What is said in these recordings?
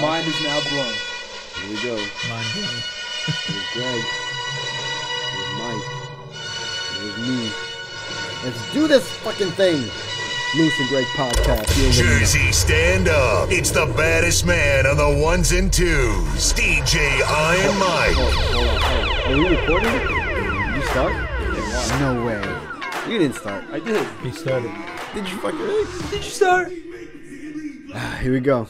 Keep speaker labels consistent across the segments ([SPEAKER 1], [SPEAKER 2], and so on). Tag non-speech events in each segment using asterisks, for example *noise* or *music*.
[SPEAKER 1] mind is now blown.
[SPEAKER 2] Here we go.
[SPEAKER 3] Mind blown.
[SPEAKER 2] There's Greg. There's Mike. There's me. Let's do this fucking thing. Moose and Greg podcast. You already know.
[SPEAKER 4] Jersey stand up. It's the baddest man on the ones and twos. DJ Iron Mike.
[SPEAKER 2] Hold on, hold on. Are you recording? You start? No way. You didn't start.
[SPEAKER 1] I did.
[SPEAKER 3] He started.
[SPEAKER 2] Did you fucking really? Ah,
[SPEAKER 1] Did you start?
[SPEAKER 2] Here we go.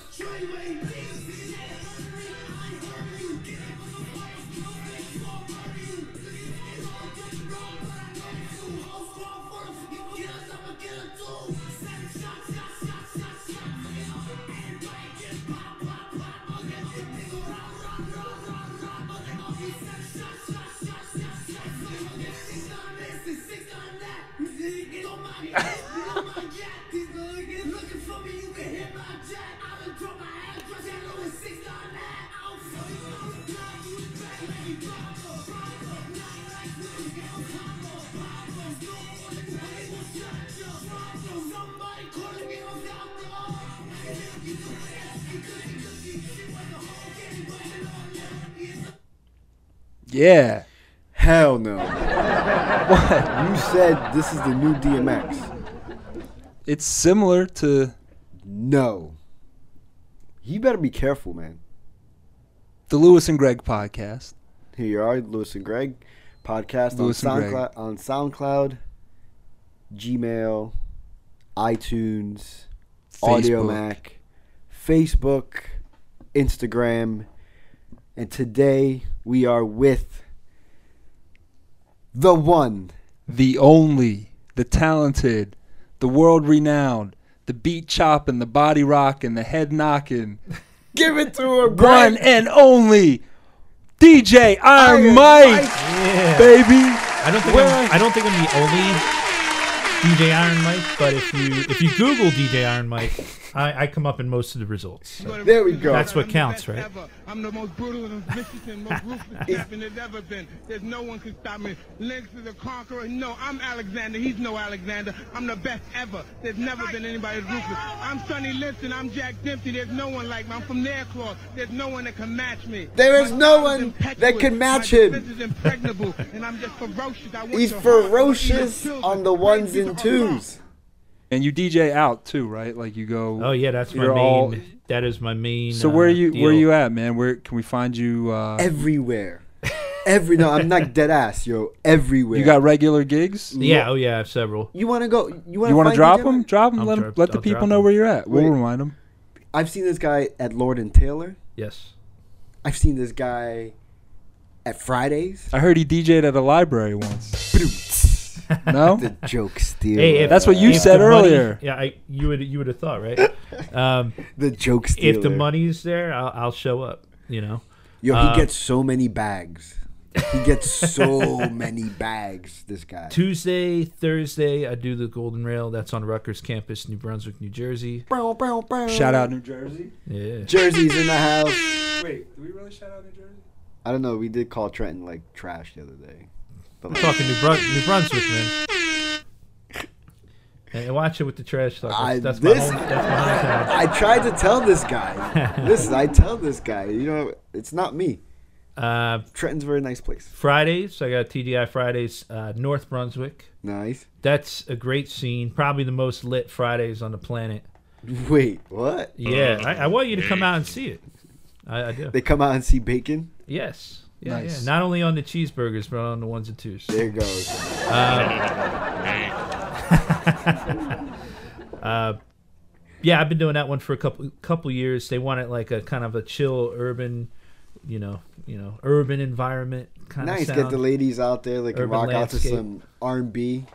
[SPEAKER 1] Yeah.
[SPEAKER 2] Hell no. what? You said this is the new DMX.
[SPEAKER 1] It's similar to
[SPEAKER 2] No. You better be careful, man.
[SPEAKER 1] the Lewis and Greg podcast.
[SPEAKER 2] Here you are, Lewis and Greg podcast
[SPEAKER 1] Lewis
[SPEAKER 2] on
[SPEAKER 1] and Greg.
[SPEAKER 2] SoundCloud, on SoundCloud, Gmail, iTunes, Audio
[SPEAKER 1] Facebook.
[SPEAKER 2] Mac, Facebook, Instagram, and today we are with the one.
[SPEAKER 1] The only, the talented, the world renowned, the beat chopping, the body rocking, the head knocking,
[SPEAKER 2] Give it to her,
[SPEAKER 1] one and only DJ
[SPEAKER 2] Iron
[SPEAKER 1] Iron Mike,
[SPEAKER 3] Yeah.
[SPEAKER 1] baby.
[SPEAKER 3] I don't think I'm, I don't think I'm the only DJ Iron Mike, but if you if you Google DJ Iron Mike, I, I come up in most of the results. So
[SPEAKER 2] There we go.
[SPEAKER 3] That's what
[SPEAKER 5] I'm the
[SPEAKER 3] counts,
[SPEAKER 5] best
[SPEAKER 3] right?
[SPEAKER 5] ever. I'm the most brutal and vicious and
[SPEAKER 3] *laughs*
[SPEAKER 5] most ruthless champion there's ever been. There's no one can stop me. Lynx is a conqueror. No, I'm Alexander. He's no Alexander. I'm the best ever. There's never been anybody as ruthless. I'm Sonny Liston. I'm Jack Dempsey. There's no one like me. I'm from Nairclaw. There's no one that can match me.
[SPEAKER 2] There is
[SPEAKER 5] My
[SPEAKER 2] no
[SPEAKER 5] style
[SPEAKER 2] one
[SPEAKER 5] impetuous.
[SPEAKER 2] that can
[SPEAKER 5] My
[SPEAKER 2] match him.
[SPEAKER 5] defense is impregnable, and I'm just ferocious. I want
[SPEAKER 2] He's
[SPEAKER 5] your heart. I want your
[SPEAKER 2] ferocious
[SPEAKER 5] children.
[SPEAKER 2] on the
[SPEAKER 5] Great
[SPEAKER 2] ones
[SPEAKER 5] people
[SPEAKER 2] and
[SPEAKER 5] are wrong.
[SPEAKER 2] twos.
[SPEAKER 1] And you DJ out too, right? Like you go.
[SPEAKER 3] Oh yeah, that's my
[SPEAKER 1] You're
[SPEAKER 3] main.
[SPEAKER 1] all-
[SPEAKER 3] that is my main.
[SPEAKER 1] So where
[SPEAKER 3] uh,
[SPEAKER 1] are you? Where are
[SPEAKER 3] deal.
[SPEAKER 1] you at, man? Where can we find you? Uh,
[SPEAKER 2] Everywhere. Every no, I'm not dead ass, yo. Everywhere.
[SPEAKER 1] you got regular gigs?
[SPEAKER 3] Yeah. Oh yeah, I have several.
[SPEAKER 2] You want to go? You want
[SPEAKER 1] You want to drop them? Drop
[SPEAKER 3] I'll
[SPEAKER 1] them. Let, 'em-
[SPEAKER 3] drop-
[SPEAKER 1] let the
[SPEAKER 3] I'll
[SPEAKER 1] people
[SPEAKER 3] drop
[SPEAKER 1] know
[SPEAKER 3] 'em.
[SPEAKER 1] where you're at. We'll
[SPEAKER 2] Wait.
[SPEAKER 1] remind them.
[SPEAKER 2] I've seen this guy at Lord and Taylor.
[SPEAKER 3] Yes.
[SPEAKER 2] I've seen this guy at Fridays.
[SPEAKER 1] I heard he DJ'd at a library once. *laughs* No?
[SPEAKER 2] The joke stealer.
[SPEAKER 3] Hey, if-
[SPEAKER 1] That's what you
[SPEAKER 3] if
[SPEAKER 1] said
[SPEAKER 3] the money-
[SPEAKER 1] earlier.
[SPEAKER 3] yeah, I, you would you would have thought,
[SPEAKER 1] *laughs*
[SPEAKER 3] right? Um,
[SPEAKER 2] the joke stealer.
[SPEAKER 3] if the money's there, I'll, I'll show up. You know.
[SPEAKER 2] Yo, he
[SPEAKER 3] uh,
[SPEAKER 2] gets so many bags. He
[SPEAKER 3] *laughs*
[SPEAKER 2] gets so many bags. This guy.
[SPEAKER 3] Tuesday, Thursday, I do the Golden Rail. That's on Rutgers campus, New Brunswick, New Jersey.
[SPEAKER 2] Bow, bow, bow.
[SPEAKER 1] Shout out New Jersey.
[SPEAKER 3] Yeah.
[SPEAKER 2] Jersey's in the house.
[SPEAKER 1] Wait, do we really shout out New Jersey?
[SPEAKER 2] I don't know. We did call Trenton like trash the other day. But like,
[SPEAKER 3] Fucking New, Brun- New Brunswick,
[SPEAKER 2] *laughs*
[SPEAKER 3] man. And watch it with the trash talk.
[SPEAKER 2] I-
[SPEAKER 3] That's, that's
[SPEAKER 2] this-
[SPEAKER 3] my home. That's my
[SPEAKER 2] *laughs*
[SPEAKER 3] hometown.
[SPEAKER 2] I tried to tell this
[SPEAKER 3] *laughs*
[SPEAKER 2] guy. Listen, I tell this guy. You know, it's not me.
[SPEAKER 3] Uh,
[SPEAKER 2] Trenton's a very nice place.
[SPEAKER 3] Fridays, I got TDI Fridays, uh, North Brunswick.
[SPEAKER 2] Nice. *laughs*
[SPEAKER 3] That's a great scene. Probably the most lit Fridays on the planet.
[SPEAKER 2] Wait, what?
[SPEAKER 3] Yeah, I, I want you to come out and see it. I, I do.
[SPEAKER 2] They come out and see bacon.
[SPEAKER 3] Yes. Yeah,
[SPEAKER 1] Nice.
[SPEAKER 3] yeah. Not only on the cheeseburgers, but on the ones and twos.
[SPEAKER 2] There it goes.
[SPEAKER 3] *laughs* Yeah, I've been doing that one for a couple couple years. They wanted like a kind of a chill urban, you know, you know, urban environment kind
[SPEAKER 2] Nice.
[SPEAKER 3] of sound.
[SPEAKER 2] Get the ladies out there. They can
[SPEAKER 3] Urban
[SPEAKER 2] rock out to
[SPEAKER 3] landscape.
[SPEAKER 2] some R&B.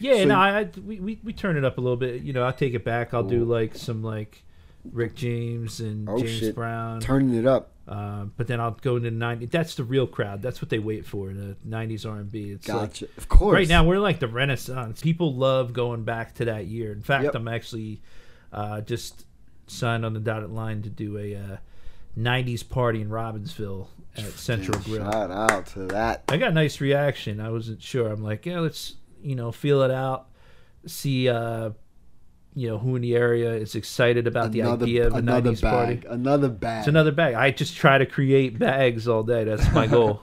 [SPEAKER 3] yeah,
[SPEAKER 2] so
[SPEAKER 3] no,
[SPEAKER 2] you-
[SPEAKER 3] I, I we, we we turn it up a little bit. You know, I'll take it back. I'll do like some like Rick James and
[SPEAKER 2] Oh,
[SPEAKER 3] James
[SPEAKER 2] shit.
[SPEAKER 3] Brown.
[SPEAKER 2] Turning it up.
[SPEAKER 3] um, but then I'll go into the 90s. That's the real crowd. That's what they wait for, the 90s R&B. It's like
[SPEAKER 2] Gotcha. Of course.
[SPEAKER 3] Right now, we're like the renaissance. People love going back to that year. In fact,
[SPEAKER 2] Yep.
[SPEAKER 3] I'm actually uh, just signed on the dotted line to do a uh, 90s party in Robbinsville at Central Grill.
[SPEAKER 2] Shout out to that.
[SPEAKER 3] I got a nice reaction. I wasn't sure. I'm like, yeah, let's, you know, feel it out, see, uh, you know who in the area is excited about the
[SPEAKER 2] another
[SPEAKER 3] idea of a
[SPEAKER 2] another
[SPEAKER 3] 90s party.
[SPEAKER 2] bag, another bag.
[SPEAKER 3] It's another bag. I just try to create bags all day. That's my
[SPEAKER 2] *laughs*
[SPEAKER 3] goal.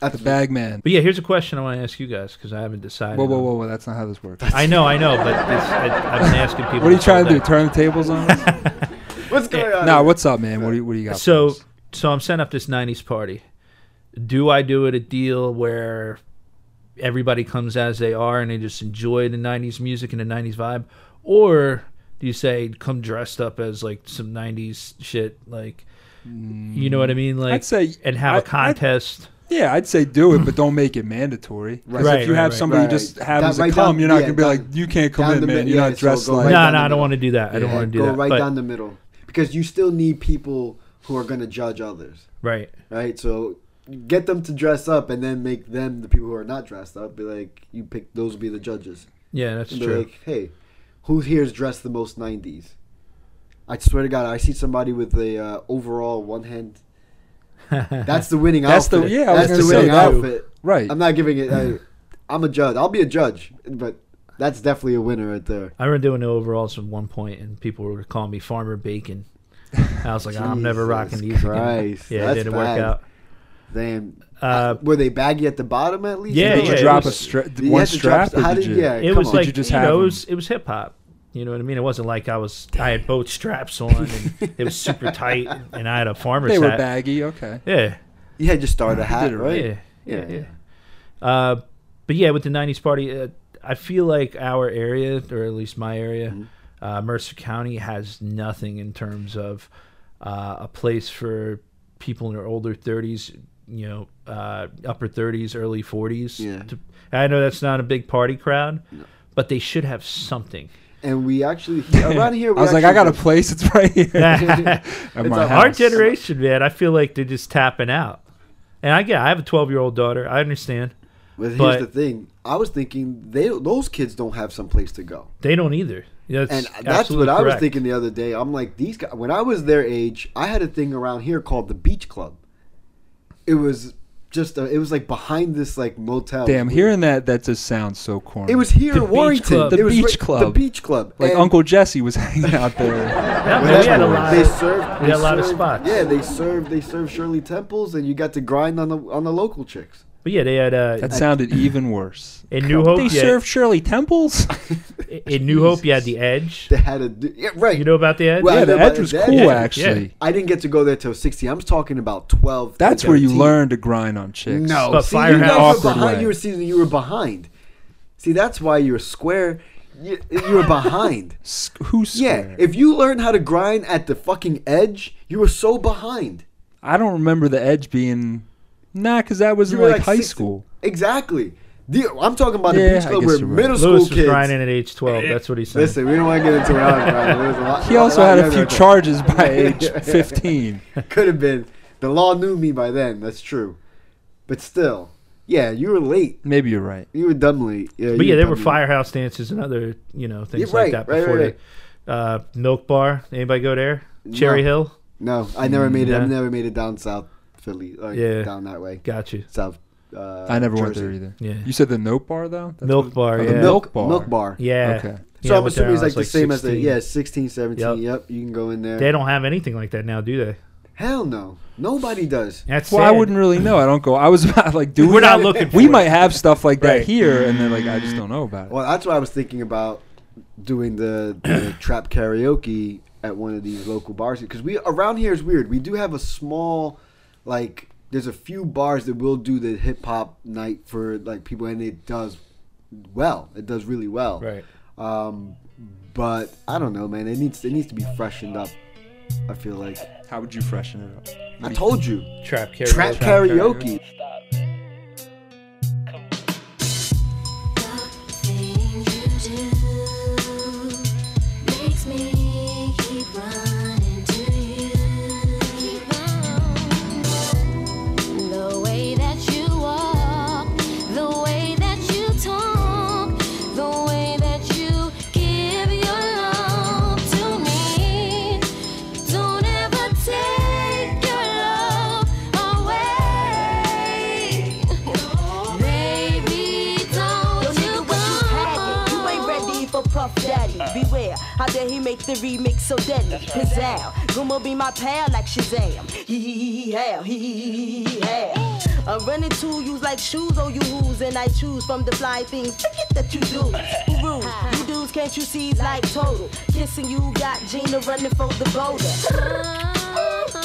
[SPEAKER 1] The bag man.
[SPEAKER 3] but yeah, here's a question I want to ask you guys because I haven't decided.
[SPEAKER 1] Whoa, whoa,
[SPEAKER 3] on-
[SPEAKER 1] whoa, whoa! That's not how this works.
[SPEAKER 3] I know, I know, but this, I, I've been asking people.
[SPEAKER 1] What are you
[SPEAKER 3] this all
[SPEAKER 1] trying to do?
[SPEAKER 3] day.
[SPEAKER 1] Turn the tables
[SPEAKER 3] *laughs*
[SPEAKER 1] on us?
[SPEAKER 2] What's going on?
[SPEAKER 1] nah, what's up, man? What do you, what do you got? for
[SPEAKER 3] So,
[SPEAKER 1] us?
[SPEAKER 3] so I'm setting up this '90s party. Do I do it a deal where everybody comes as they are and they just enjoy the '90s music and the '90s vibe, or do you say come dressed up as like some '90s shit, like you know what I mean, like
[SPEAKER 1] I'd say
[SPEAKER 3] and have a
[SPEAKER 1] I- I'd-
[SPEAKER 3] contest?
[SPEAKER 1] yeah, I'd say do it, but don't make it mandatory. 'Cause
[SPEAKER 2] Right,
[SPEAKER 1] if you
[SPEAKER 3] right,
[SPEAKER 1] have
[SPEAKER 3] right.
[SPEAKER 1] somebody
[SPEAKER 2] Right.
[SPEAKER 1] who just happens
[SPEAKER 2] That right
[SPEAKER 1] to come,
[SPEAKER 2] down-
[SPEAKER 1] you're not
[SPEAKER 2] yeah,
[SPEAKER 1] gonna be
[SPEAKER 2] down-
[SPEAKER 1] like, you can't come
[SPEAKER 2] down
[SPEAKER 1] in,
[SPEAKER 2] the
[SPEAKER 1] man.
[SPEAKER 2] mid-
[SPEAKER 1] You're
[SPEAKER 2] yeah,
[SPEAKER 1] not
[SPEAKER 2] so
[SPEAKER 1] dressed
[SPEAKER 2] go
[SPEAKER 1] like.
[SPEAKER 2] right
[SPEAKER 3] no,
[SPEAKER 2] down
[SPEAKER 3] no,
[SPEAKER 2] the
[SPEAKER 3] I don't
[SPEAKER 2] middle.
[SPEAKER 3] want to do that. I don't
[SPEAKER 2] Yeah,
[SPEAKER 3] want to do
[SPEAKER 2] go
[SPEAKER 3] that.
[SPEAKER 2] right
[SPEAKER 3] but-
[SPEAKER 2] down the middle because you still need people who are going to judge others,
[SPEAKER 3] right.
[SPEAKER 2] right? So get them to dress up and then make them the people who are not dressed up be like you pick those will be the judges.
[SPEAKER 3] Yeah, that's
[SPEAKER 2] And be
[SPEAKER 3] true.
[SPEAKER 2] like, hey, who here is dressed the most '90s? I swear to God, I see somebody with a uh, overall one hand.
[SPEAKER 3] *laughs*
[SPEAKER 2] That's the winning
[SPEAKER 1] That's the-
[SPEAKER 2] outfit.
[SPEAKER 1] yeah, I was
[SPEAKER 2] That's
[SPEAKER 1] gonna
[SPEAKER 2] the
[SPEAKER 1] say
[SPEAKER 2] winning
[SPEAKER 1] that.
[SPEAKER 2] outfit.
[SPEAKER 1] Right.
[SPEAKER 2] I'm not giving it. I, I'm a judge. I'll be a judge, but that's definitely a winner right there.
[SPEAKER 3] I remember doing the overalls at one point, and people were calling me Farmer Bacon. I was like, I'm never
[SPEAKER 2] Jesus
[SPEAKER 3] rocking these. again."
[SPEAKER 2] Christ,
[SPEAKER 3] Yeah, it
[SPEAKER 2] that's
[SPEAKER 3] didn't
[SPEAKER 2] bad.
[SPEAKER 3] work out.
[SPEAKER 2] Damn.
[SPEAKER 3] Uh,
[SPEAKER 2] Were they baggy at the bottom at least?
[SPEAKER 3] Yeah,
[SPEAKER 1] Did
[SPEAKER 3] yeah,
[SPEAKER 1] you
[SPEAKER 3] it
[SPEAKER 1] drop
[SPEAKER 3] was-
[SPEAKER 1] a strap?
[SPEAKER 2] you
[SPEAKER 1] One
[SPEAKER 2] had to drop-
[SPEAKER 1] strap? or
[SPEAKER 2] how
[SPEAKER 1] did
[SPEAKER 2] did-
[SPEAKER 1] you?
[SPEAKER 2] yeah.
[SPEAKER 3] It
[SPEAKER 2] come
[SPEAKER 3] was
[SPEAKER 2] on.
[SPEAKER 3] like
[SPEAKER 1] Did you just
[SPEAKER 3] you
[SPEAKER 1] have
[SPEAKER 3] know, it
[SPEAKER 1] them?
[SPEAKER 3] was, it was hip hop. You know what I mean? It wasn't like I was I had both straps on and it was super tight and I had a farmer's
[SPEAKER 1] They were
[SPEAKER 3] hat.
[SPEAKER 1] baggy. Okay.
[SPEAKER 3] Yeah,
[SPEAKER 2] You had
[SPEAKER 1] *laughs*
[SPEAKER 2] your starter hat,
[SPEAKER 1] it
[SPEAKER 2] right?
[SPEAKER 3] yeah,
[SPEAKER 2] Yeah, yeah.
[SPEAKER 3] Uh, but yeah, with the '90s party, uh, I feel like our area, or at least my area,
[SPEAKER 2] Mm-hmm.
[SPEAKER 3] uh, Mercer County, has nothing in terms of uh, a place for people in their older 30s, you know, uh, upper 30s, early 40s.
[SPEAKER 2] Yeah.
[SPEAKER 3] to- I know that's not a big party crowd, but they should have
[SPEAKER 2] *laughs*
[SPEAKER 3] something.
[SPEAKER 2] And
[SPEAKER 1] *laughs*
[SPEAKER 2] we actually he- around here. We
[SPEAKER 1] I was like, I got a
[SPEAKER 2] actually
[SPEAKER 1] place. It's right here. *laughs* at my
[SPEAKER 2] a-
[SPEAKER 3] Our
[SPEAKER 1] house.
[SPEAKER 3] generation, man, I feel like they're just tapping out. And I get, I have a 12 year old daughter. I understand.
[SPEAKER 2] But here's
[SPEAKER 3] but-
[SPEAKER 2] the thing. I was thinking they those kids don't have some place to go.
[SPEAKER 3] They don't either. That's
[SPEAKER 2] And that's
[SPEAKER 3] absolutely
[SPEAKER 2] what I was
[SPEAKER 3] correct.
[SPEAKER 2] thinking the other day. I'm like, these guys, when I was their age, I had a thing around here called the Beach Club. It was just, a, it was like behind this like motel.
[SPEAKER 1] Damn, hearing that that just sounds so corny.
[SPEAKER 2] It was here
[SPEAKER 3] The
[SPEAKER 2] in
[SPEAKER 3] Beach
[SPEAKER 2] Warrington.
[SPEAKER 3] Club.
[SPEAKER 2] It
[SPEAKER 1] The
[SPEAKER 2] was
[SPEAKER 1] Beach
[SPEAKER 2] right- The
[SPEAKER 1] Club.
[SPEAKER 2] Beach Club.
[SPEAKER 1] like
[SPEAKER 2] And
[SPEAKER 1] Uncle Jesse was *laughs* hanging out there.
[SPEAKER 3] Yeah,
[SPEAKER 2] whenever
[SPEAKER 3] man, we had a lot
[SPEAKER 2] they
[SPEAKER 3] of-
[SPEAKER 2] served,
[SPEAKER 3] we
[SPEAKER 2] they
[SPEAKER 3] had a lot of
[SPEAKER 2] served-
[SPEAKER 3] spots.
[SPEAKER 2] Yeah, they served, they served Shirley Temples, and you got to grind on the on the local chicks.
[SPEAKER 3] But yeah, they had uh,
[SPEAKER 1] That sounded even worse.
[SPEAKER 3] in New Hope.
[SPEAKER 1] They
[SPEAKER 3] yeah,
[SPEAKER 1] served Shirley
[SPEAKER 2] *laughs*
[SPEAKER 1] Temples.
[SPEAKER 3] in New Hope, you had the Edge.
[SPEAKER 2] They had a d- yeah, right.
[SPEAKER 3] You know about the Edge?
[SPEAKER 2] Well,
[SPEAKER 1] yeah,
[SPEAKER 2] know
[SPEAKER 1] the
[SPEAKER 2] about
[SPEAKER 1] edge was
[SPEAKER 2] the
[SPEAKER 1] cool
[SPEAKER 2] Edge. Yeah,
[SPEAKER 1] actually.
[SPEAKER 3] yeah.
[SPEAKER 2] I didn't get to go there till sixty. I'm talking about twelve.
[SPEAKER 1] That's where you
[SPEAKER 2] 13.
[SPEAKER 1] learn to grind on chicks.
[SPEAKER 2] No,
[SPEAKER 3] But
[SPEAKER 2] see,
[SPEAKER 3] Firehouse-
[SPEAKER 2] you guys were
[SPEAKER 1] Awkward
[SPEAKER 2] behind.
[SPEAKER 1] way.
[SPEAKER 2] You were see, you were behind. See, that's why you're square. You, you
[SPEAKER 1] *laughs*
[SPEAKER 2] were behind.
[SPEAKER 1] S- who's
[SPEAKER 2] yeah,
[SPEAKER 1] square?
[SPEAKER 2] if you learned how to grind at the fucking edge, you were so behind.
[SPEAKER 1] I don't remember the edge being. Nah, because that was
[SPEAKER 2] You
[SPEAKER 1] in
[SPEAKER 2] were
[SPEAKER 1] like, high
[SPEAKER 2] 16
[SPEAKER 1] school.
[SPEAKER 2] Exactly. The, I'm talking about the
[SPEAKER 1] Yeah,
[SPEAKER 2] beach
[SPEAKER 1] I
[SPEAKER 2] club
[SPEAKER 1] guess
[SPEAKER 2] where
[SPEAKER 1] you're right.
[SPEAKER 2] middle school
[SPEAKER 3] Lewis was
[SPEAKER 2] kids.
[SPEAKER 3] grinding at age 12. That's what he said.
[SPEAKER 2] Listen, we don't want to get into it. Right?
[SPEAKER 1] He also had a few charges
[SPEAKER 2] *laughs*
[SPEAKER 1] by age 15.
[SPEAKER 2] Could have been. The law knew me by then. That's true. But still, yeah, you were late.
[SPEAKER 1] Maybe you're right.
[SPEAKER 2] You were dumb late. Yeah,
[SPEAKER 3] but
[SPEAKER 2] you
[SPEAKER 3] yeah, there
[SPEAKER 2] dumb
[SPEAKER 3] were
[SPEAKER 2] late.
[SPEAKER 3] firehouse dances and other you know things
[SPEAKER 2] Yeah, right,
[SPEAKER 3] like that
[SPEAKER 2] right,
[SPEAKER 3] before.
[SPEAKER 2] right,
[SPEAKER 3] They, uh, Milk Bar. Anybody go there? Cherry Hill.
[SPEAKER 2] No, I never made it.
[SPEAKER 3] Mm, Yeah.
[SPEAKER 2] I've never made it down south Philly. Like,
[SPEAKER 3] Yeah.
[SPEAKER 2] down that way.
[SPEAKER 3] Got you.
[SPEAKER 2] South. Uh,
[SPEAKER 1] I never went
[SPEAKER 2] Jersey.
[SPEAKER 1] there either.
[SPEAKER 3] Yeah.
[SPEAKER 1] You said the note bar though. That's
[SPEAKER 3] Milk
[SPEAKER 1] what-
[SPEAKER 3] Bar,
[SPEAKER 1] oh,
[SPEAKER 3] yeah.
[SPEAKER 1] The
[SPEAKER 2] Milk
[SPEAKER 1] milk bar.
[SPEAKER 2] Milk bar.
[SPEAKER 3] Yeah.
[SPEAKER 1] Okay.
[SPEAKER 2] So
[SPEAKER 3] Yeah, I
[SPEAKER 2] I'm
[SPEAKER 3] went there
[SPEAKER 2] assuming it's
[SPEAKER 3] when I
[SPEAKER 2] like
[SPEAKER 3] was,
[SPEAKER 2] the same as the
[SPEAKER 3] 16.
[SPEAKER 2] yeah 16, 17. Yep.
[SPEAKER 3] Yep.
[SPEAKER 2] you can go in there.
[SPEAKER 3] They don't have anything like that now, do they?
[SPEAKER 2] Hell no, nobody does.
[SPEAKER 3] That's
[SPEAKER 1] Well, I
[SPEAKER 3] sad.
[SPEAKER 1] wouldn't really know. I don't go. I was *laughs* about like, do
[SPEAKER 3] We're
[SPEAKER 1] we
[SPEAKER 3] not
[SPEAKER 1] have-
[SPEAKER 3] looking
[SPEAKER 1] We
[SPEAKER 3] for it.
[SPEAKER 1] might have stuff like that
[SPEAKER 3] Right.
[SPEAKER 1] here, and then like I just don't know about it.
[SPEAKER 2] Well, that's what I was thinking about doing the, the
[SPEAKER 3] *coughs*
[SPEAKER 2] trap karaoke at one of these local bars because we around here is weird. We do have a small, like, there's a few bars that will do the hip hop night for like people, and it does well. It does really well.
[SPEAKER 3] Right.
[SPEAKER 2] Um, but I don't know, man. It needs it needs to be freshened up. I feel like
[SPEAKER 1] How would you freshen it up?
[SPEAKER 2] I told you,
[SPEAKER 3] Trap karaoke.
[SPEAKER 2] trap karaoke.
[SPEAKER 6] Don't ever take your love away. Baby, don't you
[SPEAKER 7] Look at what you packing. You ain't ready for Puff Daddy. Beware how the make the remix so deadly. Pizzazz. Gummo be my pal like Shazam. Hee hee hee hee hell. Hee hee hee hee hee hell. I'm running to you like shoes, oh you who's, and I choose from the fly things. Forget that you do. Who rules? You dudes, can't you see? it's Like total. Kissing you got Gina running for the boulder.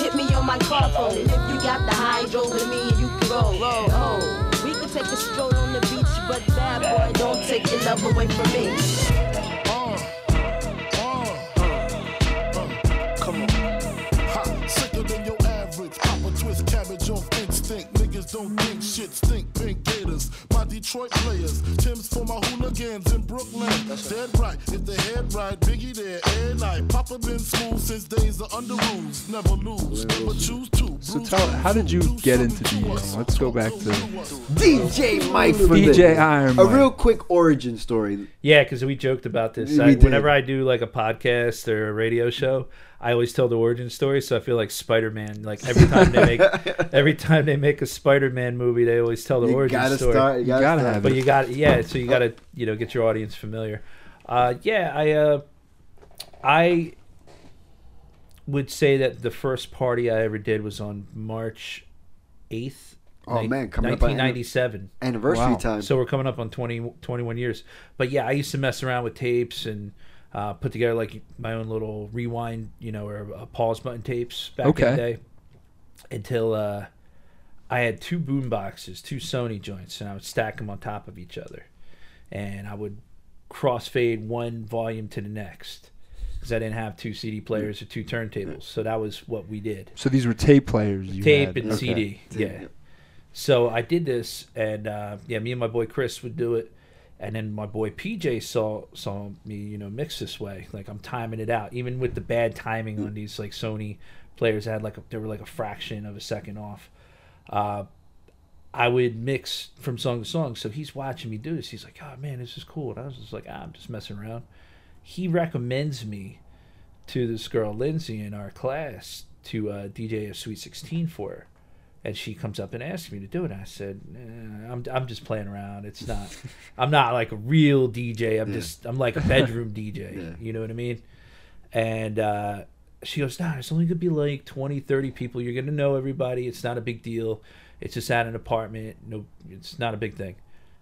[SPEAKER 7] Hit me on my car phone. And if you got the hydro with me, you can roll, roll, oh. We could take a stroll on the beach, but bad boy, don't take your love away from me.
[SPEAKER 8] Come on. Ha, sicker than your average. Pop a twist cabbage off instinct. Niggas don't think shit. Stink pink gators. My Detroit players. Tim's for my hooligans in Brooklyn. Dead right. If the head right, Biggie there. Air night. Papa been smooth since days of under rules. Never lose. Never choose to.
[SPEAKER 1] So tell, how did you get into DJing? Let's go back to
[SPEAKER 2] DJ Mike from
[SPEAKER 1] DJ
[SPEAKER 2] the,
[SPEAKER 1] Iron
[SPEAKER 2] A
[SPEAKER 1] Mike.
[SPEAKER 2] real quick origin story.
[SPEAKER 3] Yeah, because we joked about this.
[SPEAKER 2] We
[SPEAKER 3] I,
[SPEAKER 2] did.
[SPEAKER 3] whenever I do like a podcast or a radio show, I always tell the origin story. So I feel like Spider Man. Like every time they
[SPEAKER 2] *laughs*
[SPEAKER 3] make every time they make a Spider Man movie, they always tell the
[SPEAKER 2] You
[SPEAKER 3] origin
[SPEAKER 2] gotta
[SPEAKER 3] story.
[SPEAKER 2] start. You gotta,
[SPEAKER 1] gotta
[SPEAKER 2] start.
[SPEAKER 1] have
[SPEAKER 3] But you got yeah, so you got to you know get your audience familiar. Uh, yeah, I uh, I would say that the first party I ever did was on March eighth.
[SPEAKER 2] Oh, man, coming up on-
[SPEAKER 3] nineteen ninety seven.
[SPEAKER 2] Anniversary
[SPEAKER 1] Wow.
[SPEAKER 2] time.
[SPEAKER 3] So we're coming up on 20, 21 years. But yeah, I used to mess around with tapes and uh, put together like my own little rewind, you know, or uh, pause button tapes back in
[SPEAKER 1] Okay.
[SPEAKER 3] the day. Until uh, I had two boom boxes, two Sony joints, and I would stack them on top of each other, and I would crossfade one volume to the next. Because I didn't have two CD players or two turntables, so that was what we did
[SPEAKER 1] so these were tape players. You
[SPEAKER 3] tape
[SPEAKER 1] had.
[SPEAKER 3] and CD. Yeah. So I did this, and uh, yeah, me and my boy Chris would do it, and then my boy PJ saw saw me, you know, mix this way. Like I'm timing it out, even with the bad timing on these like Sony players. I had like a, they were like a fraction of a second off. Uh, I would mix from song to song. So he's watching me do this. He's like, "Oh man, this is cool." And I was just like, ah, "I'm just messing around." He recommends me to this girl Lindsay in our class to uh, DJ a Sweet 16 for her. And she comes up and asks me to do it. I said, eh, I'm, I'm just playing around. It's not, I'm not like a real DJ. I'm just, I'm like a bedroom DJ. You know what I mean? And uh, she goes, nah, it's only going to be like 20, 30 people. You're going to know everybody. It's not a big deal. It's just at an apartment. No, it's not a big thing.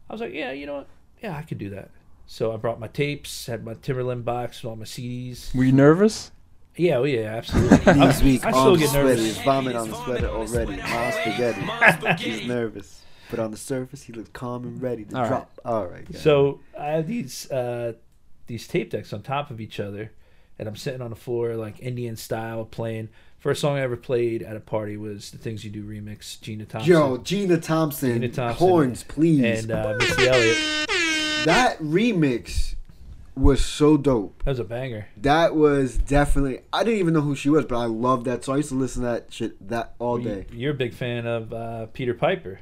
[SPEAKER 3] I was like, yeah, you know what? Yeah, I could do that. So I brought my tapes, had my Timberland box with all my CDs.
[SPEAKER 1] Were you nervous?
[SPEAKER 3] Yeah, oh yeah, absolutely.
[SPEAKER 2] *laughs* These week,
[SPEAKER 3] I still
[SPEAKER 2] arms
[SPEAKER 3] get
[SPEAKER 2] sweaty.
[SPEAKER 3] nervous.
[SPEAKER 2] His vomit on the sweater already. Miles spaghetti.
[SPEAKER 3] *laughs*
[SPEAKER 2] He's nervous. But on the surface, he looks calm and ready to
[SPEAKER 1] All right.
[SPEAKER 2] drop. All right. guys.
[SPEAKER 3] So I have these uh, these tape decks on top of each other, and I'm sitting on the floor like Indian style playing. First song I ever played at a party was "The Things You Do" remix, Gina Thompson.
[SPEAKER 2] Yo, Gina Thompson,
[SPEAKER 3] Gina Thompson
[SPEAKER 2] horns, please.
[SPEAKER 3] and uh, Missy Elliott.
[SPEAKER 2] that remix was so dope.
[SPEAKER 3] That was a banger.
[SPEAKER 2] That was definitely. I didn't even know who she was, but I loved that song. I used to listen to that shit that all day.
[SPEAKER 3] You, are a big fan of uh, Peter Piper,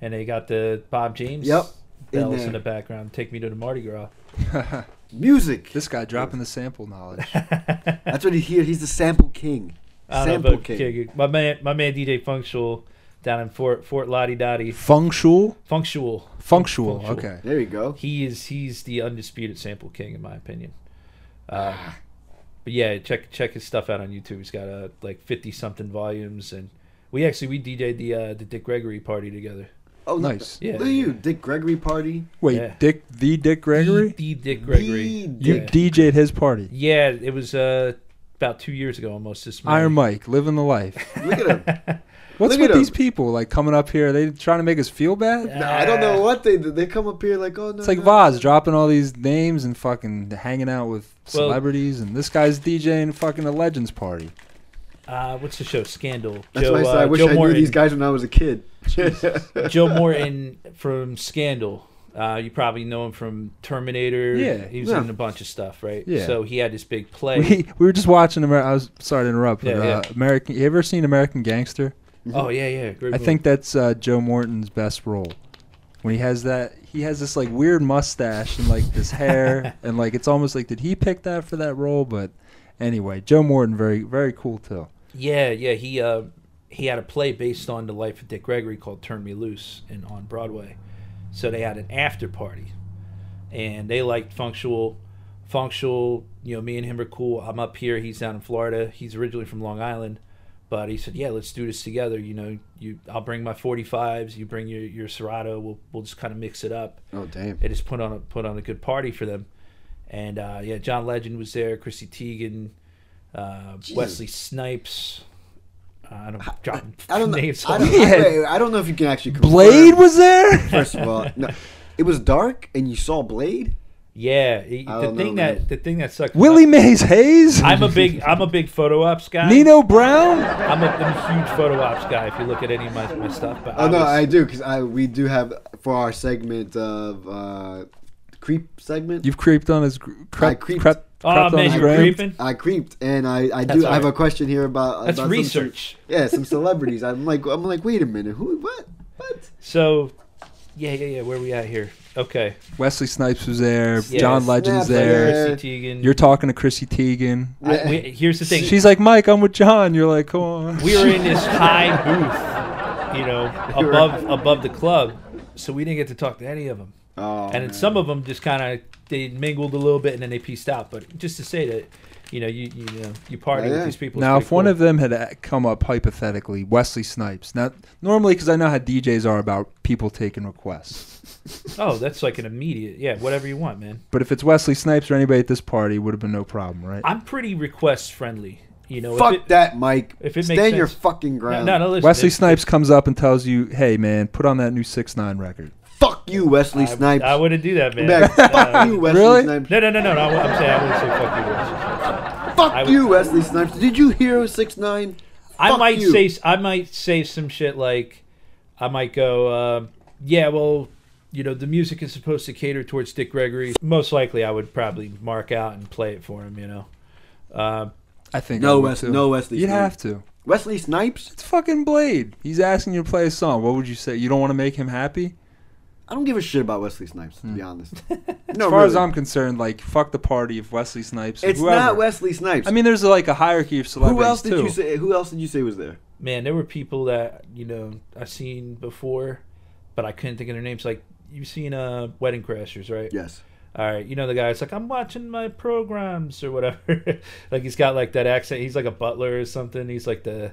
[SPEAKER 3] and they got the Bob James
[SPEAKER 2] Yep, in
[SPEAKER 3] bells
[SPEAKER 2] there.
[SPEAKER 3] in the background. Take me to the Mardi Gras. *laughs*
[SPEAKER 2] Music.
[SPEAKER 1] This guy dropping the sample
[SPEAKER 2] *laughs*
[SPEAKER 1] knowledge.
[SPEAKER 2] That's what he here. He's the sample king.
[SPEAKER 3] I don't
[SPEAKER 2] Sample
[SPEAKER 3] know, but
[SPEAKER 2] king.
[SPEAKER 3] yeah, my man, my man DJ Functional down in Fort Fort Lottie Dottie.
[SPEAKER 1] Functional?
[SPEAKER 3] Functional.
[SPEAKER 1] Functional.
[SPEAKER 3] Functional.
[SPEAKER 1] Okay.
[SPEAKER 2] There you go.
[SPEAKER 3] He is he's the undisputed sample king in my opinion. Um, but yeah, check check his stuff out on YouTube. He's got uh, like fifty something volumes, and we actually we DJ'd the uh, the Dick Gregory party together.
[SPEAKER 2] Oh,
[SPEAKER 1] Nice.
[SPEAKER 2] Yeah.
[SPEAKER 3] Yeah.
[SPEAKER 2] Look at you, Dick Gregory party.
[SPEAKER 1] Wait,
[SPEAKER 3] Yeah.
[SPEAKER 1] Dick the Dick Gregory?
[SPEAKER 3] the, the Dick Gregory.
[SPEAKER 2] The
[SPEAKER 1] you
[SPEAKER 3] yeah.
[SPEAKER 1] DJ'd his party.
[SPEAKER 3] yeah, it was uh, about two years ago almost. This May.
[SPEAKER 1] Iron Mike, living the
[SPEAKER 2] *laughs*
[SPEAKER 1] life.
[SPEAKER 2] Look at him.
[SPEAKER 1] What's
[SPEAKER 2] Look
[SPEAKER 1] with
[SPEAKER 2] at
[SPEAKER 1] these
[SPEAKER 2] him.
[SPEAKER 1] people like coming up here? Are they trying to make us feel bad?
[SPEAKER 2] Nah, I don't know what they did. They come up here like, oh no.
[SPEAKER 1] It's like
[SPEAKER 2] no.
[SPEAKER 1] Vaz dropping all these names and fucking hanging out with
[SPEAKER 3] Well-
[SPEAKER 1] celebrities, and this guy's DJing fucking a Legends party.
[SPEAKER 3] Uh, what's the show? Scandal.
[SPEAKER 2] That's
[SPEAKER 3] Joe,
[SPEAKER 2] why I, said
[SPEAKER 3] uh,
[SPEAKER 2] I wish
[SPEAKER 3] Joe
[SPEAKER 2] I knew
[SPEAKER 3] Morton.
[SPEAKER 2] these guys when I was
[SPEAKER 3] *laughs*
[SPEAKER 2] a kid.
[SPEAKER 3] Joe Morton from Scandal. Uh, you probably know him from Terminator.
[SPEAKER 1] Yeah.
[SPEAKER 3] he was
[SPEAKER 2] Yeah.
[SPEAKER 3] in a bunch of stuff, right?
[SPEAKER 1] Yeah.
[SPEAKER 3] So he had this big play.
[SPEAKER 1] We, we were just watching. Amer- I was sorry to interrupt. But,
[SPEAKER 3] Yeah, yeah.
[SPEAKER 1] Uh, American. You ever seen American Gangster?
[SPEAKER 3] oh yeah, yeah. Great
[SPEAKER 1] I
[SPEAKER 3] movie.
[SPEAKER 1] think that's uh, Joe Morton's best role. When he has that, he has this like weird mustache and like
[SPEAKER 3] *laughs*
[SPEAKER 1] this hair, and like it's almost like did he pick that for that role? But anyway, Joe Morton, very very cool too.
[SPEAKER 3] Yeah, yeah. He uh, he had a play based on the life of Dick Gregory called "Turn Me Loose" and on Broadway. So they had an after party, and they liked Functional. Functional you know, me and him are cool. I'm up here. He's down in Florida. He's originally from Long Island, but he said, yeah, let's do this together. You know, you I'll bring my 45s. You bring your your Serato. We'll we'll just kind of mix it up.
[SPEAKER 2] Oh damn.
[SPEAKER 3] It just put on a put on a good party for them. And uh, yeah, John Legend was there. Chrissy Teigen, uh, Wesley Snipes. Uh, I don't drop
[SPEAKER 2] I don't know.
[SPEAKER 3] names.
[SPEAKER 2] I don't,
[SPEAKER 1] Yeah.
[SPEAKER 2] wait, I don't know if you can actually. confirm-
[SPEAKER 1] Blade was there.
[SPEAKER 2] First of all, no, it was dark, and you saw Blade.
[SPEAKER 3] *laughs* Yeah, it-
[SPEAKER 2] I
[SPEAKER 3] the
[SPEAKER 2] don't
[SPEAKER 3] thing
[SPEAKER 2] know,
[SPEAKER 3] that
[SPEAKER 2] man.
[SPEAKER 3] the thing that sucks.
[SPEAKER 1] Willie Mays Hayes.
[SPEAKER 3] I'm a big I'm a big photo ops guy.
[SPEAKER 1] Nino Brown.
[SPEAKER 3] I'm a, I'm a huge photo ops guy. If you look at any of my, my stuff, but
[SPEAKER 2] Oh
[SPEAKER 3] I
[SPEAKER 2] no,
[SPEAKER 3] was-
[SPEAKER 2] I do because I we do have for our segment of uh, creep segment.
[SPEAKER 1] You've creeped on his gr- crep,
[SPEAKER 2] creeped.
[SPEAKER 1] crep, crept
[SPEAKER 3] oh
[SPEAKER 1] on
[SPEAKER 3] man,
[SPEAKER 1] his
[SPEAKER 3] you're
[SPEAKER 1] gram.
[SPEAKER 3] creeping.
[SPEAKER 2] I creeped, and I, I
[SPEAKER 3] That's
[SPEAKER 2] do. I have
[SPEAKER 3] all
[SPEAKER 2] a
[SPEAKER 3] right.
[SPEAKER 2] question here about
[SPEAKER 3] That's
[SPEAKER 2] about some-
[SPEAKER 3] research.
[SPEAKER 2] yeah, some celebrities. I'm like, I'm like, wait a minute, who, what, what?
[SPEAKER 3] So, yeah, yeah, yeah. Where we at here? Okay.
[SPEAKER 1] Wesley Snipes was there.
[SPEAKER 3] Yeah,
[SPEAKER 1] John Legend's
[SPEAKER 2] Snapper,
[SPEAKER 1] there.
[SPEAKER 2] yeah.
[SPEAKER 3] Chrissy Teigen.
[SPEAKER 1] You're talking to Chrissy Teigen.
[SPEAKER 3] I- we- here's the thing.
[SPEAKER 1] She's like, Mike, I'm with John. You're like, come on.
[SPEAKER 3] we were in this
[SPEAKER 2] *laughs*
[SPEAKER 3] high booth, you know, above above the club, so we didn't get to talk to any of them.
[SPEAKER 2] *laughs* Oh,
[SPEAKER 3] and then some of them just kind of they mingled a little bit and then they pieced out. But just to say that, you know, you you know, you party
[SPEAKER 2] Yeah.
[SPEAKER 3] with these people. is
[SPEAKER 1] Now,
[SPEAKER 3] pretty
[SPEAKER 1] if one
[SPEAKER 3] cool.
[SPEAKER 1] of them had uh, come up hypothetically, Wesley Snipes. Now, normally, because I know how DJs are about people taking requests,
[SPEAKER 3] oh, that's like an immediate, yeah, whatever you want, man.
[SPEAKER 1] but if it's Wesley Snipes or anybody at this party, would have been no problem, right?
[SPEAKER 3] I'm pretty request friendly, you know. if
[SPEAKER 2] fuck
[SPEAKER 3] it-
[SPEAKER 2] that, Mike.
[SPEAKER 3] if it makes
[SPEAKER 2] Stand your
[SPEAKER 3] sense.
[SPEAKER 2] fucking
[SPEAKER 3] No,
[SPEAKER 2] ground.
[SPEAKER 3] no, no, listen,
[SPEAKER 1] Wesley
[SPEAKER 3] if-
[SPEAKER 1] Snipes comes up and tells you, "Hey, man, put on that new six nine record."
[SPEAKER 2] Fuck you, Wesley
[SPEAKER 3] I-
[SPEAKER 2] Snipes.
[SPEAKER 3] I, wouldn't do that, man.
[SPEAKER 2] Be
[SPEAKER 3] *laughs*
[SPEAKER 2] like, fuck you, Wesley
[SPEAKER 1] Really?
[SPEAKER 2] Snipes.
[SPEAKER 3] No, no, no, no, no. I wou- I'm saying I wouldn't say fuck you. Wesley Snipes.
[SPEAKER 2] Fuck
[SPEAKER 3] I would-
[SPEAKER 2] you, Wesley Snipes. Did you hear oh six nine?
[SPEAKER 3] I
[SPEAKER 2] Fuck
[SPEAKER 3] might
[SPEAKER 2] you.
[SPEAKER 3] say I might say some shit like, I might go, uh, yeah, well, you know, the music is supposed to cater towards Dick Gregory. Most likely, I would probably mark out and play it for him. You know, uh,
[SPEAKER 1] I think
[SPEAKER 2] No
[SPEAKER 1] I would
[SPEAKER 2] Wes-
[SPEAKER 1] too.
[SPEAKER 2] no Wesley
[SPEAKER 1] You'd
[SPEAKER 2] Snipes.
[SPEAKER 1] have to.
[SPEAKER 2] Wesley Snipes.
[SPEAKER 1] It's fucking Blade. He's asking you to play a song. What would you say? You don't want to make him happy?
[SPEAKER 2] I don't give a shit about Wesley Snipes. To be honest.
[SPEAKER 1] *laughs*
[SPEAKER 3] *laughs*
[SPEAKER 1] As
[SPEAKER 2] No,
[SPEAKER 1] Hmm. far as I'm concerned, like fuck the party if Wesley Snipes. Or
[SPEAKER 2] it's
[SPEAKER 1] whoever.
[SPEAKER 2] not Wesley Snipes.
[SPEAKER 1] I mean, there's like a hierarchy of celebrities
[SPEAKER 2] who else did
[SPEAKER 1] too.
[SPEAKER 2] you say? Who else did you say was there?
[SPEAKER 3] man, there were people that you know I seen before, but I couldn't think of their names. Like you've seen uh, Wedding Crashers, right?
[SPEAKER 2] Yes.
[SPEAKER 3] all right, you know the guy. It's like I'm watching my programs or whatever. *laughs* like he's got like that accent. He's like a butler or something. He's like the,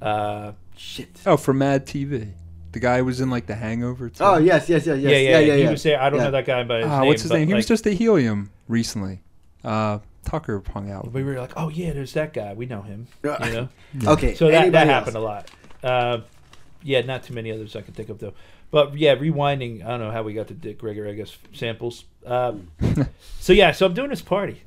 [SPEAKER 3] uh,
[SPEAKER 2] Shit.
[SPEAKER 1] Oh, from Mad TV. The guy who was in like The Hangover. Too.
[SPEAKER 2] Oh yes, yes, yes, yes.
[SPEAKER 3] yeah, yeah, yeah,
[SPEAKER 2] yeah,
[SPEAKER 3] He was there. I don't
[SPEAKER 2] Yeah.
[SPEAKER 3] know that guy by his
[SPEAKER 1] Ah,
[SPEAKER 3] name.
[SPEAKER 1] what's his
[SPEAKER 3] but,
[SPEAKER 1] name? He was
[SPEAKER 3] like,
[SPEAKER 1] just at Helium recently. Uh, Tucker hung out.
[SPEAKER 3] We were like, oh yeah, there's that guy. We know him. You
[SPEAKER 2] *laughs* Yeah.
[SPEAKER 3] know.
[SPEAKER 2] Okay.
[SPEAKER 3] So that, that
[SPEAKER 2] anybody else?
[SPEAKER 3] happened a lot. Uh, yeah, not too many others I can think of though. But yeah, rewinding. I don't know how we got to Dick Gregory. I guess samples.
[SPEAKER 1] *laughs*
[SPEAKER 3] Um, so yeah, so I'm doing this party.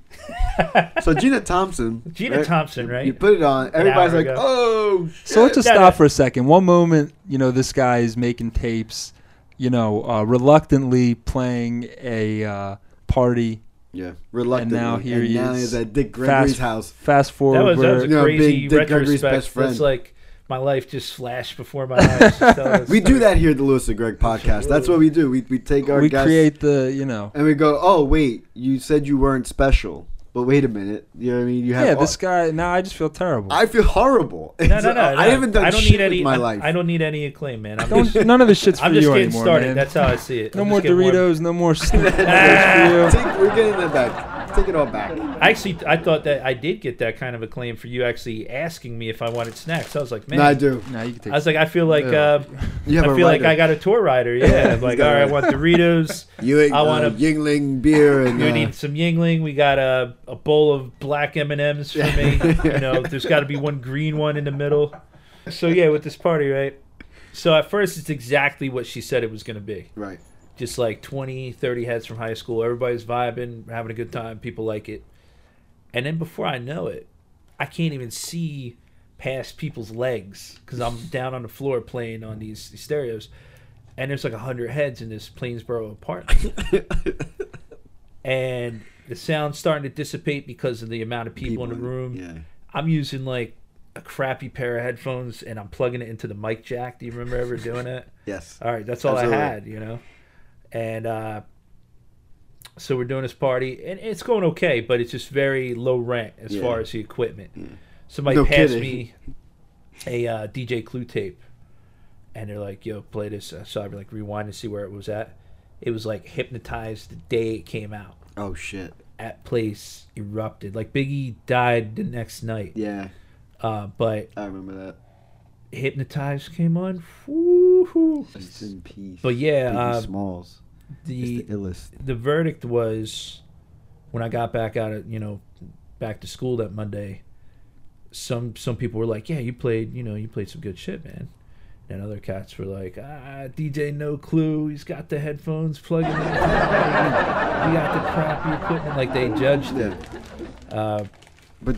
[SPEAKER 3] *laughs*
[SPEAKER 2] So Gina Thompson.
[SPEAKER 3] Gina
[SPEAKER 2] right?
[SPEAKER 3] Thompson, right?
[SPEAKER 2] You put it on. Everybody's
[SPEAKER 3] hour
[SPEAKER 2] like,
[SPEAKER 3] ago.
[SPEAKER 2] "Oh." Shit.
[SPEAKER 1] So let's just
[SPEAKER 3] Yeah,
[SPEAKER 1] stop
[SPEAKER 3] no.
[SPEAKER 1] for a second. One moment, you know, this guy is making tapes, you know, uh, reluctantly playing a uh, party.
[SPEAKER 2] yeah, reluctant.
[SPEAKER 1] now here he
[SPEAKER 2] now
[SPEAKER 1] is.
[SPEAKER 2] he's at Dick Gregory's
[SPEAKER 1] fast,
[SPEAKER 2] house.
[SPEAKER 1] Fast
[SPEAKER 3] that
[SPEAKER 1] forward.
[SPEAKER 3] was, that was a
[SPEAKER 1] where-
[SPEAKER 2] you know,
[SPEAKER 3] crazy
[SPEAKER 2] being Dick Gregory's
[SPEAKER 3] retrospect.
[SPEAKER 2] best friend.
[SPEAKER 3] That's like my life just flashed before my
[SPEAKER 2] *laughs*
[SPEAKER 3] eyes. Just tell us-
[SPEAKER 2] We do that here at the Lewis and Greg podcast. That's what we do. We, we take our
[SPEAKER 1] we
[SPEAKER 2] guests
[SPEAKER 1] create the, you know,
[SPEAKER 2] and we go, "Oh wait, you said you weren't special, but wait a minute. You know what I mean? You have
[SPEAKER 1] yeah,
[SPEAKER 2] all-
[SPEAKER 1] this guy. Now I just feel terrible.
[SPEAKER 2] I feel horrible.
[SPEAKER 3] No,
[SPEAKER 2] *laughs*
[SPEAKER 3] no, no.
[SPEAKER 2] I
[SPEAKER 3] no.
[SPEAKER 2] haven't done
[SPEAKER 3] I don't
[SPEAKER 2] shit
[SPEAKER 3] need any,
[SPEAKER 2] with my
[SPEAKER 3] I-
[SPEAKER 2] life. *laughs*
[SPEAKER 3] I don't need any acclaim, man. I'm
[SPEAKER 1] *laughs* Don't,
[SPEAKER 3] just,
[SPEAKER 1] none of this shit's for
[SPEAKER 3] I'm
[SPEAKER 1] you
[SPEAKER 3] just getting
[SPEAKER 1] anymore,
[SPEAKER 3] started.
[SPEAKER 1] man.
[SPEAKER 3] That's how I see it.
[SPEAKER 1] no
[SPEAKER 3] I'm
[SPEAKER 1] more
[SPEAKER 3] just getting warm.
[SPEAKER 1] Doritos.
[SPEAKER 3] *laughs*
[SPEAKER 1] No more. Snickers for you.
[SPEAKER 2] Take, we're getting it back. Take it all back.
[SPEAKER 3] Actually, I thought that I did get that kind of acclaim for you actually asking me if I wanted snacks. I was like, man,
[SPEAKER 2] No, I do.
[SPEAKER 1] Now you can take.
[SPEAKER 3] I was like, I feel like uh,
[SPEAKER 2] You
[SPEAKER 3] I
[SPEAKER 2] have a
[SPEAKER 3] feel like
[SPEAKER 2] writer.
[SPEAKER 3] I got a tour
[SPEAKER 1] *laughs*
[SPEAKER 3] rider. Yeah, I'm like, all right, I want Doritos.
[SPEAKER 2] You ain't
[SPEAKER 3] I want
[SPEAKER 2] uh,
[SPEAKER 3] a
[SPEAKER 2] Yingling beer
[SPEAKER 3] *laughs*
[SPEAKER 2] and
[SPEAKER 3] you
[SPEAKER 2] uh,
[SPEAKER 3] need some Yingling. We got a, a bowl of black M and M's for
[SPEAKER 1] *laughs*
[SPEAKER 3] me. you know, there's got to be one green one in the middle. So yeah, with this party, right? So at first, it's exactly what she said it was going to be.
[SPEAKER 2] right.
[SPEAKER 3] just like 20 30 heads from high school everybody's vibing having a good time people like it and then before i know it i can't even see past people's legs because i'm down on the floor playing on these, these stereos and there's like 100 heads in this plainsboro apartment and the sound's starting to dissipate because of the amount of people, in the room
[SPEAKER 2] Yeah.
[SPEAKER 3] i'm using like a crappy pair of headphones and i'm plugging it into the mic jack do you remember ever doing it
[SPEAKER 2] Yes.
[SPEAKER 3] all right, that's all
[SPEAKER 2] Absolutely.
[SPEAKER 3] I had, you know. And uh, so we're doing this party, and it's going okay, but it's just very low rent as
[SPEAKER 2] Yeah. Mm.
[SPEAKER 3] far as the equipment. Somebody
[SPEAKER 2] No
[SPEAKER 3] passed
[SPEAKER 2] kidding.
[SPEAKER 3] me a uh, DJ Clue tape, and they're like, "Yo, play this." So I like rewind and see where it was at. It was like hypnotized the day it came out.
[SPEAKER 2] Oh shit.
[SPEAKER 3] at place erupted. Like Biggie died the next night,
[SPEAKER 2] Yeah,
[SPEAKER 3] uh, but
[SPEAKER 2] I remember that.
[SPEAKER 3] Hypnotized came on. Woo-hoo.
[SPEAKER 2] Rest in peace.
[SPEAKER 3] But yeah,
[SPEAKER 2] Biggie
[SPEAKER 3] uh,
[SPEAKER 2] Smalls
[SPEAKER 3] the
[SPEAKER 2] is
[SPEAKER 3] *laughs*
[SPEAKER 2] the illest.
[SPEAKER 3] the verdict was when I got back out of you know back to school that Monday. Some some people were like, "Yeah, you played you know you played some good shit, man," and other cats were like, "Ah, DJ, no clue. He's got the headphones plugging in. *laughs* He got the crappy equipment." Like they judged it.
[SPEAKER 2] Yeah. but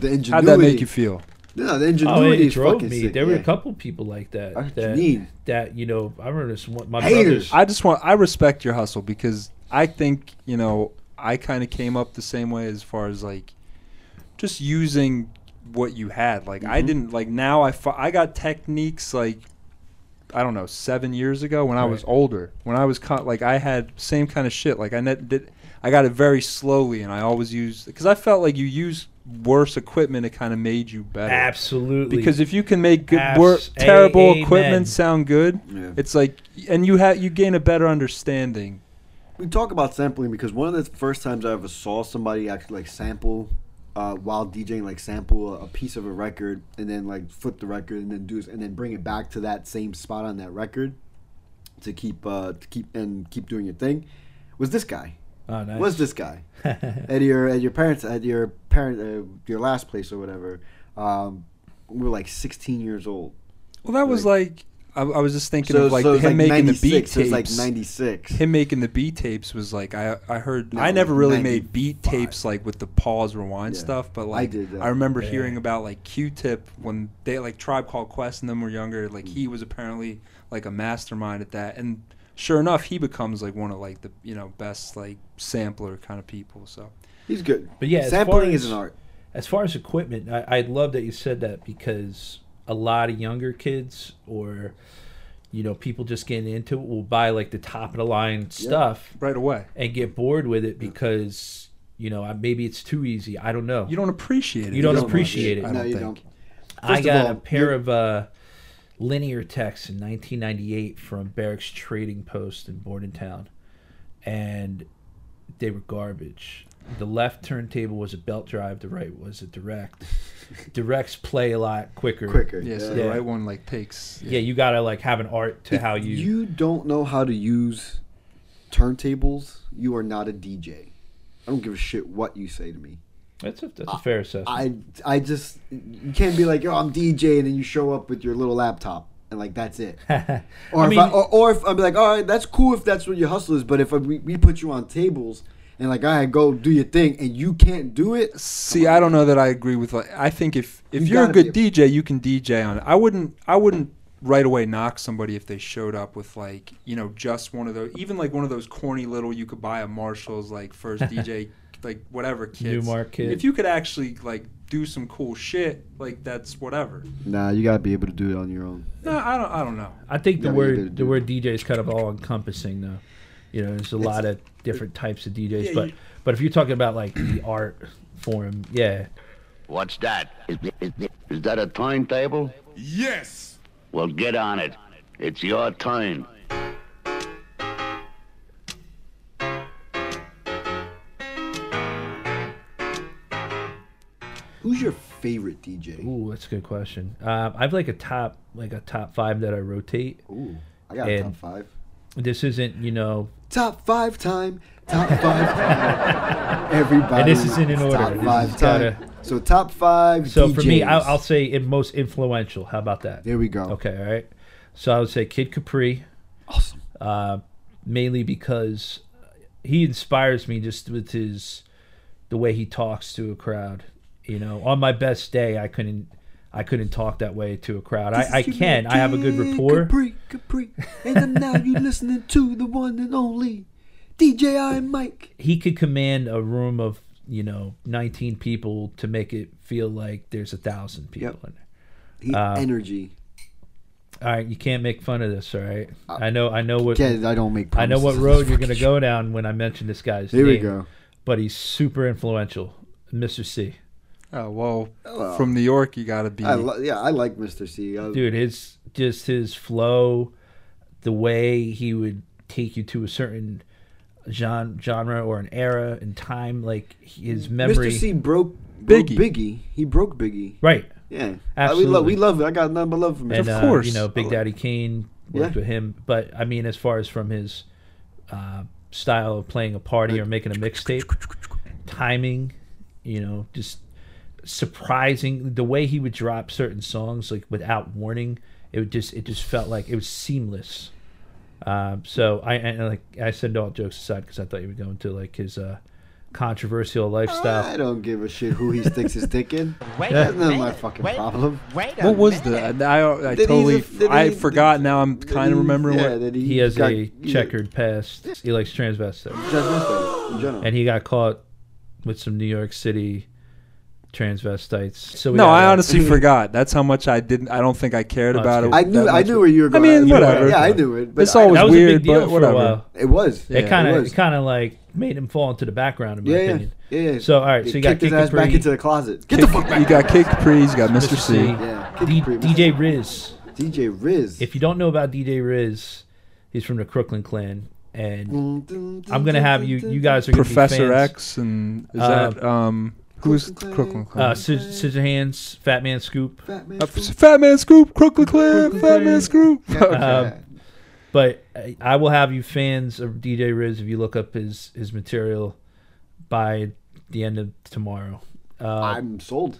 [SPEAKER 2] the ingenuity.
[SPEAKER 1] How'd that make you feel?
[SPEAKER 2] No, the
[SPEAKER 3] Oh, it
[SPEAKER 2] ingenuity is
[SPEAKER 3] drove
[SPEAKER 2] fucking
[SPEAKER 3] me.
[SPEAKER 2] sick.
[SPEAKER 3] There were
[SPEAKER 2] yeah.
[SPEAKER 3] a couple people like that.
[SPEAKER 2] That's what you
[SPEAKER 3] that,
[SPEAKER 2] need.
[SPEAKER 3] that you know, I remember this one. My
[SPEAKER 2] Haters.
[SPEAKER 3] brothers.
[SPEAKER 1] I just want I respect your hustle because I think you know I kind of came up the same way as far as like just using what you had. Like
[SPEAKER 3] Mm-hmm.
[SPEAKER 1] I didn't like now I fi- I got techniques like I don't know seven years ago when I was
[SPEAKER 3] Right.
[SPEAKER 1] older when I was co- like I had same kind of shit. Like I net did I got it very slowly and I always used because I felt like you use worse equipment it kind of made you better.
[SPEAKER 3] Absolutely.
[SPEAKER 1] Because if you can make good
[SPEAKER 3] Abs-
[SPEAKER 1] work,
[SPEAKER 3] a-
[SPEAKER 1] terrible
[SPEAKER 3] amen.
[SPEAKER 1] equipment sound good,
[SPEAKER 2] Yeah.
[SPEAKER 1] it's like, and you have you gain a better understanding.
[SPEAKER 2] We talk about sampling because one of the first times I ever saw somebody actually like sample uh, while DJing, like sample a, a piece of a record and then like flip the record and then do and then bring it back to that same spot on that record to keep uh, to keep and keep doing your thing was this guy.
[SPEAKER 3] oh, nice.
[SPEAKER 2] was this guy at your at your parents at your parent uh, your last place or whatever? Um, we were like 16 years old.
[SPEAKER 1] Well, that was like I, I was just thinking of like
[SPEAKER 2] it was
[SPEAKER 1] him making the beat
[SPEAKER 2] 96,
[SPEAKER 1] tapes.
[SPEAKER 2] so it was like 96.
[SPEAKER 1] him making the beat tapes was like I I heard
[SPEAKER 2] No,
[SPEAKER 1] I never really
[SPEAKER 2] 95.
[SPEAKER 1] made beat tapes like with the pause rewind
[SPEAKER 2] Yeah.
[SPEAKER 1] stuff, but like
[SPEAKER 2] did that.
[SPEAKER 1] I remember
[SPEAKER 3] Yeah.
[SPEAKER 1] hearing about like Q-Tip when they like Tribe Called Quest and them were younger. Like he
[SPEAKER 2] Mm.
[SPEAKER 1] was apparently like a mastermind at that, and sure enough, he becomes like one of like the you know best like sampler kind of people. So
[SPEAKER 2] He's good.
[SPEAKER 3] But yeah, as far
[SPEAKER 2] sampling is
[SPEAKER 3] as-
[SPEAKER 2] an art.
[SPEAKER 3] As far as equipment, I, I love that you said that because a lot of younger kids or you know people just getting into it will buy like the top of the line stuff
[SPEAKER 1] right away,
[SPEAKER 3] and get bored with it because you know I- maybe it's too easy. I don't know.
[SPEAKER 1] you don't appreciate it.
[SPEAKER 3] You don't
[SPEAKER 1] as
[SPEAKER 2] You
[SPEAKER 1] much,
[SPEAKER 3] appreciate it.
[SPEAKER 1] I
[SPEAKER 2] No,
[SPEAKER 1] don't
[SPEAKER 2] you
[SPEAKER 1] think.
[SPEAKER 2] don't.
[SPEAKER 3] I
[SPEAKER 2] First of
[SPEAKER 3] got
[SPEAKER 2] all,
[SPEAKER 3] a pair of uh, linear texts in 1998 from Barracks Trading Post in Bordentown, and they were garbage. The left turntable was a belt drive, the right was a
[SPEAKER 2] *laughs*
[SPEAKER 3] direct. Directs play a lot quicker.
[SPEAKER 2] Quicker.
[SPEAKER 1] Yeah, so
[SPEAKER 3] Yeah.
[SPEAKER 1] the right one like takes.
[SPEAKER 3] Yeah, you gotta like have an art to how you.
[SPEAKER 2] You don't know how to use turntables. You are not a DJ. I don't give a shit what you say to me.
[SPEAKER 3] that's a that's a fair assessment.
[SPEAKER 2] I I just you can't be like yo I'm DJ and then you show up with your little laptop and like that's
[SPEAKER 3] *laughs*
[SPEAKER 2] it. Or
[SPEAKER 3] I
[SPEAKER 2] if
[SPEAKER 3] mean-
[SPEAKER 2] I, or, or if I'm like all right that's cool if that's what your hustle is, but if I, we, we put you on tables and like all right go do your thing and you can't do it,
[SPEAKER 1] See, I don't know that I agree with. Like, I think if if
[SPEAKER 2] You
[SPEAKER 1] you are a
[SPEAKER 2] gotta
[SPEAKER 1] good
[SPEAKER 2] be
[SPEAKER 1] DJ, you can DJ on it. I wouldn't. I wouldn't right away knock somebody if they showed up with like you know just one of those, even like one of those corny little you could buy a Marshalls like
[SPEAKER 3] *laughs*
[SPEAKER 1] first DJ like whatever kids.
[SPEAKER 3] Newmark kid.
[SPEAKER 1] If you could actually like do some cool shit, like that's whatever.
[SPEAKER 2] nah you gotta be able to do it on your own.
[SPEAKER 1] No, I don't. I don't know.
[SPEAKER 3] I think the
[SPEAKER 2] Yeah, you gotta
[SPEAKER 3] word the
[SPEAKER 2] do-
[SPEAKER 3] word DJ is kind of all encompassing though. You know, there's a lot of different types of DJs,
[SPEAKER 1] Yeah,
[SPEAKER 3] but
[SPEAKER 1] you-
[SPEAKER 3] but if you're talking about like the art form, yeah,
[SPEAKER 9] What's that? Is, is, is that a turntable?
[SPEAKER 8] Yes.
[SPEAKER 9] Well, get on it. It's your turn.
[SPEAKER 2] Who's your favorite DJ?
[SPEAKER 3] Ooh, that's a good question. Um, I've like a top like a top five that I rotate.
[SPEAKER 2] Ooh, I got a
[SPEAKER 3] And-
[SPEAKER 2] top five.
[SPEAKER 3] This isn't you know,
[SPEAKER 2] Top five time. Top five time.
[SPEAKER 3] *laughs*
[SPEAKER 2] Everybody.
[SPEAKER 3] And this isn't in order.
[SPEAKER 2] Top
[SPEAKER 3] This
[SPEAKER 2] five
[SPEAKER 3] is
[SPEAKER 2] time. So top five.
[SPEAKER 3] so for me, I'll,
[SPEAKER 2] DJs.
[SPEAKER 3] I'll say it most influential. How about that?
[SPEAKER 2] There we go.
[SPEAKER 3] Okay, all right. So I would say Kid Capri, Uh,
[SPEAKER 2] Awesome.
[SPEAKER 3] mainly because he inspires me just with his the way he talks to a crowd. You know, on my best day, I couldn't I couldn't talk that way to a crowd. I, I can. I have a good rapport.
[SPEAKER 2] Capri, Capri, and now you listening to the one and only DJ I Mike.
[SPEAKER 3] he could command a room of you know 19 people to make it feel like there's a thousand people
[SPEAKER 2] Yep.
[SPEAKER 3] in there
[SPEAKER 2] He,
[SPEAKER 3] Uh,
[SPEAKER 2] energy.
[SPEAKER 3] all right you can't make fun of this all right i know i know what
[SPEAKER 2] Yeah, Uh, I don't make.
[SPEAKER 3] i know what
[SPEAKER 2] promises.
[SPEAKER 3] road you're gonna
[SPEAKER 2] *laughs*
[SPEAKER 3] go down when i mention this guy's
[SPEAKER 2] Here we
[SPEAKER 3] name,
[SPEAKER 2] go.
[SPEAKER 3] but he's super influential mr c
[SPEAKER 1] Oh well, from New York, you gotta be.
[SPEAKER 2] I li- yeah, I like Mr. C. Uh, I-
[SPEAKER 3] dude his just his flow the way he would take you to a certain gen- genre or an era in time. Like his
[SPEAKER 2] Mr.
[SPEAKER 3] memory,
[SPEAKER 2] C broke, broke
[SPEAKER 1] Biggie.
[SPEAKER 2] Biggie. He broke Biggie.
[SPEAKER 3] right?
[SPEAKER 2] Yeah.
[SPEAKER 3] Absolutely.
[SPEAKER 2] I, we, love, we love it. I got nothing but love for Mr.
[SPEAKER 3] And,
[SPEAKER 1] Of
[SPEAKER 3] uh,
[SPEAKER 1] course.
[SPEAKER 3] you know, Big Daddy Kane worked
[SPEAKER 2] Oh. Yeah.
[SPEAKER 3] with him. But I mean, as far as from his uh, style of playing a party or making a mixtape, timing, you know, just surprising the way he would drop certain songs like without warning. It would just it just felt like it was seamless. Um, so I and like I said all jokes aside because I thought you were going to like his uh, controversial
[SPEAKER 2] I
[SPEAKER 3] lifestyle.
[SPEAKER 2] don't give a shit who he sticks his dick in. That's not my fucking problem.
[SPEAKER 1] What was the?
[SPEAKER 2] *laughs*
[SPEAKER 1] I, I,
[SPEAKER 2] That he's
[SPEAKER 1] totally.
[SPEAKER 2] a- that
[SPEAKER 1] I
[SPEAKER 2] he's-
[SPEAKER 1] forgot. Now I'm
[SPEAKER 2] that
[SPEAKER 1] kind of
[SPEAKER 2] he-
[SPEAKER 1] remembering
[SPEAKER 2] yeah,
[SPEAKER 1] what.
[SPEAKER 2] that
[SPEAKER 3] He has
[SPEAKER 2] got-
[SPEAKER 3] a
[SPEAKER 2] yeah,
[SPEAKER 3] checkered past. He likes transvestites.
[SPEAKER 2] transvestite in general.
[SPEAKER 3] and he got caught with some New York City transvestites. So we
[SPEAKER 1] No,
[SPEAKER 3] got,
[SPEAKER 1] I
[SPEAKER 3] uh,
[SPEAKER 2] *laughs*
[SPEAKER 1] honestly forgot. That's how much I didn't. I don't think I cared
[SPEAKER 3] Oh, it's
[SPEAKER 1] about
[SPEAKER 3] cool.
[SPEAKER 1] it.
[SPEAKER 2] I knew
[SPEAKER 1] that
[SPEAKER 2] I
[SPEAKER 1] much.
[SPEAKER 2] knew where you were
[SPEAKER 1] I
[SPEAKER 2] going.
[SPEAKER 1] mean,
[SPEAKER 2] Yeah,
[SPEAKER 1] whatever.
[SPEAKER 2] Yeah, I knew it. But
[SPEAKER 1] It's
[SPEAKER 2] I-
[SPEAKER 1] always
[SPEAKER 3] That was a
[SPEAKER 1] weird,
[SPEAKER 3] big deal
[SPEAKER 1] but
[SPEAKER 3] for
[SPEAKER 1] whatever.
[SPEAKER 3] a while.
[SPEAKER 2] It was.
[SPEAKER 3] it kind of
[SPEAKER 2] was.
[SPEAKER 3] it kind of like made him fall into the background in my
[SPEAKER 2] Yeah, yeah,
[SPEAKER 3] opinion.
[SPEAKER 2] yeah, yeah.
[SPEAKER 3] So all right, so
[SPEAKER 2] They
[SPEAKER 3] you got
[SPEAKER 2] kicked his
[SPEAKER 3] Kick
[SPEAKER 2] ass back into the closet. Get the fuck
[SPEAKER 1] You got Kid Capri, you got Mr. C.
[SPEAKER 2] Yeah, Kick
[SPEAKER 3] D-
[SPEAKER 2] Capri, Mr.
[SPEAKER 3] DJ Riz.
[SPEAKER 2] DJ Riz.
[SPEAKER 3] If you don't know about DJ Riz, he's from the Crooklyn Clan, and I'm gonna have you. You guys are gonna be
[SPEAKER 1] Professor
[SPEAKER 3] fans.
[SPEAKER 1] X, and is
[SPEAKER 3] Uh,
[SPEAKER 1] that um who's
[SPEAKER 2] Crooklyn
[SPEAKER 1] Crooklyn Clan?
[SPEAKER 3] Uh, Sci- Scissor Hands, Fat Man Scoop,
[SPEAKER 2] Fat man.
[SPEAKER 3] *laughs*
[SPEAKER 1] Uh, Fat Man Scoop, Crooklyn Clan, Fat Man Scoop. *laughs*
[SPEAKER 2] Uh,
[SPEAKER 3] Uh, But I- I will have you fans of DJ Riz if you look up his his material by the end of tomorrow. Uh,
[SPEAKER 2] I'm sold.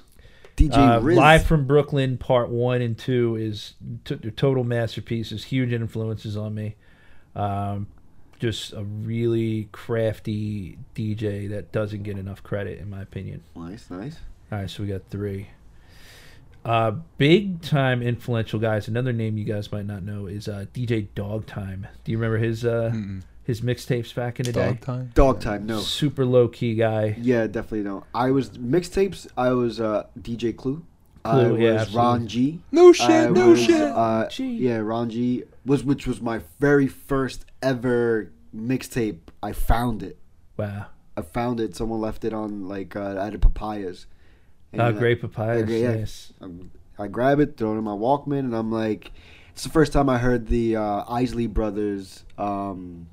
[SPEAKER 2] DJ
[SPEAKER 3] uh,
[SPEAKER 2] Riz.
[SPEAKER 3] Live from Brooklyn, Part One and Two is t- they're total masterpieces. Huge influences on me. Um, just a really crafty DJ that doesn't get enough credit, in my opinion.
[SPEAKER 2] Nice, nice.
[SPEAKER 3] All right, so we got three. Uh, big time influential guys. Another name you guys might not know is uh, DJ Dog Time. Do you remember his uh, his mixtapes back in the
[SPEAKER 1] Dog
[SPEAKER 3] day?
[SPEAKER 1] time.
[SPEAKER 2] Dog time, no.
[SPEAKER 3] Super low key guy.
[SPEAKER 2] Yeah, definitely no. I was mixtapes. I was uh, DJ Clue. I
[SPEAKER 3] Clue,
[SPEAKER 2] was
[SPEAKER 3] yeah,
[SPEAKER 2] Ron G.
[SPEAKER 1] No shit,
[SPEAKER 2] I
[SPEAKER 1] no
[SPEAKER 2] was,
[SPEAKER 1] shit.
[SPEAKER 2] Uh,
[SPEAKER 3] G.
[SPEAKER 2] Yeah, Ron G was which was my very first ever mixtape. I found it.
[SPEAKER 3] Wow.
[SPEAKER 2] I found it. Someone left it on like uh, I had a papayas. And
[SPEAKER 3] Uh,
[SPEAKER 2] I-
[SPEAKER 3] Great Papayas.
[SPEAKER 2] Okay, yeah.
[SPEAKER 3] Yes.
[SPEAKER 2] I'm- I grab it, throw it in my Walkman, and I'm like, it's the first time I heard the uh, Isley Brothers um,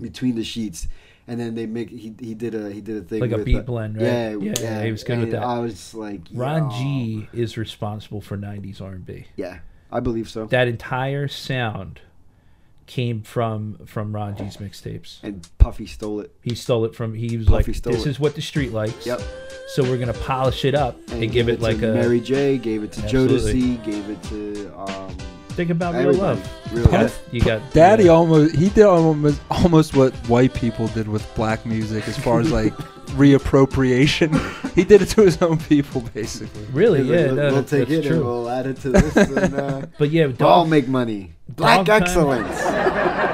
[SPEAKER 2] between the sheets. And then they make he, he did a he did a thing
[SPEAKER 3] Like a
[SPEAKER 2] with
[SPEAKER 3] beat
[SPEAKER 2] the-
[SPEAKER 3] blend, right?
[SPEAKER 2] Yeah,
[SPEAKER 3] Yeah, yeah, he was good with
[SPEAKER 2] and
[SPEAKER 3] that.
[SPEAKER 2] I was just like
[SPEAKER 3] Ron
[SPEAKER 2] yeah.
[SPEAKER 3] G is responsible for 90s R&B.
[SPEAKER 2] Yeah, I believe so.
[SPEAKER 3] That entire sound came from from Ron G's mixtapes.
[SPEAKER 2] and Puffy stole it.
[SPEAKER 3] He stole it from he was
[SPEAKER 2] Puffy
[SPEAKER 3] like
[SPEAKER 2] stole
[SPEAKER 3] this is
[SPEAKER 2] it."
[SPEAKER 3] what the street likes.
[SPEAKER 2] Yep.
[SPEAKER 3] So we're going to polish it up and,
[SPEAKER 2] he
[SPEAKER 3] give
[SPEAKER 2] gave
[SPEAKER 3] it like
[SPEAKER 2] to
[SPEAKER 3] a
[SPEAKER 2] Mary J. Gave it to
[SPEAKER 3] Absolutely.
[SPEAKER 2] Jodeci. Gave it to um.
[SPEAKER 3] think about real
[SPEAKER 2] everybody.
[SPEAKER 3] love.
[SPEAKER 2] Real
[SPEAKER 3] Got-
[SPEAKER 2] love.
[SPEAKER 3] you got
[SPEAKER 1] Daddy
[SPEAKER 3] yeah.
[SPEAKER 1] almost he did almost almost what white people did with black music as far as
[SPEAKER 2] *laughs*
[SPEAKER 1] like reappropriation. He did it to his own people basically.
[SPEAKER 3] Really? Yeah,
[SPEAKER 2] we'll,
[SPEAKER 3] no,
[SPEAKER 2] we'll
[SPEAKER 3] that's,
[SPEAKER 2] take
[SPEAKER 3] that's
[SPEAKER 2] it
[SPEAKER 3] true.
[SPEAKER 2] and we'll add it to this. and, uh,
[SPEAKER 3] but yeah,
[SPEAKER 2] we'll
[SPEAKER 3] *laughs*
[SPEAKER 2] all
[SPEAKER 3] dog,
[SPEAKER 2] make money. Black
[SPEAKER 3] time.
[SPEAKER 2] excellence.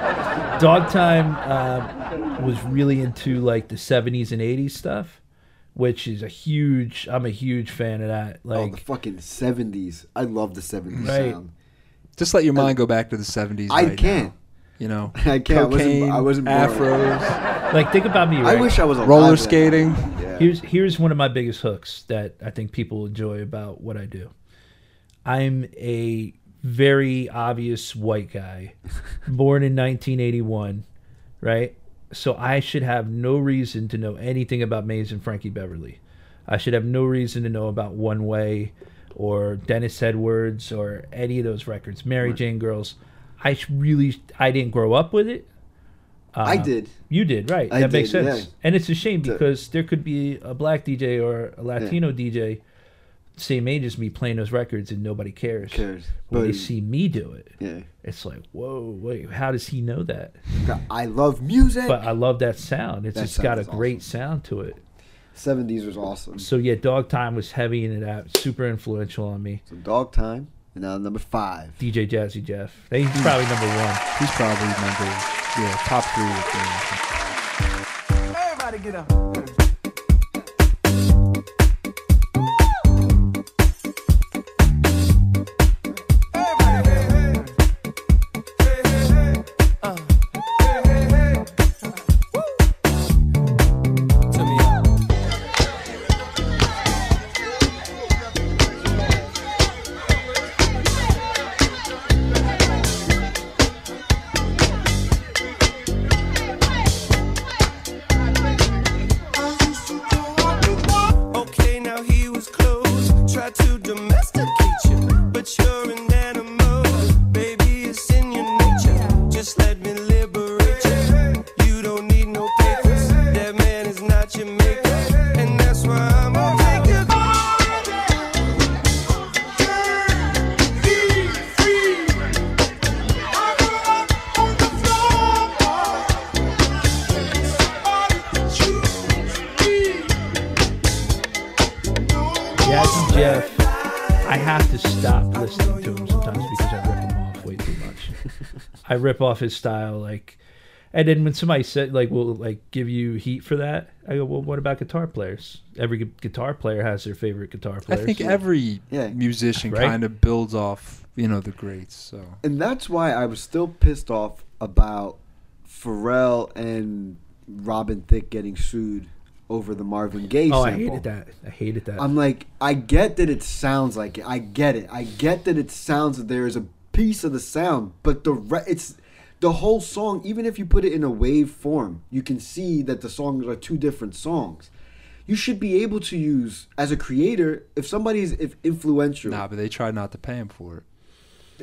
[SPEAKER 3] dog time uh, was really into like the '70s and '80s stuff, which is a huge. I'm a huge fan of that.
[SPEAKER 2] Oh, the
[SPEAKER 3] Like,
[SPEAKER 2] fucking seventies! I love the seventies
[SPEAKER 3] Right.
[SPEAKER 2] sound.
[SPEAKER 1] Just let your mind go back to the 70s.
[SPEAKER 2] I
[SPEAKER 1] right
[SPEAKER 2] can't.
[SPEAKER 1] now, you know.
[SPEAKER 2] *laughs* I can't. I wasn't-
[SPEAKER 1] Cocaine,
[SPEAKER 2] I wasn't born. *laughs*
[SPEAKER 1] afros,
[SPEAKER 3] like think about me.
[SPEAKER 2] I
[SPEAKER 3] Right?
[SPEAKER 2] wish I was alive
[SPEAKER 1] roller
[SPEAKER 2] then.
[SPEAKER 1] skating.
[SPEAKER 2] Yeah.
[SPEAKER 3] Here's here's one of my biggest hooks that I think people enjoy about what I do. I'm a very obvious white guy, born in 1981, right? So I should have no reason to know anything about Mays and Frankie Beverly. I should have no reason to know about One Way or Dennis Edwards or any of those records, Mary Jane Girls. I sh- really I didn't grow up with it. Uh-huh.
[SPEAKER 2] I did.
[SPEAKER 3] You did, right.
[SPEAKER 2] I
[SPEAKER 3] that makes
[SPEAKER 2] did,
[SPEAKER 3] sense.
[SPEAKER 2] yeah.
[SPEAKER 3] And it's a shame because there could be a black DJ or a Latino DJ, same age as me, playing those records and nobody cares.
[SPEAKER 2] Cares.
[SPEAKER 3] When they
[SPEAKER 2] But-
[SPEAKER 3] see me do it,
[SPEAKER 2] Yeah.
[SPEAKER 3] it's like, whoa, wait, how does he know that?
[SPEAKER 2] I love music.
[SPEAKER 3] But uh, I love that sound. It's
[SPEAKER 2] That
[SPEAKER 3] just got a
[SPEAKER 2] sound is
[SPEAKER 3] great
[SPEAKER 2] awesome.
[SPEAKER 3] sound to it.
[SPEAKER 2] Seventies was awesome.
[SPEAKER 3] So yeah, Dog Time was heavy into that, super influential on me.
[SPEAKER 2] So dog time. And now number five.
[SPEAKER 3] DJ Jazzy Jeff, he's probably number one.
[SPEAKER 1] He's probably number yeah, top 3 with me.
[SPEAKER 10] Everybody get up. Everybody, hey, hey. Hey, hey, hey. Uh. Hey, hey, hey. Woo. Turn me up. to domesticate you, but you're an animal. Baby, it's in your nature. Just let me liberate you. You don't need no papers. That man is not your maker, and that's why I'm a taker.
[SPEAKER 3] Yeah, I think Jeff. I have to stop listening to him sometimes because I rip him off way too much. I rip off his style, like, and then when somebody said like, "We'll like give you heat for that," I go, "Well, what about guitar players? Every gu- guitar player has their favorite guitar
[SPEAKER 1] I
[SPEAKER 3] players."
[SPEAKER 1] think every
[SPEAKER 2] Yeah.
[SPEAKER 1] musician
[SPEAKER 3] Right?
[SPEAKER 1] kind of builds off, you know, the greats. So
[SPEAKER 2] And that's why I was still pissed off about Pharrell and Robin Thicke getting sued over the Marvin Gaye
[SPEAKER 3] oh, I
[SPEAKER 2] sample.
[SPEAKER 3] hated that. I hated that.
[SPEAKER 2] I'm like, I get that it sounds like it. I get it. I get that it sounds that there is a piece of the sound, but the re- it's the whole song. Even if you put it in a wave form, you can see that the songs are two different songs. You should be able to use as a creator if somebody's if influential.
[SPEAKER 1] nah, but they tried not to pay him for it.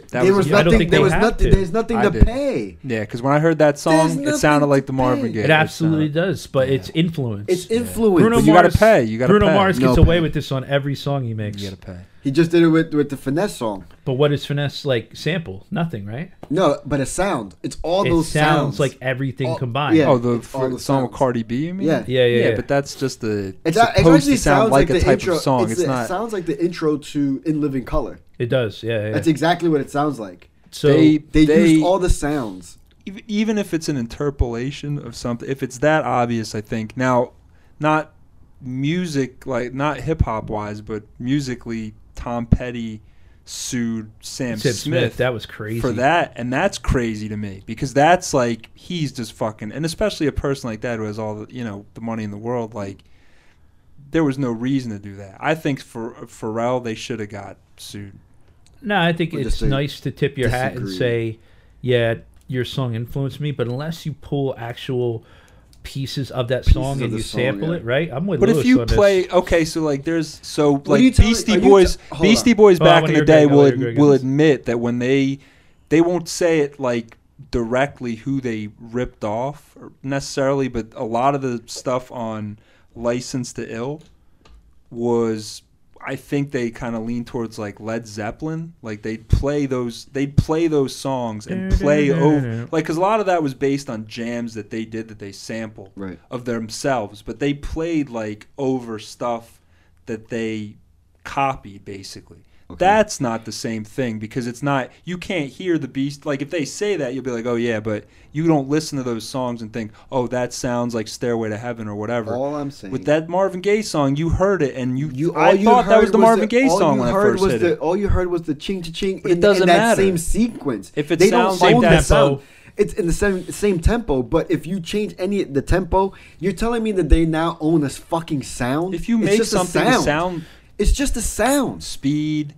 [SPEAKER 2] there
[SPEAKER 1] the-
[SPEAKER 2] was
[SPEAKER 3] I don't
[SPEAKER 2] nothing.
[SPEAKER 3] think
[SPEAKER 2] There
[SPEAKER 3] they
[SPEAKER 2] was
[SPEAKER 3] have
[SPEAKER 2] nothing.
[SPEAKER 3] to.
[SPEAKER 2] There's nothing
[SPEAKER 1] I
[SPEAKER 2] to
[SPEAKER 1] didn't.
[SPEAKER 2] pay.
[SPEAKER 1] Yeah, because when I heard that
[SPEAKER 2] There's
[SPEAKER 1] song, it
[SPEAKER 2] nothing
[SPEAKER 1] sounded
[SPEAKER 2] to
[SPEAKER 1] like the Marvin
[SPEAKER 2] pay.
[SPEAKER 1] Gaye.
[SPEAKER 2] It
[SPEAKER 3] it absolutely
[SPEAKER 1] sounded-
[SPEAKER 3] does, but it's influence.
[SPEAKER 2] It's influence.
[SPEAKER 1] But you gotta pay, you gotta
[SPEAKER 3] Bruno
[SPEAKER 1] pay.
[SPEAKER 3] Mars
[SPEAKER 2] No
[SPEAKER 3] gets away
[SPEAKER 2] pay.
[SPEAKER 3] with this on every song he makes.
[SPEAKER 1] You gotta pay.
[SPEAKER 2] He just did it with with the finesse song.
[SPEAKER 3] But what is finesse like? Sample nothing, right?
[SPEAKER 2] No, but a sound. It's all
[SPEAKER 3] it
[SPEAKER 2] those
[SPEAKER 3] sounds
[SPEAKER 2] sounds
[SPEAKER 3] like everything
[SPEAKER 2] All-
[SPEAKER 3] combined.
[SPEAKER 2] Yeah,
[SPEAKER 1] Oh, the,
[SPEAKER 2] it's all
[SPEAKER 1] f-
[SPEAKER 2] the
[SPEAKER 1] song with
[SPEAKER 2] sounds.
[SPEAKER 1] Cardi B, you mean?
[SPEAKER 2] Yeah.
[SPEAKER 3] Yeah, yeah, yeah.
[SPEAKER 1] but that's just the
[SPEAKER 2] It's
[SPEAKER 1] it's
[SPEAKER 2] not, it
[SPEAKER 1] supposed
[SPEAKER 2] actually
[SPEAKER 1] to sound
[SPEAKER 2] sounds
[SPEAKER 1] like,
[SPEAKER 2] like,
[SPEAKER 1] a
[SPEAKER 2] the
[SPEAKER 1] type
[SPEAKER 2] intro.
[SPEAKER 1] of song. It's,
[SPEAKER 2] it
[SPEAKER 1] not.
[SPEAKER 2] sounds like the intro to "In Living Color."
[SPEAKER 3] It does. Yeah, yeah.
[SPEAKER 2] That's exactly what it sounds like.
[SPEAKER 3] so
[SPEAKER 1] they-
[SPEAKER 2] They, used all the sounds.
[SPEAKER 1] ev- even if it's an interpolation of something, if it's that obvious, I think now, not music like not hip hop wise, but musically, Tom Petty sued Sam
[SPEAKER 3] Sam
[SPEAKER 1] Smith,
[SPEAKER 3] Smith, that was crazy.
[SPEAKER 1] for that, and that's crazy to me because that's like he's just fucking, and especially a person like that who has all the you know the money in the world, like. There was no reason to do that. I think for Pharrell, they should have got sued.
[SPEAKER 3] No, I think
[SPEAKER 2] Or
[SPEAKER 3] it's
[SPEAKER 2] just say
[SPEAKER 3] nice to tip your hat and
[SPEAKER 2] disagree.
[SPEAKER 3] say, yeah, your song influenced me, but unless you pull actual pieces of that song
[SPEAKER 2] of
[SPEAKER 3] and
[SPEAKER 2] the
[SPEAKER 3] you
[SPEAKER 2] song,
[SPEAKER 3] sample
[SPEAKER 2] yeah.
[SPEAKER 3] it, right? I'm with
[SPEAKER 1] But
[SPEAKER 3] Lewis
[SPEAKER 1] if you
[SPEAKER 3] on this.
[SPEAKER 1] play, okay, so like there's so
[SPEAKER 2] are you
[SPEAKER 1] like
[SPEAKER 2] telling- are
[SPEAKER 1] Beastie
[SPEAKER 2] you
[SPEAKER 1] Boys,
[SPEAKER 2] te- hold
[SPEAKER 1] Beastie
[SPEAKER 2] on.
[SPEAKER 1] Boys
[SPEAKER 3] Oh, I
[SPEAKER 1] back
[SPEAKER 3] wanna
[SPEAKER 1] in the
[SPEAKER 3] hear
[SPEAKER 1] day
[SPEAKER 3] Greg, I
[SPEAKER 1] will
[SPEAKER 3] wanna
[SPEAKER 1] ad-
[SPEAKER 3] hear Greg
[SPEAKER 1] will
[SPEAKER 3] on this.
[SPEAKER 1] admit that when they they won't say it like directly who they ripped off or necessarily, but a lot of the stuff on License to Ill was I think they kind of lean towards like Led Zeppelin, like they'd play those they'd play those songs and play over like cuz a lot of that was based on jams that they did that they sampled
[SPEAKER 2] Right.
[SPEAKER 1] of themselves, but they played like over stuff that they copied basically. That's not the same thing because it's not you can't hear the beast like if they say that you'll be like oh yeah but you don't listen to those songs and think oh that sounds like Stairway to Heaven or whatever.
[SPEAKER 2] All I'm saying
[SPEAKER 1] With that Marvin Gaye song, you heard it and you,
[SPEAKER 2] You, all
[SPEAKER 1] I
[SPEAKER 2] you
[SPEAKER 1] thought that
[SPEAKER 2] heard
[SPEAKER 1] was the Marvin Gaye
[SPEAKER 2] all
[SPEAKER 1] song
[SPEAKER 2] you
[SPEAKER 1] when I
[SPEAKER 2] heard
[SPEAKER 1] first
[SPEAKER 2] was
[SPEAKER 1] hit
[SPEAKER 2] the,
[SPEAKER 1] it.
[SPEAKER 2] All you heard was the ching to ching
[SPEAKER 1] But it
[SPEAKER 2] in,
[SPEAKER 1] doesn't
[SPEAKER 2] in that
[SPEAKER 1] matter.
[SPEAKER 2] same sequence.
[SPEAKER 1] If it
[SPEAKER 2] they
[SPEAKER 1] sounds
[SPEAKER 2] don't
[SPEAKER 1] like
[SPEAKER 2] own
[SPEAKER 1] that
[SPEAKER 2] the sound,
[SPEAKER 3] tempo.
[SPEAKER 2] it's in the same same tempo. But if you change any the tempo, you're telling me that they now own this fucking sound.
[SPEAKER 1] If you
[SPEAKER 2] It's
[SPEAKER 1] make
[SPEAKER 2] just a
[SPEAKER 1] something to sound
[SPEAKER 2] it's just a sound.
[SPEAKER 1] speed,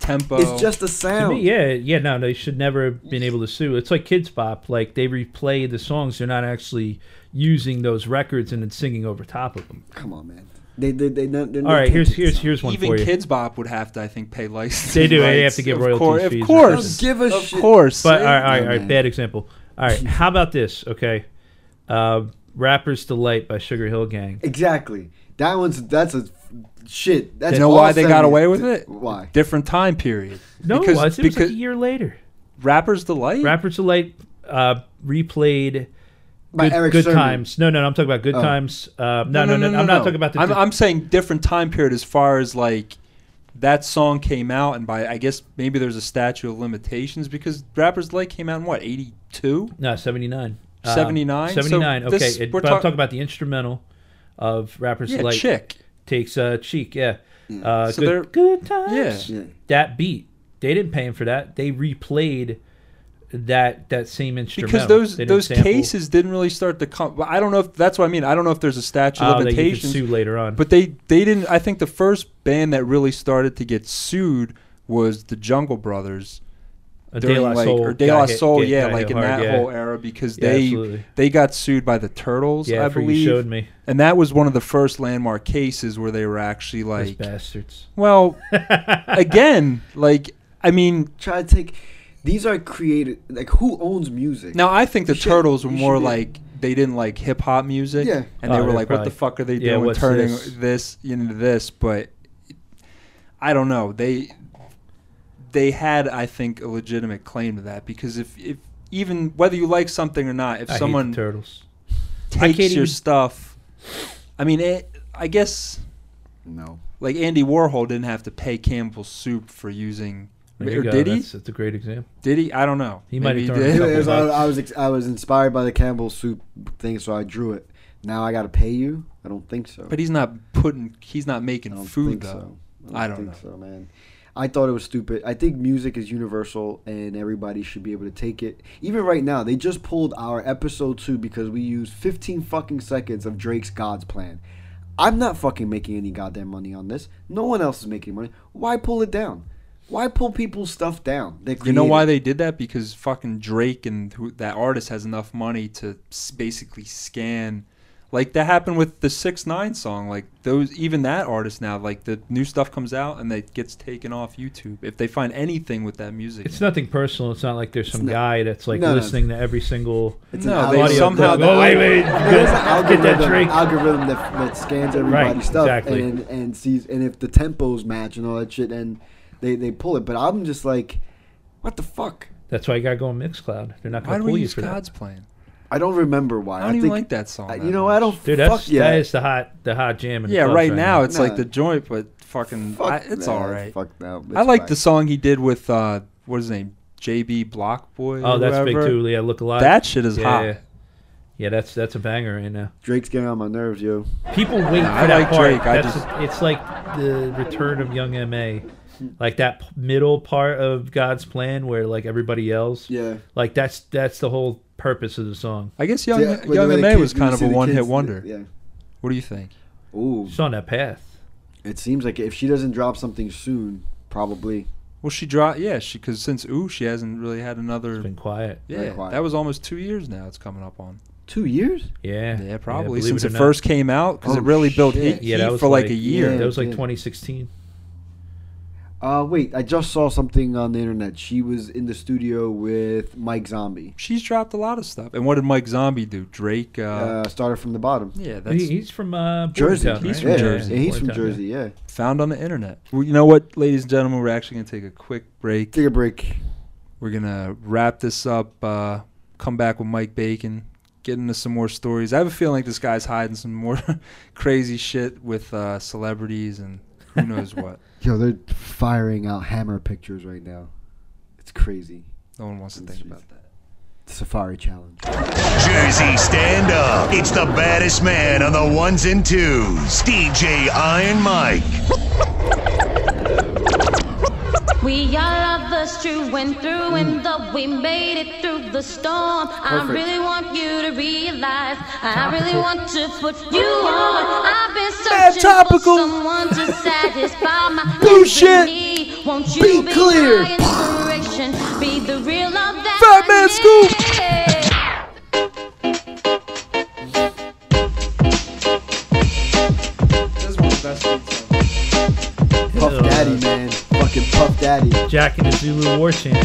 [SPEAKER 1] tempo,
[SPEAKER 2] It's just a
[SPEAKER 3] To
[SPEAKER 2] sound.
[SPEAKER 3] me, yeah, yeah, no, they should never have been able to sue. It's like Kids Bop, like they replay the songs; they're not actually using those records and then singing over top of them.
[SPEAKER 2] Come on, man. They they they. Not, they're
[SPEAKER 3] All
[SPEAKER 2] not
[SPEAKER 3] right, here's
[SPEAKER 2] taking
[SPEAKER 3] here's
[SPEAKER 2] sound.
[SPEAKER 3] here's one
[SPEAKER 1] even
[SPEAKER 3] for you.
[SPEAKER 1] Kids Bop would have to I think pay license.
[SPEAKER 3] They do, they
[SPEAKER 1] rights.
[SPEAKER 3] have to give
[SPEAKER 1] Of
[SPEAKER 3] royalties
[SPEAKER 1] cour-
[SPEAKER 3] fees or
[SPEAKER 1] Of course,
[SPEAKER 2] something. Don't give a
[SPEAKER 1] of
[SPEAKER 2] shit.
[SPEAKER 1] course.
[SPEAKER 3] But all right, all right, all
[SPEAKER 2] man.
[SPEAKER 3] right, bad example. All right, how about this? Okay, uh, "Rappers Delight" by Sugar Hill Gang.
[SPEAKER 2] Exactly. That one's that's a shit. That's
[SPEAKER 1] you know
[SPEAKER 2] all
[SPEAKER 1] why they got
[SPEAKER 2] 70s.
[SPEAKER 1] away with it?
[SPEAKER 2] Why?
[SPEAKER 1] Different time period.
[SPEAKER 3] No,
[SPEAKER 1] because,
[SPEAKER 3] it was. It was
[SPEAKER 1] because
[SPEAKER 3] like a year later.
[SPEAKER 1] rappers delight.
[SPEAKER 3] Rappers Delight uh, replayed
[SPEAKER 2] By
[SPEAKER 3] good,
[SPEAKER 2] Eric
[SPEAKER 3] good
[SPEAKER 2] Sermon.
[SPEAKER 3] times. No, no, no, I'm talking about good
[SPEAKER 1] Oh.
[SPEAKER 3] times. Uh, no, no, no, I'm not talking about the.
[SPEAKER 1] I'm, I'm saying different time period as far as like that song came out, and by I guess maybe there's a statute of limitations because rappers delight came out in what 82.
[SPEAKER 3] no, 79. Um,
[SPEAKER 1] 79? So
[SPEAKER 3] 79. okay,
[SPEAKER 1] this-
[SPEAKER 3] it-
[SPEAKER 1] we're
[SPEAKER 3] but I'm
[SPEAKER 1] talk-
[SPEAKER 3] talking about the instrumental of Rappers
[SPEAKER 1] Yeah,
[SPEAKER 3] Delight.
[SPEAKER 1] chick.
[SPEAKER 3] takes uh, cheek. Yeah. Uh,
[SPEAKER 1] Mm. So they're-
[SPEAKER 3] good, good times.
[SPEAKER 1] Yeah.
[SPEAKER 2] Yeah.
[SPEAKER 3] That beat. They didn't pay him for that. They replayed that that same instrumental
[SPEAKER 1] because those
[SPEAKER 3] They didn't
[SPEAKER 1] those
[SPEAKER 3] sample-
[SPEAKER 1] cases didn't really start to come. I don't know if that's what I mean. I don't know if there's a statute
[SPEAKER 3] Oh,
[SPEAKER 1] of
[SPEAKER 3] that you could
[SPEAKER 1] limitations.
[SPEAKER 3] sue later on.
[SPEAKER 1] But they they didn't. I think the first band that really started to get sued was the Jungle Brothers.
[SPEAKER 3] A De
[SPEAKER 1] during
[SPEAKER 3] La
[SPEAKER 1] like
[SPEAKER 3] Soul
[SPEAKER 1] or De
[SPEAKER 3] got
[SPEAKER 1] La
[SPEAKER 3] hit-
[SPEAKER 1] Soul,
[SPEAKER 3] get-
[SPEAKER 1] yeah,
[SPEAKER 3] got
[SPEAKER 1] like
[SPEAKER 3] hit
[SPEAKER 1] in
[SPEAKER 3] hard,
[SPEAKER 1] that
[SPEAKER 3] yeah.
[SPEAKER 1] whole era because
[SPEAKER 3] Yeah,
[SPEAKER 1] they
[SPEAKER 3] absolutely.
[SPEAKER 1] they got sued by the Turtles,
[SPEAKER 3] Yeah,
[SPEAKER 1] I
[SPEAKER 3] for You
[SPEAKER 1] believe.
[SPEAKER 3] Showed Me.
[SPEAKER 1] And that was one of the first landmark cases where they were actually like *laughs*
[SPEAKER 3] bastards.
[SPEAKER 1] Well,
[SPEAKER 3] *laughs*
[SPEAKER 1] again, like I mean,
[SPEAKER 2] try to take. These are created. Like who owns music?
[SPEAKER 1] now I think the
[SPEAKER 2] You should-
[SPEAKER 1] Turtles were
[SPEAKER 2] you
[SPEAKER 1] more
[SPEAKER 2] should be-
[SPEAKER 1] like they didn't like hip hop music,
[SPEAKER 2] Yeah.
[SPEAKER 1] and they
[SPEAKER 3] Oh,
[SPEAKER 1] were
[SPEAKER 3] they're
[SPEAKER 1] like, "What
[SPEAKER 3] probably-
[SPEAKER 1] the fuck are they
[SPEAKER 3] Yeah,
[SPEAKER 1] doing?
[SPEAKER 3] what's
[SPEAKER 1] Turning
[SPEAKER 3] this?
[SPEAKER 1] this into this?" But I don't know. They they had, I think, a legitimate claim to that because if if even whether you like something or not, if
[SPEAKER 3] I hate the
[SPEAKER 1] someone
[SPEAKER 3] Turtles. I
[SPEAKER 1] takes your
[SPEAKER 3] can't even-
[SPEAKER 1] stuff, I mean, it, I guess
[SPEAKER 2] No.
[SPEAKER 1] like Andy Warhol didn't have to pay Campbell's Soup for using,
[SPEAKER 3] There you
[SPEAKER 1] or
[SPEAKER 3] go,
[SPEAKER 1] did he?
[SPEAKER 3] That's, that's a great example.
[SPEAKER 1] Did he? I don't know.
[SPEAKER 3] He might
[SPEAKER 1] Maybe
[SPEAKER 3] have thrown a
[SPEAKER 1] did.
[SPEAKER 2] Yeah,
[SPEAKER 3] couple
[SPEAKER 2] *laughs* it was- I,
[SPEAKER 3] bucks.
[SPEAKER 2] I was ex- I was inspired by the Campbell soup thing, so I drew it. Now I got to pay you? I don't think so.
[SPEAKER 1] But he's not putting. He's not
[SPEAKER 2] I
[SPEAKER 1] making
[SPEAKER 2] don't
[SPEAKER 1] food
[SPEAKER 2] think
[SPEAKER 1] though.
[SPEAKER 2] so.
[SPEAKER 1] I don't
[SPEAKER 2] think so, man. I thought it was stupid. I think music is universal, and everybody should be able to take it. Even right now, they just pulled our episode two because we used 15 fucking seconds of Drake's God's Plan. I'm not fucking making any goddamn money on this. No one else is making money. Why pull it down? Why pull people's stuff down? They
[SPEAKER 1] You know
[SPEAKER 2] created-
[SPEAKER 1] why they did that? Because fucking Drake and who, that artist has enough money to s- basically scan. Like that happened with the Six Nine song. Like those, even that artist now, like the new stuff comes out and that gets taken off YouTube. If they find anything with that music,
[SPEAKER 3] It's nothing personal. It's not like there's some guy that's like
[SPEAKER 2] No, no.
[SPEAKER 3] listening to every single.
[SPEAKER 2] It's
[SPEAKER 1] No,
[SPEAKER 2] an
[SPEAKER 1] they
[SPEAKER 2] algorithm.
[SPEAKER 1] somehow-
[SPEAKER 3] Oh wait, wait,
[SPEAKER 2] There's an
[SPEAKER 3] get that
[SPEAKER 2] algorithm,
[SPEAKER 3] drink.
[SPEAKER 2] algorithm that, that scans everybody's
[SPEAKER 3] Right,
[SPEAKER 2] stuff
[SPEAKER 3] exactly.
[SPEAKER 2] and and sees and if the tempos match and all that shit and they, they pull it. But I'm just like, what the fuck?
[SPEAKER 3] That's why you gotta go on Mixcloud. They're not
[SPEAKER 1] why
[SPEAKER 3] gonna
[SPEAKER 1] do
[SPEAKER 3] pull
[SPEAKER 1] we
[SPEAKER 3] you
[SPEAKER 1] use
[SPEAKER 3] for that.
[SPEAKER 1] God's plan?
[SPEAKER 2] I don't remember why.
[SPEAKER 1] I don't even like that song.
[SPEAKER 2] I-
[SPEAKER 1] that
[SPEAKER 2] you know,
[SPEAKER 1] much.
[SPEAKER 2] I don't
[SPEAKER 3] Dude,
[SPEAKER 2] fuck
[SPEAKER 3] that's
[SPEAKER 2] yeah.
[SPEAKER 3] that is the hot the hot jam. In the
[SPEAKER 1] Yeah,
[SPEAKER 3] clubs
[SPEAKER 1] right now it's
[SPEAKER 2] No.
[SPEAKER 1] like the joint, but fucking,
[SPEAKER 2] Fuck
[SPEAKER 1] I, it's
[SPEAKER 2] that.
[SPEAKER 1] all right.
[SPEAKER 2] Fuck that.
[SPEAKER 1] I like
[SPEAKER 2] It's
[SPEAKER 1] the song he did with uh, what is his name, JB Blockboy. or
[SPEAKER 3] Oh, that's big
[SPEAKER 1] whoever.
[SPEAKER 3] too. Yeah, look alive.
[SPEAKER 1] That shit is
[SPEAKER 3] yeah,
[SPEAKER 1] hot.
[SPEAKER 3] Yeah. Yeah, that's that's a banger right now.
[SPEAKER 2] fine. Drake's getting on my nerves, yo.
[SPEAKER 3] People wait for
[SPEAKER 1] I
[SPEAKER 3] that
[SPEAKER 1] like
[SPEAKER 3] part.
[SPEAKER 1] Drake, I
[SPEAKER 3] That's
[SPEAKER 1] just-
[SPEAKER 3] it's like the return of Young Ma, like that p- middle part of God's plan where like everybody yells.
[SPEAKER 2] Yeah.
[SPEAKER 3] Like that's that's the whole purpose of the song.
[SPEAKER 1] I guess Young
[SPEAKER 2] Yeah, with the
[SPEAKER 1] Young
[SPEAKER 2] way
[SPEAKER 1] and
[SPEAKER 2] the
[SPEAKER 1] May
[SPEAKER 2] kids-
[SPEAKER 1] was
[SPEAKER 2] when you
[SPEAKER 1] kind of
[SPEAKER 2] see
[SPEAKER 1] a
[SPEAKER 2] the
[SPEAKER 1] one hit
[SPEAKER 2] kids-
[SPEAKER 1] wonder.
[SPEAKER 2] Yeah.
[SPEAKER 1] What do you think?
[SPEAKER 2] Ooh,
[SPEAKER 3] She's on that path.
[SPEAKER 2] it seems like if she doesn't drop something soon, probably.
[SPEAKER 1] Well, she dropped. Yeah, she because since ooh, she hasn't really had
[SPEAKER 3] It's
[SPEAKER 1] another.
[SPEAKER 3] been quiet.
[SPEAKER 1] Yeah,
[SPEAKER 2] quiet.
[SPEAKER 1] that was almost two years now. It's coming up on.
[SPEAKER 2] Two years?
[SPEAKER 3] Yeah.
[SPEAKER 1] Yeah, probably
[SPEAKER 3] believe
[SPEAKER 1] since
[SPEAKER 3] or
[SPEAKER 1] it
[SPEAKER 3] not.
[SPEAKER 1] first came out because
[SPEAKER 2] Oh,
[SPEAKER 1] it really built
[SPEAKER 2] shit.
[SPEAKER 1] heat,
[SPEAKER 3] Yeah, that
[SPEAKER 1] heat
[SPEAKER 3] was
[SPEAKER 1] for like, a year.
[SPEAKER 2] yeah.
[SPEAKER 3] That was like
[SPEAKER 2] Yeah.
[SPEAKER 3] 2016.
[SPEAKER 2] Uh, wait, I just saw something on the internet. She was in the studio with Mike Zombie.
[SPEAKER 1] She's dropped a lot of stuff. And what did Mike Zombie do? Drake. Uh,
[SPEAKER 2] Uh, started from the bottom.
[SPEAKER 1] yeah,
[SPEAKER 3] He-
[SPEAKER 1] that's
[SPEAKER 3] he's from uh,
[SPEAKER 2] Jersey.
[SPEAKER 3] Bordentown,
[SPEAKER 1] He's
[SPEAKER 3] right?
[SPEAKER 1] from
[SPEAKER 2] yeah,
[SPEAKER 1] Jersey.
[SPEAKER 2] Yeah, he's from
[SPEAKER 3] Bordentown, yeah.
[SPEAKER 2] Jersey, yeah.
[SPEAKER 1] found on the internet. Well, you know what, ladies and gentlemen, we're actually gonna take a quick break.
[SPEAKER 2] Take a break.
[SPEAKER 1] We're gonna wrap this up. Uh, come back with Mike Bacon. Get into some more stories. I have a feeling like this guy's hiding some more *laughs* crazy shit with uh, celebrities and who knows what.
[SPEAKER 2] Yo, they're firing out hammer pictures right now. It's crazy.
[SPEAKER 1] No one wants to think about that.
[SPEAKER 2] Safari challenge.
[SPEAKER 4] Jersey, stand up. It's the baddest man on the ones and twos. DJ Iron Mike.
[SPEAKER 6] We are lovers through and through,
[SPEAKER 1] Mm.
[SPEAKER 6] and though we made it through the storm, I
[SPEAKER 2] Perfect.
[SPEAKER 6] really want you to realize I really want to put you on. I've been
[SPEAKER 1] Bad
[SPEAKER 6] searching
[SPEAKER 1] topical.
[SPEAKER 6] for someone to satisfy my
[SPEAKER 1] *laughs* Bullshit.
[SPEAKER 6] every need. Won't you
[SPEAKER 2] Be
[SPEAKER 6] be,
[SPEAKER 2] clear.
[SPEAKER 6] my inspiration? Be the real love that
[SPEAKER 1] Fat
[SPEAKER 6] I
[SPEAKER 1] Man Scoop.
[SPEAKER 6] need.
[SPEAKER 2] Puff Daddy, man. Fucking Puff Daddy.
[SPEAKER 3] Jack and the Zulu War Chant,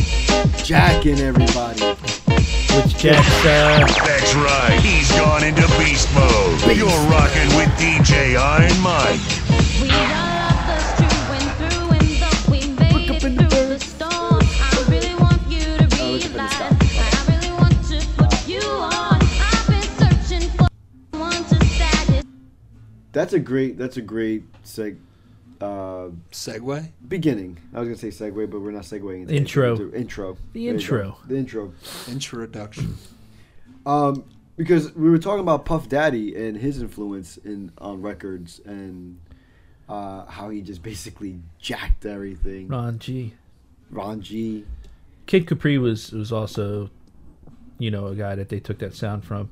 [SPEAKER 2] Jacking everybody.
[SPEAKER 3] which Jack's uh,
[SPEAKER 4] That's right. He's gone into beast mode. You're rocking with DJ Iron Mike.
[SPEAKER 6] We are lovers through and through, and though we made it through the storm, I really want you to realize I really want to put you on. I've been searching for someone to satisfy.
[SPEAKER 2] That's a great. That's a great seg. Uh,
[SPEAKER 1] Segway.
[SPEAKER 2] beginning. I was gonna say segue, but we're not segueing. into
[SPEAKER 3] Intro.
[SPEAKER 2] anything. Intro. There you go.
[SPEAKER 3] intro.
[SPEAKER 2] The intro.
[SPEAKER 1] Introduction.
[SPEAKER 2] Um, because we were talking about Puff Daddy and his influence in on records and uh, how he just basically jacked everything.
[SPEAKER 3] Ron G.
[SPEAKER 2] Ron G.
[SPEAKER 3] Kid Capri was was also, you know, a guy that they took that sound from.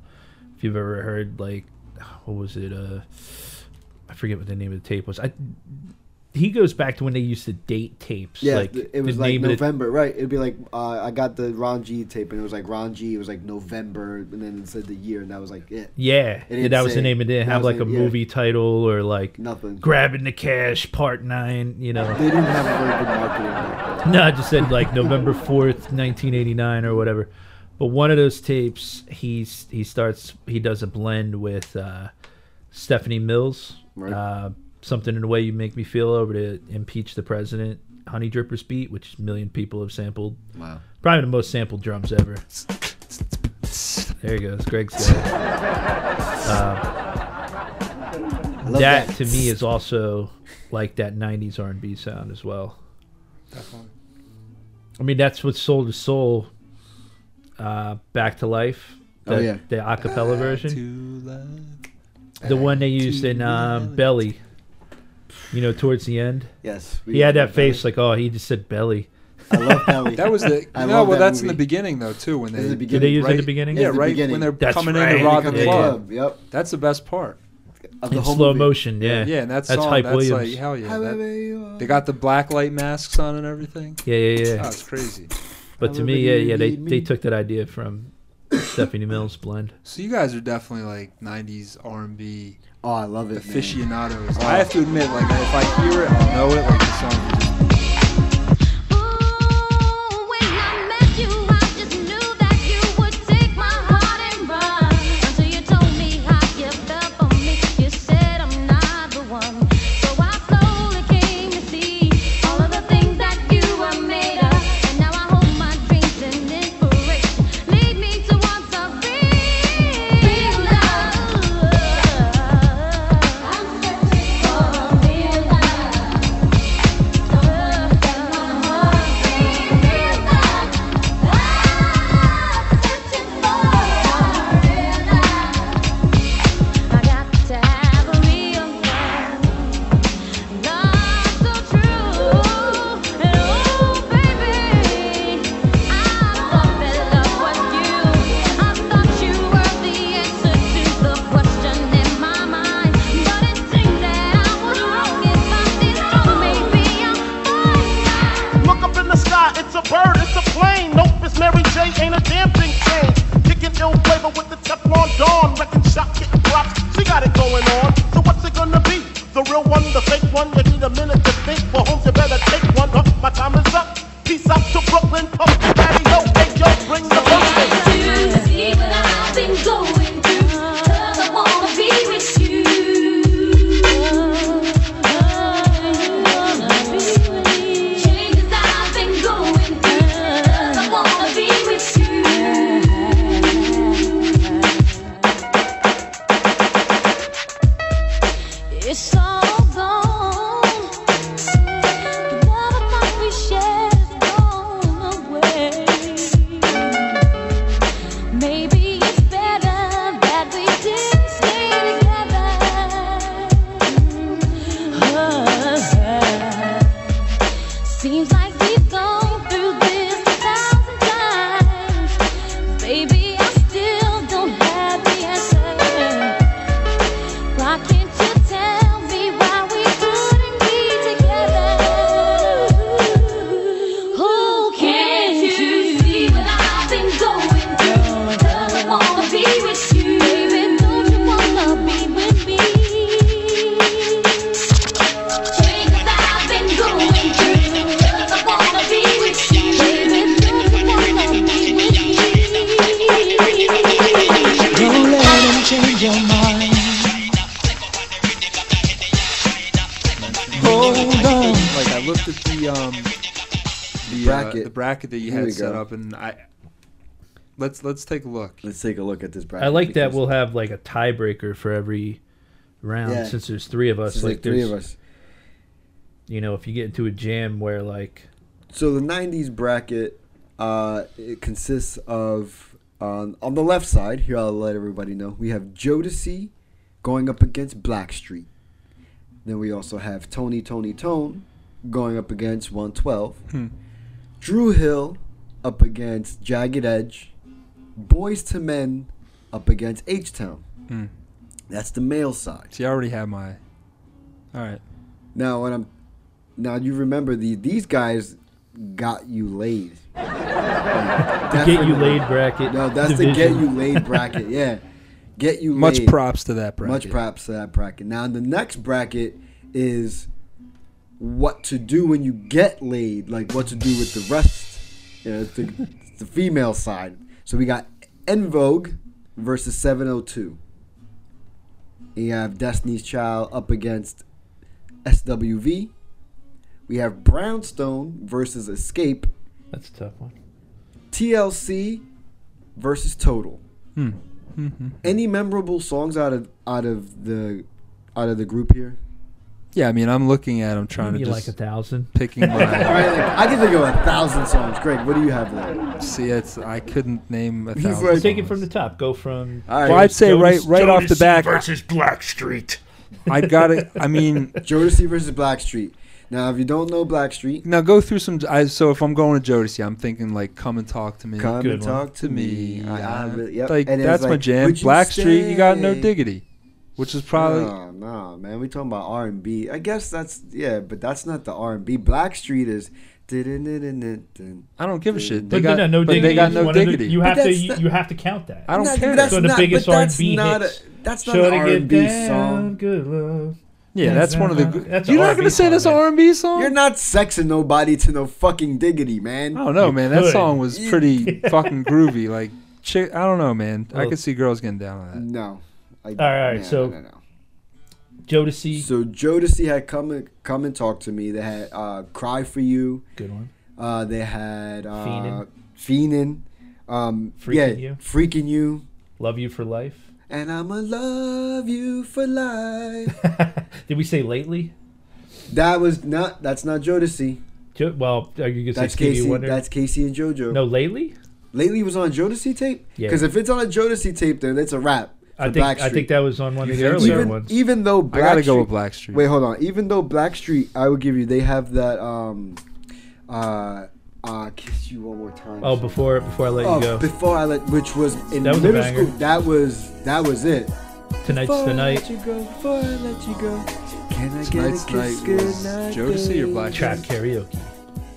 [SPEAKER 3] If you've ever heard like, what was it? Uh, I forget what the name of the tape was. I he goes back to when they used to date tapes.
[SPEAKER 2] Yeah,
[SPEAKER 3] like
[SPEAKER 2] th- it was
[SPEAKER 3] the
[SPEAKER 2] like
[SPEAKER 3] name of the-
[SPEAKER 2] November, right? It'd be like uh, I got the Ron G tape, and it was like Ron G. It was like November, and then it said the year, and that was like it.
[SPEAKER 3] yeah,
[SPEAKER 2] It didn't
[SPEAKER 3] that was
[SPEAKER 2] say-
[SPEAKER 3] the name. It didn't
[SPEAKER 2] that
[SPEAKER 3] have
[SPEAKER 2] was
[SPEAKER 3] like
[SPEAKER 2] the
[SPEAKER 3] a
[SPEAKER 2] name, yeah.
[SPEAKER 3] movie title or like
[SPEAKER 2] Nothing.
[SPEAKER 3] grabbing the cash part nine. You know,
[SPEAKER 2] They didn't have a very good marketing. back
[SPEAKER 3] *laughs*
[SPEAKER 2] then.
[SPEAKER 3] No, it just said like November fourth, nineteen eighty nine, or whatever. But one of those tapes, he's he starts he does a blend with uh, Stephanie Mills,
[SPEAKER 2] Right.
[SPEAKER 3] uh, something in the way you make me feel over to impeach the president, Honey Drippers beat, which a million people have sampled.
[SPEAKER 2] Wow.
[SPEAKER 3] Probably the most sampled drums
[SPEAKER 2] *laughs*
[SPEAKER 3] ever. There he goes, Greg's got it.
[SPEAKER 2] I love
[SPEAKER 3] That
[SPEAKER 2] that.
[SPEAKER 3] to me is also like that '90s R&B sound as well. I mean, that's what sold to soul, uh, back to life. The,
[SPEAKER 2] Oh, yeah.
[SPEAKER 3] the acapella version,
[SPEAKER 1] To love.
[SPEAKER 3] the one they used in um, Belly. You know, towards the end,
[SPEAKER 2] Yes. we
[SPEAKER 3] he had that
[SPEAKER 2] love
[SPEAKER 3] face like, oh, he just said Belly.
[SPEAKER 2] I love Belly.
[SPEAKER 1] That was the
[SPEAKER 2] *laughs* I
[SPEAKER 1] no.
[SPEAKER 2] love
[SPEAKER 1] Well,
[SPEAKER 2] that
[SPEAKER 1] that's in the
[SPEAKER 2] movie.
[SPEAKER 1] beginning though too. When they,
[SPEAKER 2] This is the
[SPEAKER 3] Did
[SPEAKER 2] beginning.
[SPEAKER 3] they use it
[SPEAKER 1] right-
[SPEAKER 3] at the beginning?
[SPEAKER 1] yeah,
[SPEAKER 2] It's the
[SPEAKER 1] right
[SPEAKER 2] beginning.
[SPEAKER 1] when th're
[SPEAKER 3] That's
[SPEAKER 1] coming
[SPEAKER 3] right,
[SPEAKER 1] in to rob
[SPEAKER 2] Come
[SPEAKER 1] the
[SPEAKER 2] to
[SPEAKER 3] yeah.
[SPEAKER 1] club.
[SPEAKER 2] club. Yep.
[SPEAKER 1] That's the best part.
[SPEAKER 2] Of the
[SPEAKER 3] In
[SPEAKER 2] whole
[SPEAKER 3] slow
[SPEAKER 2] movie.
[SPEAKER 3] motion, yeah,
[SPEAKER 1] Yeah, and that's,
[SPEAKER 3] that's
[SPEAKER 1] song,
[SPEAKER 3] Hype
[SPEAKER 1] that's
[SPEAKER 3] Williams.
[SPEAKER 1] like hell yeah.
[SPEAKER 2] However
[SPEAKER 1] That,
[SPEAKER 2] you are.
[SPEAKER 1] they got the black light masks on and everything.
[SPEAKER 3] yeah, yeah,
[SPEAKER 1] Oh,
[SPEAKER 3] yeah.
[SPEAKER 1] it's crazy.
[SPEAKER 3] But to me, yeah, yeah, they they took that idea from Stephanie Mills blend.
[SPEAKER 1] So you guys are definitely like '90s R&B
[SPEAKER 2] Oh, I love it. Man.
[SPEAKER 1] aficionados. I have to admit, like if I hear it, I'll know it. Like the song. is just-
[SPEAKER 6] Ooh, when I met you, I just knew that you would take my heart and run. Until you told me how you felt for me, you said I'm not the one. So I slowly came to see all of the things that you were made of, and now I hold my dreams and inspiration lead me towards a real love. I'm searching for a real love. Question in my mind, but it seems that I was wrong. If I did wrong, maybe I'm fine.
[SPEAKER 11] Look up in the sky, it's a bird, it's a plane. Nope, it's Mary J, ain't a damn thing changed. Kicking ill flavor with the Teflon Dawn, wrecking shop, kicking props. She got it going on. So what's it gonna be? The real one, the fake one? You need a minute to think. Well, homes, you better take one. Huh, my time is up. Peace out to Brooklyn, pump, daddy, yo, hey, yo, bring the bumpin'.
[SPEAKER 6] It's all gone. The love and love we shared has gone away. Maybe it's better that we didn't stay together. Seems like we've gone through this a thousand times. Baby, I still don't have the answer. Why can't you tell me why we couldn't be together? Who Oh, can't you see what I've been going through? Doesn't wanna be with you, baby. Don't you wanna be with me? Things I've been going through. Doesn't wanna be with you, baby. Don't you wanna be with me?
[SPEAKER 3] Oh.
[SPEAKER 1] Like I looked at the um the bracket,
[SPEAKER 2] Bracket.
[SPEAKER 1] the bracket that you
[SPEAKER 2] Here
[SPEAKER 1] had
[SPEAKER 2] we
[SPEAKER 1] set
[SPEAKER 2] go.
[SPEAKER 1] up, and I let's let's take a look.
[SPEAKER 2] Let's take a look at this bracket.
[SPEAKER 3] I like that
[SPEAKER 2] because
[SPEAKER 3] we'll have like a tiebreaker for every round
[SPEAKER 2] Yeah.
[SPEAKER 3] since there's three of us.
[SPEAKER 2] It's like three
[SPEAKER 3] there's,
[SPEAKER 2] of us.
[SPEAKER 3] You know, if you get into a jam where like
[SPEAKER 2] So the '90s bracket uh, it consists of um, on the left side. Here, I'll let everybody know we have Jodeci going up against Blackstreet. Then we also have Tony Tony Tone going up against 112. Drew Hill up against Jagged Edge. Boys to Men up against H Town. That's the male side.
[SPEAKER 1] See, I already have my. All right,
[SPEAKER 2] Now, when I'm now you remember the these guys got you laid.
[SPEAKER 3] get you laid bracket.
[SPEAKER 2] No, that's the get
[SPEAKER 3] division.
[SPEAKER 2] you laid bracket. Yeah, get you
[SPEAKER 1] Much
[SPEAKER 2] laid.
[SPEAKER 1] props to that bracket.
[SPEAKER 2] Much props to that bracket. Now the next bracket is what to do when you get laid, like what to do with the rest, you know, the, *laughs* the female side. So we got En Vogue versus 702. And you have Destiny's Child up against SWV. We have Brownstone versus Escape.
[SPEAKER 3] That's a tough one.
[SPEAKER 2] TLC versus Total.
[SPEAKER 1] Hmm. Mhm.
[SPEAKER 2] Any memorable songs out of out of the out of the group here?
[SPEAKER 1] Yeah, I mean, I'm looking at them trying to
[SPEAKER 3] You
[SPEAKER 1] just
[SPEAKER 3] like a thousand.
[SPEAKER 1] picking
[SPEAKER 2] *laughs* All
[SPEAKER 1] my.
[SPEAKER 2] right, like, I can think of a thousand songs. Great. What do you have there?
[SPEAKER 1] See, it's I couldn't name a
[SPEAKER 2] He's
[SPEAKER 1] thousand.
[SPEAKER 2] like-
[SPEAKER 3] Take it
[SPEAKER 1] songs.
[SPEAKER 3] from the top. Go from.
[SPEAKER 2] All right.
[SPEAKER 1] Well, I'd say right
[SPEAKER 3] Jonas-
[SPEAKER 1] right off the
[SPEAKER 3] Jonas
[SPEAKER 1] back,
[SPEAKER 10] versus Blackstreet.
[SPEAKER 1] I got it.
[SPEAKER 3] *laughs*
[SPEAKER 1] I mean,
[SPEAKER 2] Jodeci versus Blackstreet. Now, if you don't know Blackstreet,
[SPEAKER 1] now go through some. I, so if I'm going to Jodeci, I'm thinking like, come and talk to me.
[SPEAKER 2] come
[SPEAKER 3] good
[SPEAKER 2] and
[SPEAKER 3] one.
[SPEAKER 2] talk to me.
[SPEAKER 1] I-
[SPEAKER 2] I- I really- yep.
[SPEAKER 1] Like
[SPEAKER 2] And it's
[SPEAKER 1] that's my
[SPEAKER 2] like,
[SPEAKER 1] jam.
[SPEAKER 2] would you
[SPEAKER 1] Blackstreet, you got no
[SPEAKER 2] stay?
[SPEAKER 1] diggity, which is probably
[SPEAKER 2] No, no, man. We talking about R and B. I guess that's yeah, but that's not the R and B. Blackstreet is.
[SPEAKER 1] I don't give a shit. They
[SPEAKER 3] But
[SPEAKER 1] got
[SPEAKER 3] no, no
[SPEAKER 1] but
[SPEAKER 3] diggity.
[SPEAKER 1] they got
[SPEAKER 3] is
[SPEAKER 1] no
[SPEAKER 3] one of the-
[SPEAKER 1] diggity.
[SPEAKER 3] you
[SPEAKER 2] But
[SPEAKER 3] have to.
[SPEAKER 2] that's
[SPEAKER 3] You,
[SPEAKER 2] the-
[SPEAKER 3] you have to count that.
[SPEAKER 1] I don't
[SPEAKER 2] Not-
[SPEAKER 1] care.
[SPEAKER 2] that's
[SPEAKER 3] So the
[SPEAKER 2] not-
[SPEAKER 3] biggest
[SPEAKER 2] but
[SPEAKER 3] R&B
[SPEAKER 2] that's not
[SPEAKER 3] hits.
[SPEAKER 2] a- That's not
[SPEAKER 3] Should
[SPEAKER 2] an
[SPEAKER 3] I
[SPEAKER 2] R
[SPEAKER 3] get
[SPEAKER 2] and B
[SPEAKER 3] down,
[SPEAKER 2] song.
[SPEAKER 3] Good love.
[SPEAKER 1] yeah, that's one of the. good-
[SPEAKER 3] That's
[SPEAKER 1] You're
[SPEAKER 3] an
[SPEAKER 1] not gonna
[SPEAKER 3] R&B
[SPEAKER 1] say
[SPEAKER 3] song,
[SPEAKER 1] that's
[SPEAKER 3] man.
[SPEAKER 1] R and B song.
[SPEAKER 2] You're not sexing nobody to no fucking diggity, man.
[SPEAKER 1] I don't know, man. That
[SPEAKER 3] could.
[SPEAKER 1] song was
[SPEAKER 2] *laughs*
[SPEAKER 1] pretty fucking groovy. Like, chick, I don't know, man. I
[SPEAKER 3] Well-
[SPEAKER 1] could see girls getting down on that.
[SPEAKER 2] No. I, all
[SPEAKER 3] right, so- Jodeci.
[SPEAKER 2] So Jodeci had come and come and talk to me. They had uh, "Cry for You."
[SPEAKER 3] Good one.
[SPEAKER 2] Uh, they had uh,
[SPEAKER 3] Feenin'.
[SPEAKER 2] "Feenin." Um,
[SPEAKER 3] Freaking
[SPEAKER 2] yeah,
[SPEAKER 3] You.
[SPEAKER 2] "Freaking You."
[SPEAKER 3] Love you for life. *laughs*
[SPEAKER 2] And I'ma love you for life.
[SPEAKER 3] *laughs* Did we say lately?
[SPEAKER 2] that was not. That's not Jodeci.
[SPEAKER 3] Jo- well, uh, you could say
[SPEAKER 2] That's
[SPEAKER 3] Stevie
[SPEAKER 2] Casey.
[SPEAKER 3] Wonder.
[SPEAKER 2] That's Casey and JoJo.
[SPEAKER 3] no, lately.
[SPEAKER 2] Lately was on a Jodeci tape.
[SPEAKER 3] Yeah.
[SPEAKER 2] Because if it's on a Jodeci tape, then it's a wrap.
[SPEAKER 3] I
[SPEAKER 2] for
[SPEAKER 3] think I
[SPEAKER 2] Blackstreet.
[SPEAKER 3] think that was on one of the
[SPEAKER 1] think
[SPEAKER 3] earlier
[SPEAKER 1] so?
[SPEAKER 2] even,
[SPEAKER 3] ones.
[SPEAKER 2] even though
[SPEAKER 1] I gotta go
[SPEAKER 2] Blackstreet-
[SPEAKER 1] with Blackstreet.
[SPEAKER 2] Wait, hold on. Even though Blackstreet, I will give you, they have that um, uh, uh, kiss you one more time.
[SPEAKER 3] oh, before before I let
[SPEAKER 2] Oh,
[SPEAKER 3] you go,
[SPEAKER 2] before I let, which was in
[SPEAKER 3] That was a
[SPEAKER 2] middle
[SPEAKER 3] banger.
[SPEAKER 2] school. That was that was it.
[SPEAKER 3] tonight's
[SPEAKER 2] Before
[SPEAKER 3] the
[SPEAKER 2] I
[SPEAKER 3] night.
[SPEAKER 2] let you go, before I let you go. Can I get
[SPEAKER 1] Tonight's
[SPEAKER 2] a kiss?
[SPEAKER 1] night
[SPEAKER 2] Good
[SPEAKER 1] was
[SPEAKER 2] night,
[SPEAKER 1] Jodeci or
[SPEAKER 2] babe?
[SPEAKER 1] Blackstreet?
[SPEAKER 3] Trap karaoke.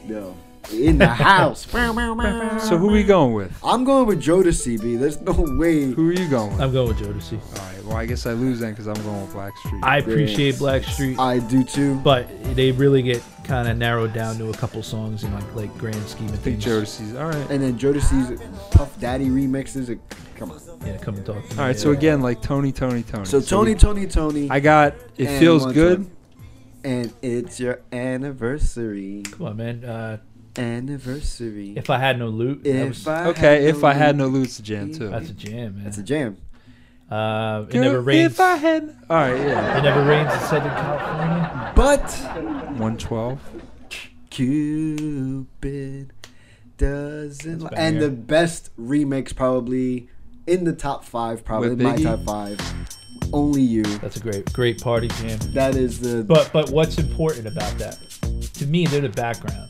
[SPEAKER 2] No, in the house. *laughs* Bow, bow, bow.
[SPEAKER 1] So who we going with?
[SPEAKER 2] I'm going with Jodeci, B. There's no way.
[SPEAKER 1] Who are you going with?
[SPEAKER 3] I'm going with Jodeci.
[SPEAKER 1] All right. Well, I guess I lose then because I'm going with Blackstreet.
[SPEAKER 3] I appreciate Blackstreet,
[SPEAKER 2] I do too.
[SPEAKER 3] but they really get kind of narrowed down to a couple songs in like like grand scheme of
[SPEAKER 1] I think
[SPEAKER 3] things.
[SPEAKER 1] Jodeci's all right.
[SPEAKER 2] And then Jodeci's Puff Daddy remixes. It, come on.
[SPEAKER 3] Yeah, come and talk. To me.
[SPEAKER 1] All right. So again, like Tony, Tony, Tony.
[SPEAKER 2] So Tony,
[SPEAKER 1] we-
[SPEAKER 2] Tony, Tony.
[SPEAKER 1] I got it.
[SPEAKER 2] And
[SPEAKER 1] Feels
[SPEAKER 2] one,
[SPEAKER 1] good.
[SPEAKER 2] two. And it's your anniversary.
[SPEAKER 3] come on, man. Uh,
[SPEAKER 2] Anniversary.
[SPEAKER 3] if I had no loot, that
[SPEAKER 2] If
[SPEAKER 3] was,
[SPEAKER 2] I
[SPEAKER 1] Okay. If I had
[SPEAKER 2] no.
[SPEAKER 1] no lose to jam too.
[SPEAKER 3] that's a jam, man.
[SPEAKER 2] That's a jam.
[SPEAKER 3] uh, it
[SPEAKER 1] Girl,
[SPEAKER 3] never rains.
[SPEAKER 1] If I had. All right. Yeah.
[SPEAKER 3] It never rains in Southern California.
[SPEAKER 2] But
[SPEAKER 1] One twelve.
[SPEAKER 2] Cupid doesn't. Li-
[SPEAKER 3] banger.
[SPEAKER 2] and the best remix probably in the top five, probably
[SPEAKER 1] With
[SPEAKER 2] my
[SPEAKER 1] Biggie?
[SPEAKER 2] top five. Only you.
[SPEAKER 3] That's a great great party jam.
[SPEAKER 2] That is the.
[SPEAKER 3] But but what's important about that? To me, they're the background.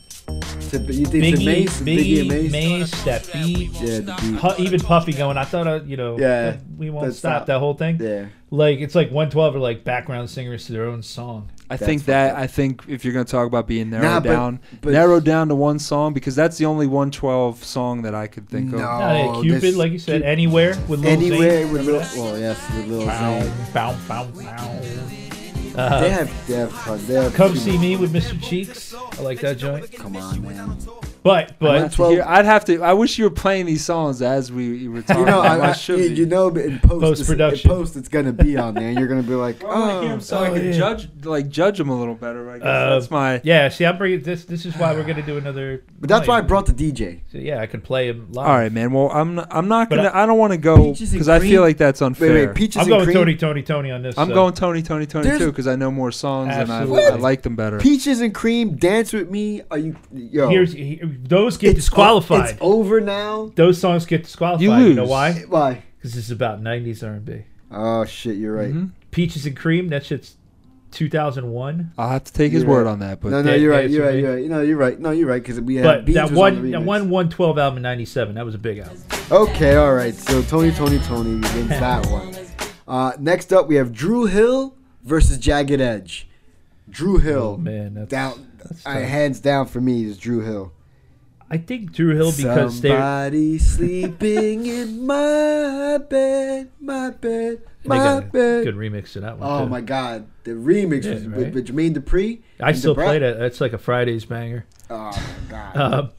[SPEAKER 2] tip- you think
[SPEAKER 3] Biggie,
[SPEAKER 2] it's amazing? Biggie,
[SPEAKER 3] Biggie,
[SPEAKER 2] amazing.
[SPEAKER 3] Mace, that beat,
[SPEAKER 2] Yeah, the beat.
[SPEAKER 3] Pu- even Puffy going. I thought, I, you know,
[SPEAKER 2] Yeah,
[SPEAKER 3] we won't
[SPEAKER 2] that's
[SPEAKER 3] stop
[SPEAKER 2] not-
[SPEAKER 3] that whole thing.
[SPEAKER 2] Yeah.
[SPEAKER 3] Like it's like 112 are like background singers to their own song.
[SPEAKER 1] I
[SPEAKER 2] That's
[SPEAKER 1] think
[SPEAKER 2] fucked
[SPEAKER 1] that
[SPEAKER 2] up.
[SPEAKER 1] I think if you're gonna talk about being narrowed
[SPEAKER 2] Nah, but-
[SPEAKER 1] down,
[SPEAKER 2] but-
[SPEAKER 1] narrowed down to one song because that's the only 112 song that I could think
[SPEAKER 2] No.
[SPEAKER 1] of.
[SPEAKER 3] Not
[SPEAKER 2] Oh,
[SPEAKER 3] a Cupid,
[SPEAKER 2] this-
[SPEAKER 3] like you said, anywhere with Lil
[SPEAKER 2] Anywhere
[SPEAKER 3] Zane.
[SPEAKER 2] with little. Well, yes, with little Zane.
[SPEAKER 3] Bow, bow, bow.
[SPEAKER 2] They
[SPEAKER 3] Uh,
[SPEAKER 2] have, they have, fun. they have
[SPEAKER 3] Come
[SPEAKER 2] too
[SPEAKER 3] see
[SPEAKER 2] much-
[SPEAKER 3] me with Mr. Cheeks. I like that joint.
[SPEAKER 2] Come on, man.
[SPEAKER 3] But
[SPEAKER 1] I'd have
[SPEAKER 3] but
[SPEAKER 1] to hear- I'd have to. I wish you were playing these songs as we were talking.
[SPEAKER 2] You know,
[SPEAKER 1] about.
[SPEAKER 2] I, I,
[SPEAKER 1] should
[SPEAKER 2] you,
[SPEAKER 1] be.
[SPEAKER 2] you know, but in post, it's-
[SPEAKER 3] Post-production.
[SPEAKER 2] in post, it's gonna be on there. and You're gonna be like,
[SPEAKER 1] I wanna
[SPEAKER 2] oh,
[SPEAKER 1] hear 'em so I
[SPEAKER 3] oh,
[SPEAKER 1] can
[SPEAKER 3] yeah.
[SPEAKER 1] judge, like judge them a little better. I guess
[SPEAKER 3] Uh,
[SPEAKER 1] that's my.
[SPEAKER 3] yeah, see, I'm bringing this. This is why we're gonna do another.
[SPEAKER 2] but that's why I
[SPEAKER 3] live.
[SPEAKER 2] brought the DJ.
[SPEAKER 3] So, yeah, I could play him live.
[SPEAKER 1] All right, man. Well, I'm not, I'm not
[SPEAKER 3] But
[SPEAKER 1] gonna. I, don't want to go
[SPEAKER 2] Peaches and
[SPEAKER 1] because I
[SPEAKER 2] cream.
[SPEAKER 1] feel like that's unfair.
[SPEAKER 2] Wait, wait, peaches
[SPEAKER 3] I'm
[SPEAKER 2] and
[SPEAKER 3] going
[SPEAKER 2] cream.
[SPEAKER 3] Tony, Tony, Tony on this.
[SPEAKER 1] I'm
[SPEAKER 3] so.
[SPEAKER 1] going Tony, Tony, Tony
[SPEAKER 2] There's-
[SPEAKER 1] too because I know more songs and I,
[SPEAKER 3] Absolutely.
[SPEAKER 1] I like them better.
[SPEAKER 2] Peaches and cream. Dance with me. Are you? Yo,
[SPEAKER 3] Here's he, those get
[SPEAKER 2] It's o-
[SPEAKER 3] disqualified.
[SPEAKER 2] It's over now.
[SPEAKER 3] those songs get disqualified.
[SPEAKER 1] You
[SPEAKER 3] You, know
[SPEAKER 1] lose.
[SPEAKER 3] why?
[SPEAKER 2] Why?
[SPEAKER 3] Because this is about '90s R&B.
[SPEAKER 2] Oh shit, you're right.
[SPEAKER 3] Mm-hmm.
[SPEAKER 1] Mhm.
[SPEAKER 3] Peaches and Cream. That shit's 2001.
[SPEAKER 1] I'll have to take his
[SPEAKER 2] You're
[SPEAKER 1] word
[SPEAKER 2] right.
[SPEAKER 1] on that, but
[SPEAKER 2] No, no,
[SPEAKER 3] Dan-
[SPEAKER 2] you're right.
[SPEAKER 3] Dance
[SPEAKER 2] You're
[SPEAKER 3] With Me.
[SPEAKER 2] right. You're right. No, you're right. No, you're right. Because we had
[SPEAKER 3] But
[SPEAKER 2] Beans
[SPEAKER 3] that
[SPEAKER 2] was on
[SPEAKER 3] one,
[SPEAKER 2] the
[SPEAKER 3] that
[SPEAKER 2] remix.
[SPEAKER 3] one 112 album in '97. That was a big album.
[SPEAKER 2] Okay, all right. So Tony, Tony, Tony
[SPEAKER 3] *laughs*
[SPEAKER 2] wins that one. Uh, next up, we have Drew Hill versus Jagged Edge. Drew Hill.
[SPEAKER 3] Oh, man, that's-
[SPEAKER 2] Oh, down all right, hands down for me is Drew Hill.
[SPEAKER 3] I think Drew Hill because they're-
[SPEAKER 2] somebody sleeping in my bed, my bed,
[SPEAKER 3] They
[SPEAKER 2] my
[SPEAKER 3] got a
[SPEAKER 2] bed.
[SPEAKER 3] good remix to that one,
[SPEAKER 2] Oh
[SPEAKER 3] too.
[SPEAKER 2] my god, the remix
[SPEAKER 3] Yeah,
[SPEAKER 2] was
[SPEAKER 3] right?
[SPEAKER 2] with, with Jermaine Dupri.
[SPEAKER 3] I still
[SPEAKER 2] play
[SPEAKER 3] play that. That's like a Friday's
[SPEAKER 2] *laughs*
[SPEAKER 3] banger.
[SPEAKER 2] Oh my god.
[SPEAKER 3] Um,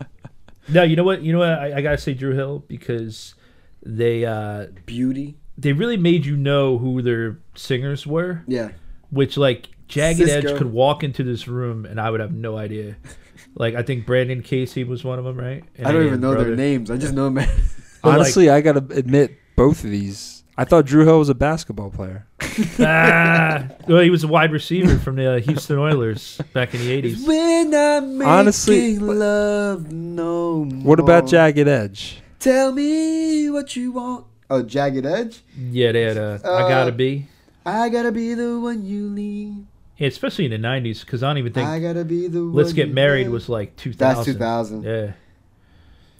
[SPEAKER 3] no, you know what? You know what? I, I gotta say Drew Hill because they uh,
[SPEAKER 2] beauty.
[SPEAKER 3] They really made you know who their singers were.
[SPEAKER 2] Yeah.
[SPEAKER 3] Which like Jagged
[SPEAKER 2] Cisco.
[SPEAKER 3] Edge could walk into this room and I would have no idea. like I think Brandon Casey was one of them, right? And
[SPEAKER 2] I don't
[SPEAKER 3] Ian
[SPEAKER 2] even know
[SPEAKER 3] Brother.
[SPEAKER 2] their names. I just know them.
[SPEAKER 3] But, like-
[SPEAKER 1] Honestly, I gotta admit both of these. I thought Drew Hill was a basketball player.
[SPEAKER 3] ah, well, he was a wide receiver from the uh, Houston Oilers back in the '80s.
[SPEAKER 2] *laughs* when I'm making
[SPEAKER 1] Honestly,
[SPEAKER 2] love no
[SPEAKER 1] What about
[SPEAKER 2] more.
[SPEAKER 1] Jagged Edge?
[SPEAKER 2] Tell me what you want. Oh, Jagged Edge?
[SPEAKER 3] Yeah, they had uh, I gotta be.
[SPEAKER 2] I gotta be the one you need.
[SPEAKER 3] Yeah, especially in the '90s, because I don't even think
[SPEAKER 2] I gotta be the one.
[SPEAKER 3] "Let's Get
[SPEAKER 2] you
[SPEAKER 3] Married"
[SPEAKER 2] love.
[SPEAKER 3] was like 2000.
[SPEAKER 2] That's 2000.
[SPEAKER 3] Yeah,